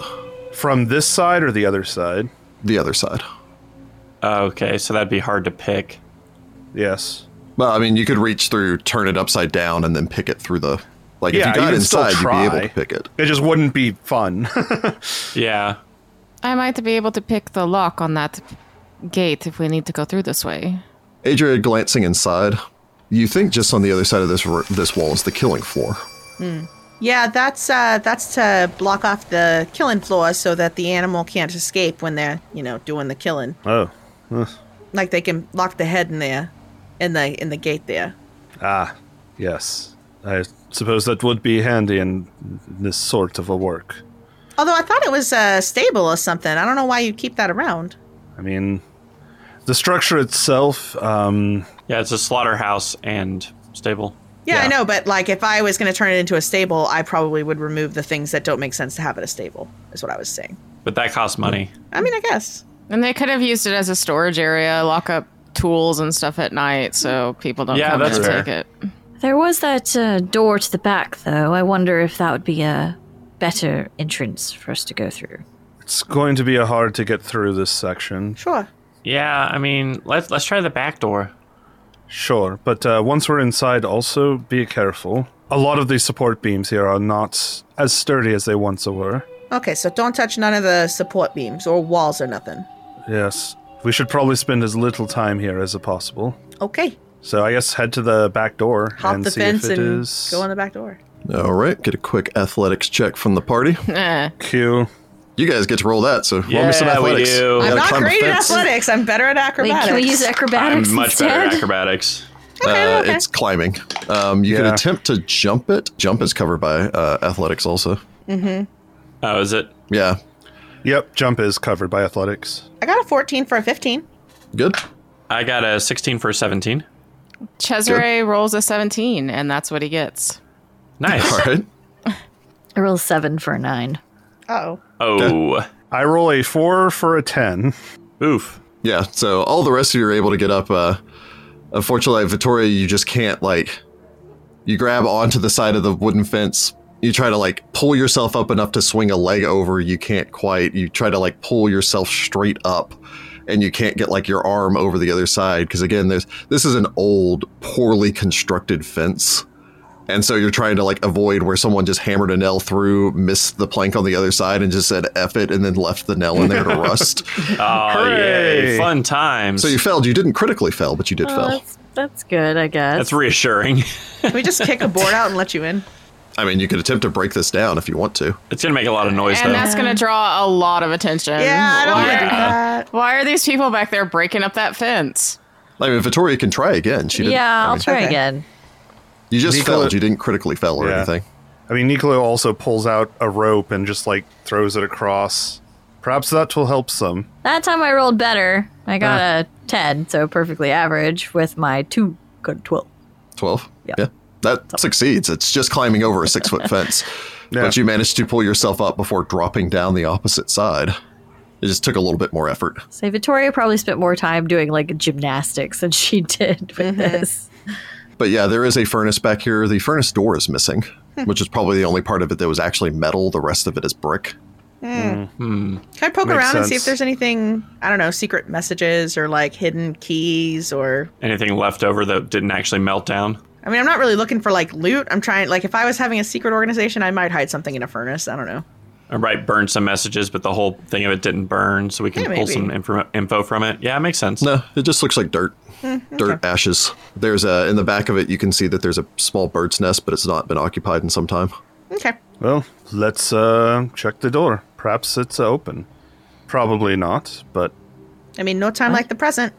[SPEAKER 3] from this side or the other side?
[SPEAKER 1] The other side.
[SPEAKER 5] Oh, okay, so that'd be hard to pick.
[SPEAKER 3] Yes.
[SPEAKER 1] Well, I mean, you could reach through, turn it upside down, and then pick it through the. Like if you got
[SPEAKER 3] could still
[SPEAKER 1] inside, you'd be able
[SPEAKER 3] try.
[SPEAKER 1] to pick it.
[SPEAKER 3] It just wouldn't be fun. [LAUGHS]
[SPEAKER 5] Yeah,
[SPEAKER 7] I might be able to pick the lock on that gate if we need to go through this way.
[SPEAKER 1] Adria, glancing inside, you think just on the other side of this r- this wall is the killing floor.
[SPEAKER 4] Yeah, that's uh, that's to block off the killing floor so that the animal can't escape when they're you know doing the killing.
[SPEAKER 3] oh,
[SPEAKER 4] Like they can lock the head in there, in the in the gate there.
[SPEAKER 3] ah, yes. I suppose that would be handy in this sort of a work.
[SPEAKER 4] Although I thought it was uh, stable or something. I don't know why you keep that around.
[SPEAKER 3] I mean, the structure itself. Um,
[SPEAKER 5] yeah, it's a slaughterhouse and stable.
[SPEAKER 4] Yeah, I
[SPEAKER 3] Yeah.
[SPEAKER 4] know, but like if I was going to turn it into a stable, I probably would remove the things that don't make sense to have at a stable, is what I was saying.
[SPEAKER 5] But that costs money.
[SPEAKER 4] I mean, I guess.
[SPEAKER 6] And they could have used it as a storage area, lock up tools and stuff at night so people don't
[SPEAKER 5] Yeah,
[SPEAKER 6] come
[SPEAKER 5] that's
[SPEAKER 6] in and
[SPEAKER 5] fair.
[SPEAKER 6] take it.
[SPEAKER 2] There was that uh, door to the back, though. I wonder if that would be a better entrance for us to go through.
[SPEAKER 3] it's going to be a hard to get through this section,
[SPEAKER 4] Sure.
[SPEAKER 5] Yeah, I mean let's let's try the back door.
[SPEAKER 3] sure. But uh, once we're inside, also be careful. A lot of these support beams here are not as sturdy as they once were.
[SPEAKER 4] Okay, so don't touch none of the support beams or walls or nothing.
[SPEAKER 3] Yes, we should probably spend as little time here as possible.
[SPEAKER 4] Okay.
[SPEAKER 3] So I guess head to the back door
[SPEAKER 4] Hop
[SPEAKER 3] and
[SPEAKER 4] the
[SPEAKER 3] see
[SPEAKER 4] fence
[SPEAKER 3] if it
[SPEAKER 4] and
[SPEAKER 3] is
[SPEAKER 4] go in the back door.
[SPEAKER 1] All right, get a quick athletics check from the party.
[SPEAKER 6] Eh.
[SPEAKER 3] Q.
[SPEAKER 1] You guys get to roll that, so roll me some
[SPEAKER 5] Yeah, we
[SPEAKER 1] athletics.
[SPEAKER 5] do.
[SPEAKER 1] You
[SPEAKER 5] I'm
[SPEAKER 1] gotta
[SPEAKER 4] I'm not
[SPEAKER 1] climb a
[SPEAKER 4] great at
[SPEAKER 1] fence.
[SPEAKER 4] athletics. I'm better at
[SPEAKER 2] Wait,
[SPEAKER 4] acrobatics.
[SPEAKER 2] can we use acrobatics
[SPEAKER 5] I'm much
[SPEAKER 2] instead?
[SPEAKER 5] better at acrobatics.
[SPEAKER 4] [LAUGHS]
[SPEAKER 1] Uh, it's climbing. Um, you
[SPEAKER 3] Yeah.
[SPEAKER 1] can attempt to jump it. Jump is covered by uh, athletics also.
[SPEAKER 5] Oh, is it?
[SPEAKER 1] Yeah,
[SPEAKER 3] Yep, jump is covered by athletics.
[SPEAKER 4] I got a 14 for a 15.
[SPEAKER 1] good.
[SPEAKER 5] I got a 16 for
[SPEAKER 4] [LAUGHS]
[SPEAKER 5] a 17.
[SPEAKER 6] Cesare rolls a 17, and that's what he gets.
[SPEAKER 1] All
[SPEAKER 5] Nice.
[SPEAKER 1] right.
[SPEAKER 2] I roll seven for a nine.
[SPEAKER 4] Uh oh.
[SPEAKER 5] oh,
[SPEAKER 3] I roll a four for a ten.
[SPEAKER 5] [LAUGHS] oof.
[SPEAKER 1] Yeah. So all the rest of you are able to get up. Uh, unfortunately, Vittoria, you just can't like. You grab onto the side of the wooden fence. You try to like pull yourself up enough to swing a leg over. You can't quite. You try to like pull yourself straight up, and you can't get like your arm over the other side because again, there's this is an old, poorly constructed fence. And so you're trying to like avoid where someone just hammered a nail through, missed the plank on the other side, and just said "f it," and then left the nail in there to rust.
[SPEAKER 5] Oh,
[SPEAKER 3] Hooray.
[SPEAKER 5] yay. Fun times.
[SPEAKER 1] So you failed. You didn't critically fail, but you did fail.
[SPEAKER 2] Oh, that's, that's good, I guess.
[SPEAKER 5] [LAUGHS] That's reassuring. [LAUGHS]
[SPEAKER 4] Can we just kick a board out and let you in?
[SPEAKER 1] I mean, you could attempt to break this down if you want to.
[SPEAKER 5] It's gonna make a lot of noise
[SPEAKER 6] And
[SPEAKER 5] though.
[SPEAKER 6] that's going to draw a lot of attention.
[SPEAKER 4] Yeah, I don't
[SPEAKER 6] why,
[SPEAKER 4] want to do that.
[SPEAKER 6] why are these people back there breaking up that fence?
[SPEAKER 1] I mean, Vittoria can try again. She didn't.
[SPEAKER 2] yeah, I'll try
[SPEAKER 4] okay.
[SPEAKER 2] again.
[SPEAKER 1] You just
[SPEAKER 3] Nicola-
[SPEAKER 1] failed. You didn't critically fail or
[SPEAKER 3] Yeah.
[SPEAKER 1] anything.
[SPEAKER 3] I mean, Nicolo also pulls out a rope and just like throws it across. Perhaps that will help some.
[SPEAKER 2] That time I rolled better. I got
[SPEAKER 5] Ah.
[SPEAKER 2] a 10, so perfectly average with my 2 good 12.
[SPEAKER 1] Twelve. Yeah. That succeeds. It's just climbing over a six
[SPEAKER 2] [LAUGHS]
[SPEAKER 1] foot fence,
[SPEAKER 3] Yeah.
[SPEAKER 1] but you managed to pull yourself up before dropping down the opposite side. It just took a little bit more effort.
[SPEAKER 2] So Victoria probably spent more time doing like gymnastics than she [LAUGHS] did with this.
[SPEAKER 1] But yeah, there is a furnace back here. The furnace door is missing,
[SPEAKER 2] Hmm.
[SPEAKER 1] which is probably the only part of it that was actually metal. The rest of it is brick.
[SPEAKER 4] Can I poke
[SPEAKER 3] Makes
[SPEAKER 4] around and see
[SPEAKER 3] sense.
[SPEAKER 4] if there's anything, I don't know, secret messages or like hidden keys or.
[SPEAKER 5] Anything left over that didn't actually melt down?
[SPEAKER 4] I mean, I'm not really looking for like loot. I'm trying, like, if I was having a secret organization, I might hide something in a furnace. I don't know.
[SPEAKER 5] uh, right, burn some messages, but the whole thing of it didn't burn, so we can
[SPEAKER 4] Yeah,
[SPEAKER 5] pull
[SPEAKER 4] maybe.
[SPEAKER 5] some info, info from it. Yeah, it makes sense.
[SPEAKER 1] No, it just looks like dirt.
[SPEAKER 4] Hmm,
[SPEAKER 1] Dirt, ashes. There's a in the back of it. You can see that there's a small bird's nest, but it's not been occupied in some time.
[SPEAKER 4] Okay.
[SPEAKER 3] Well, let's uh, check the door. Perhaps it's uh, open. Probably not, but
[SPEAKER 4] I mean, no time like the present.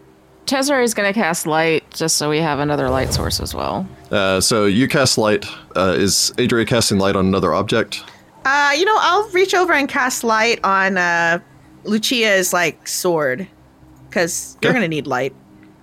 [SPEAKER 6] Tesor is going to cast light just so we have another light source as well.
[SPEAKER 1] Uh, so you cast light. Uh, is Adria casting light on another object?
[SPEAKER 4] Uh, you know, I'll reach over and cast light on uh, Lucia's like sword, because you're
[SPEAKER 1] Okay.
[SPEAKER 4] gonna need light.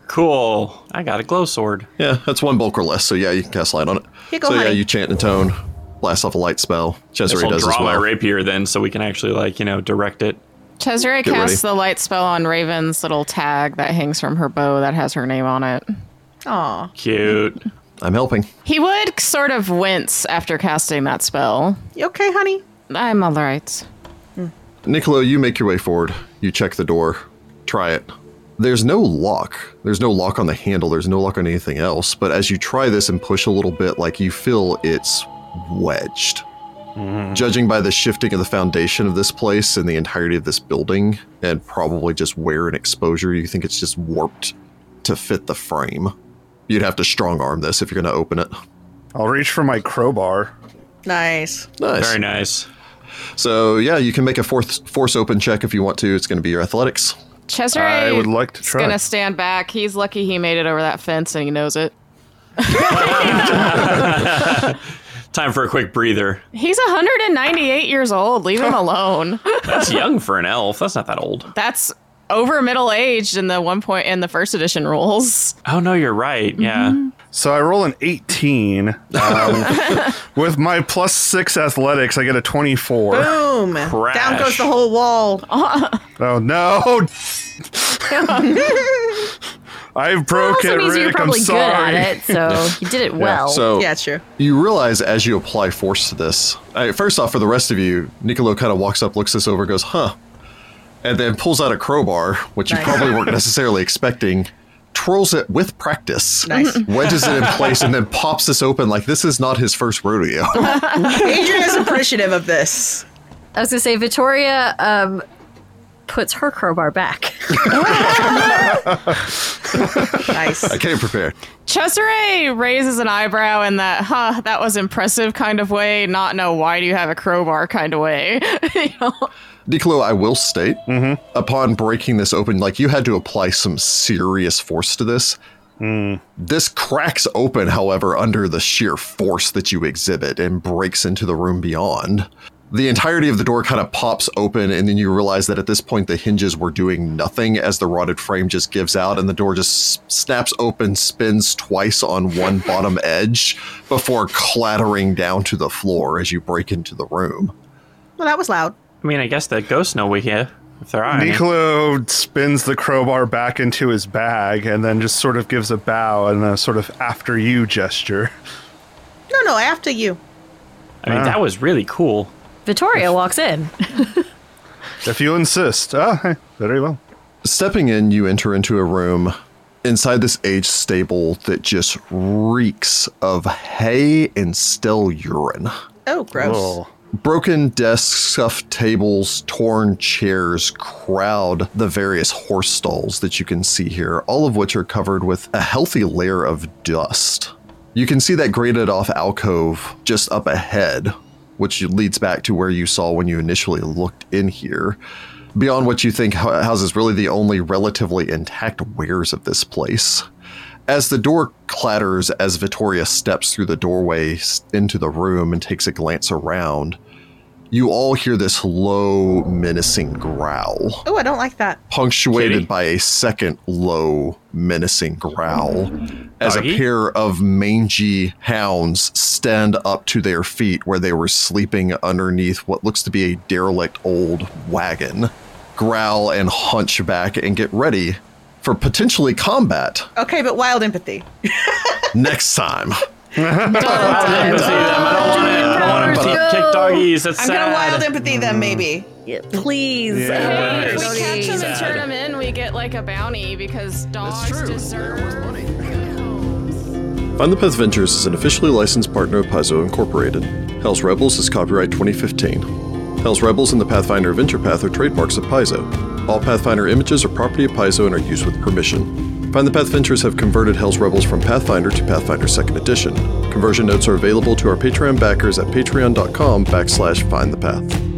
[SPEAKER 5] Cool. I got a glow sword.
[SPEAKER 1] Yeah, that's one bulk or less. So yeah, you can cast light on it.
[SPEAKER 4] Here you go,
[SPEAKER 1] so yeah,
[SPEAKER 4] honey.
[SPEAKER 1] you chant and tone, blast off a light spell.
[SPEAKER 5] This
[SPEAKER 1] Cesare
[SPEAKER 5] will
[SPEAKER 1] does
[SPEAKER 5] draw
[SPEAKER 1] as
[SPEAKER 5] my
[SPEAKER 1] well.
[SPEAKER 5] rapier then, so we can actually like you know direct it.
[SPEAKER 6] Tesor
[SPEAKER 1] Get
[SPEAKER 6] casts
[SPEAKER 1] ready.
[SPEAKER 6] the light spell on Raven's little tag that hangs from her bow that has her name on it.
[SPEAKER 4] Aw,
[SPEAKER 5] Cute.
[SPEAKER 1] I'm helping.
[SPEAKER 6] He would sort of wince after casting that spell.
[SPEAKER 4] you okay, honey?
[SPEAKER 6] I'm all right.
[SPEAKER 1] Niccolo, you make your way forward. You check the door. Try it. There's no lock. There's no lock on the handle. There's no lock on anything else. But as you try this and push a little bit, like you feel it's wedged. Judging by the shifting of the foundation of this place and the entirety of this building, and probably just wear and exposure, you think it's just warped to fit the frame. You'd have to strong arm this if you're going to open it.
[SPEAKER 3] I'll reach for my crowbar.
[SPEAKER 4] Nice.
[SPEAKER 1] Nice.
[SPEAKER 5] Very nice.
[SPEAKER 1] So yeah, you can make a force force open check if you want to. It's going to be your athletics.
[SPEAKER 6] Cesare
[SPEAKER 3] I would like to
[SPEAKER 6] is
[SPEAKER 3] try.
[SPEAKER 6] going to stand back. He's lucky he made it over that fence and he knows it.
[SPEAKER 5] Time for a quick breather.
[SPEAKER 6] He's 198 years old.
[SPEAKER 3] [LAUGHS]
[SPEAKER 6] Leave him alone.
[SPEAKER 5] That's young for an elf. That's not that old.
[SPEAKER 6] That's over middle aged in the one point in the first edition rules.
[SPEAKER 5] Oh no, you're right. Yeah.
[SPEAKER 4] Mm-hmm.
[SPEAKER 3] So I roll an 18. Um, with my plus six athletics, I get a
[SPEAKER 4] [LAUGHS]
[SPEAKER 3] 24.
[SPEAKER 4] Boom.
[SPEAKER 5] Crash.
[SPEAKER 4] Down goes the whole wall.
[SPEAKER 3] Oh
[SPEAKER 2] [LAUGHS]
[SPEAKER 3] no! I broke
[SPEAKER 2] also
[SPEAKER 3] it,
[SPEAKER 2] means you're
[SPEAKER 3] Rick. I'm
[SPEAKER 2] probably good
[SPEAKER 3] sorry.
[SPEAKER 2] at it, so
[SPEAKER 3] [LAUGHS]
[SPEAKER 2] you did it well.
[SPEAKER 1] So
[SPEAKER 4] Yeah, true.
[SPEAKER 1] You realize as you apply force to this, all right, first off, for the rest of you, Niccolo kind of walks up, looks this over, goes, huh, and then pulls out a crowbar, which you
[SPEAKER 4] Nice.
[SPEAKER 1] probably
[SPEAKER 4] [LAUGHS]
[SPEAKER 1] weren't necessarily expecting, twirls it with practice,
[SPEAKER 4] Nice.
[SPEAKER 1] wedges it in place, and then pops this open like this is not his first
[SPEAKER 4] [LAUGHS]
[SPEAKER 1] rodeo.
[SPEAKER 4] Adrian's appreciative of this.
[SPEAKER 2] I was gonna say Vittoria um, puts her crowbar back. [LAUGHS]
[SPEAKER 4] Nice.
[SPEAKER 1] I came prepared.
[SPEAKER 6] Cesare raises an eyebrow in that, huh, that was impressive kind of way, not no, why do you have a crowbar kind of way. [LAUGHS] You know?
[SPEAKER 1] Niccolo, I will state, upon breaking this open, like you had to apply some serious force to this. This cracks open, however, under the sheer force that you exhibit and breaks into the room beyond. The entirety of the door kind of pops open, and then you realize that at this point the hinges were doing nothing as the rotted frame just gives out, and the door just s- snaps open, spins twice on one bottom edge before clattering down to the floor as you break into the room.
[SPEAKER 4] Well, that was loud.
[SPEAKER 5] I mean, I guess the ghosts know we here if there are any.
[SPEAKER 3] Nicolo spins the crowbar back into his bag and then just sort of gives a bow and a sort of after you gesture.
[SPEAKER 4] No, no, after you.
[SPEAKER 5] I mean, that was really cool.
[SPEAKER 2] Vittoria walks in.
[SPEAKER 3] If you insist. Ah, hey, very well.
[SPEAKER 1] Stepping in, you enter into a room inside this aged stable that just reeks of hay and stale urine.
[SPEAKER 4] Oh, gross.
[SPEAKER 3] Oh.
[SPEAKER 1] Broken desks, scuffed tables, torn chairs crowd the various horse stalls that you can see here, all of which are covered with a healthy layer of dust. You can see that grated off alcove just up ahead, which leads back to where you saw when you initially looked in here. Beyond what you think hou- houses really the only relatively intact wares of this place. As the door clatters, as Vittoria steps through the doorway s- into the room and takes a glance around, you all hear this low, menacing growl,
[SPEAKER 4] Oh, I don't like that.
[SPEAKER 1] punctuated
[SPEAKER 5] Kitty?
[SPEAKER 1] by a second low, menacing growl, as a
[SPEAKER 5] Doggy?
[SPEAKER 1] pair of mangy hounds stand up to their feet where they were sleeping underneath what looks to be a derelict old wagon, growl and hunch back and get ready for potentially combat
[SPEAKER 4] Okay, but wild empathy.
[SPEAKER 1] next time.
[SPEAKER 5] I don't want to see them. I don't wanna- I don't want to
[SPEAKER 2] Powers
[SPEAKER 5] kick
[SPEAKER 2] go.
[SPEAKER 5] doggies. That's
[SPEAKER 4] I'm gonna wild
[SPEAKER 5] sad.
[SPEAKER 4] empathy them, maybe.
[SPEAKER 8] Yeah, please.
[SPEAKER 6] If
[SPEAKER 5] Yes.
[SPEAKER 6] we catch him and turn him in, we get like a bounty because dogs deserve.
[SPEAKER 1] Find the Path Ventures is an officially licensed partner of Paizo Incorporated. Hell's Rebels is copyright 2015. Hell's Rebels and the Pathfinder Adventure Path are trademarks of Paizo. All Pathfinder images are property of Paizo and are used with permission. Find the Pathventures have converted Hell's Rebels from Pathfinder to Pathfinder 2nd Edition. Conversion notes are available to our Patreon backers at patreon.com backslash find the path.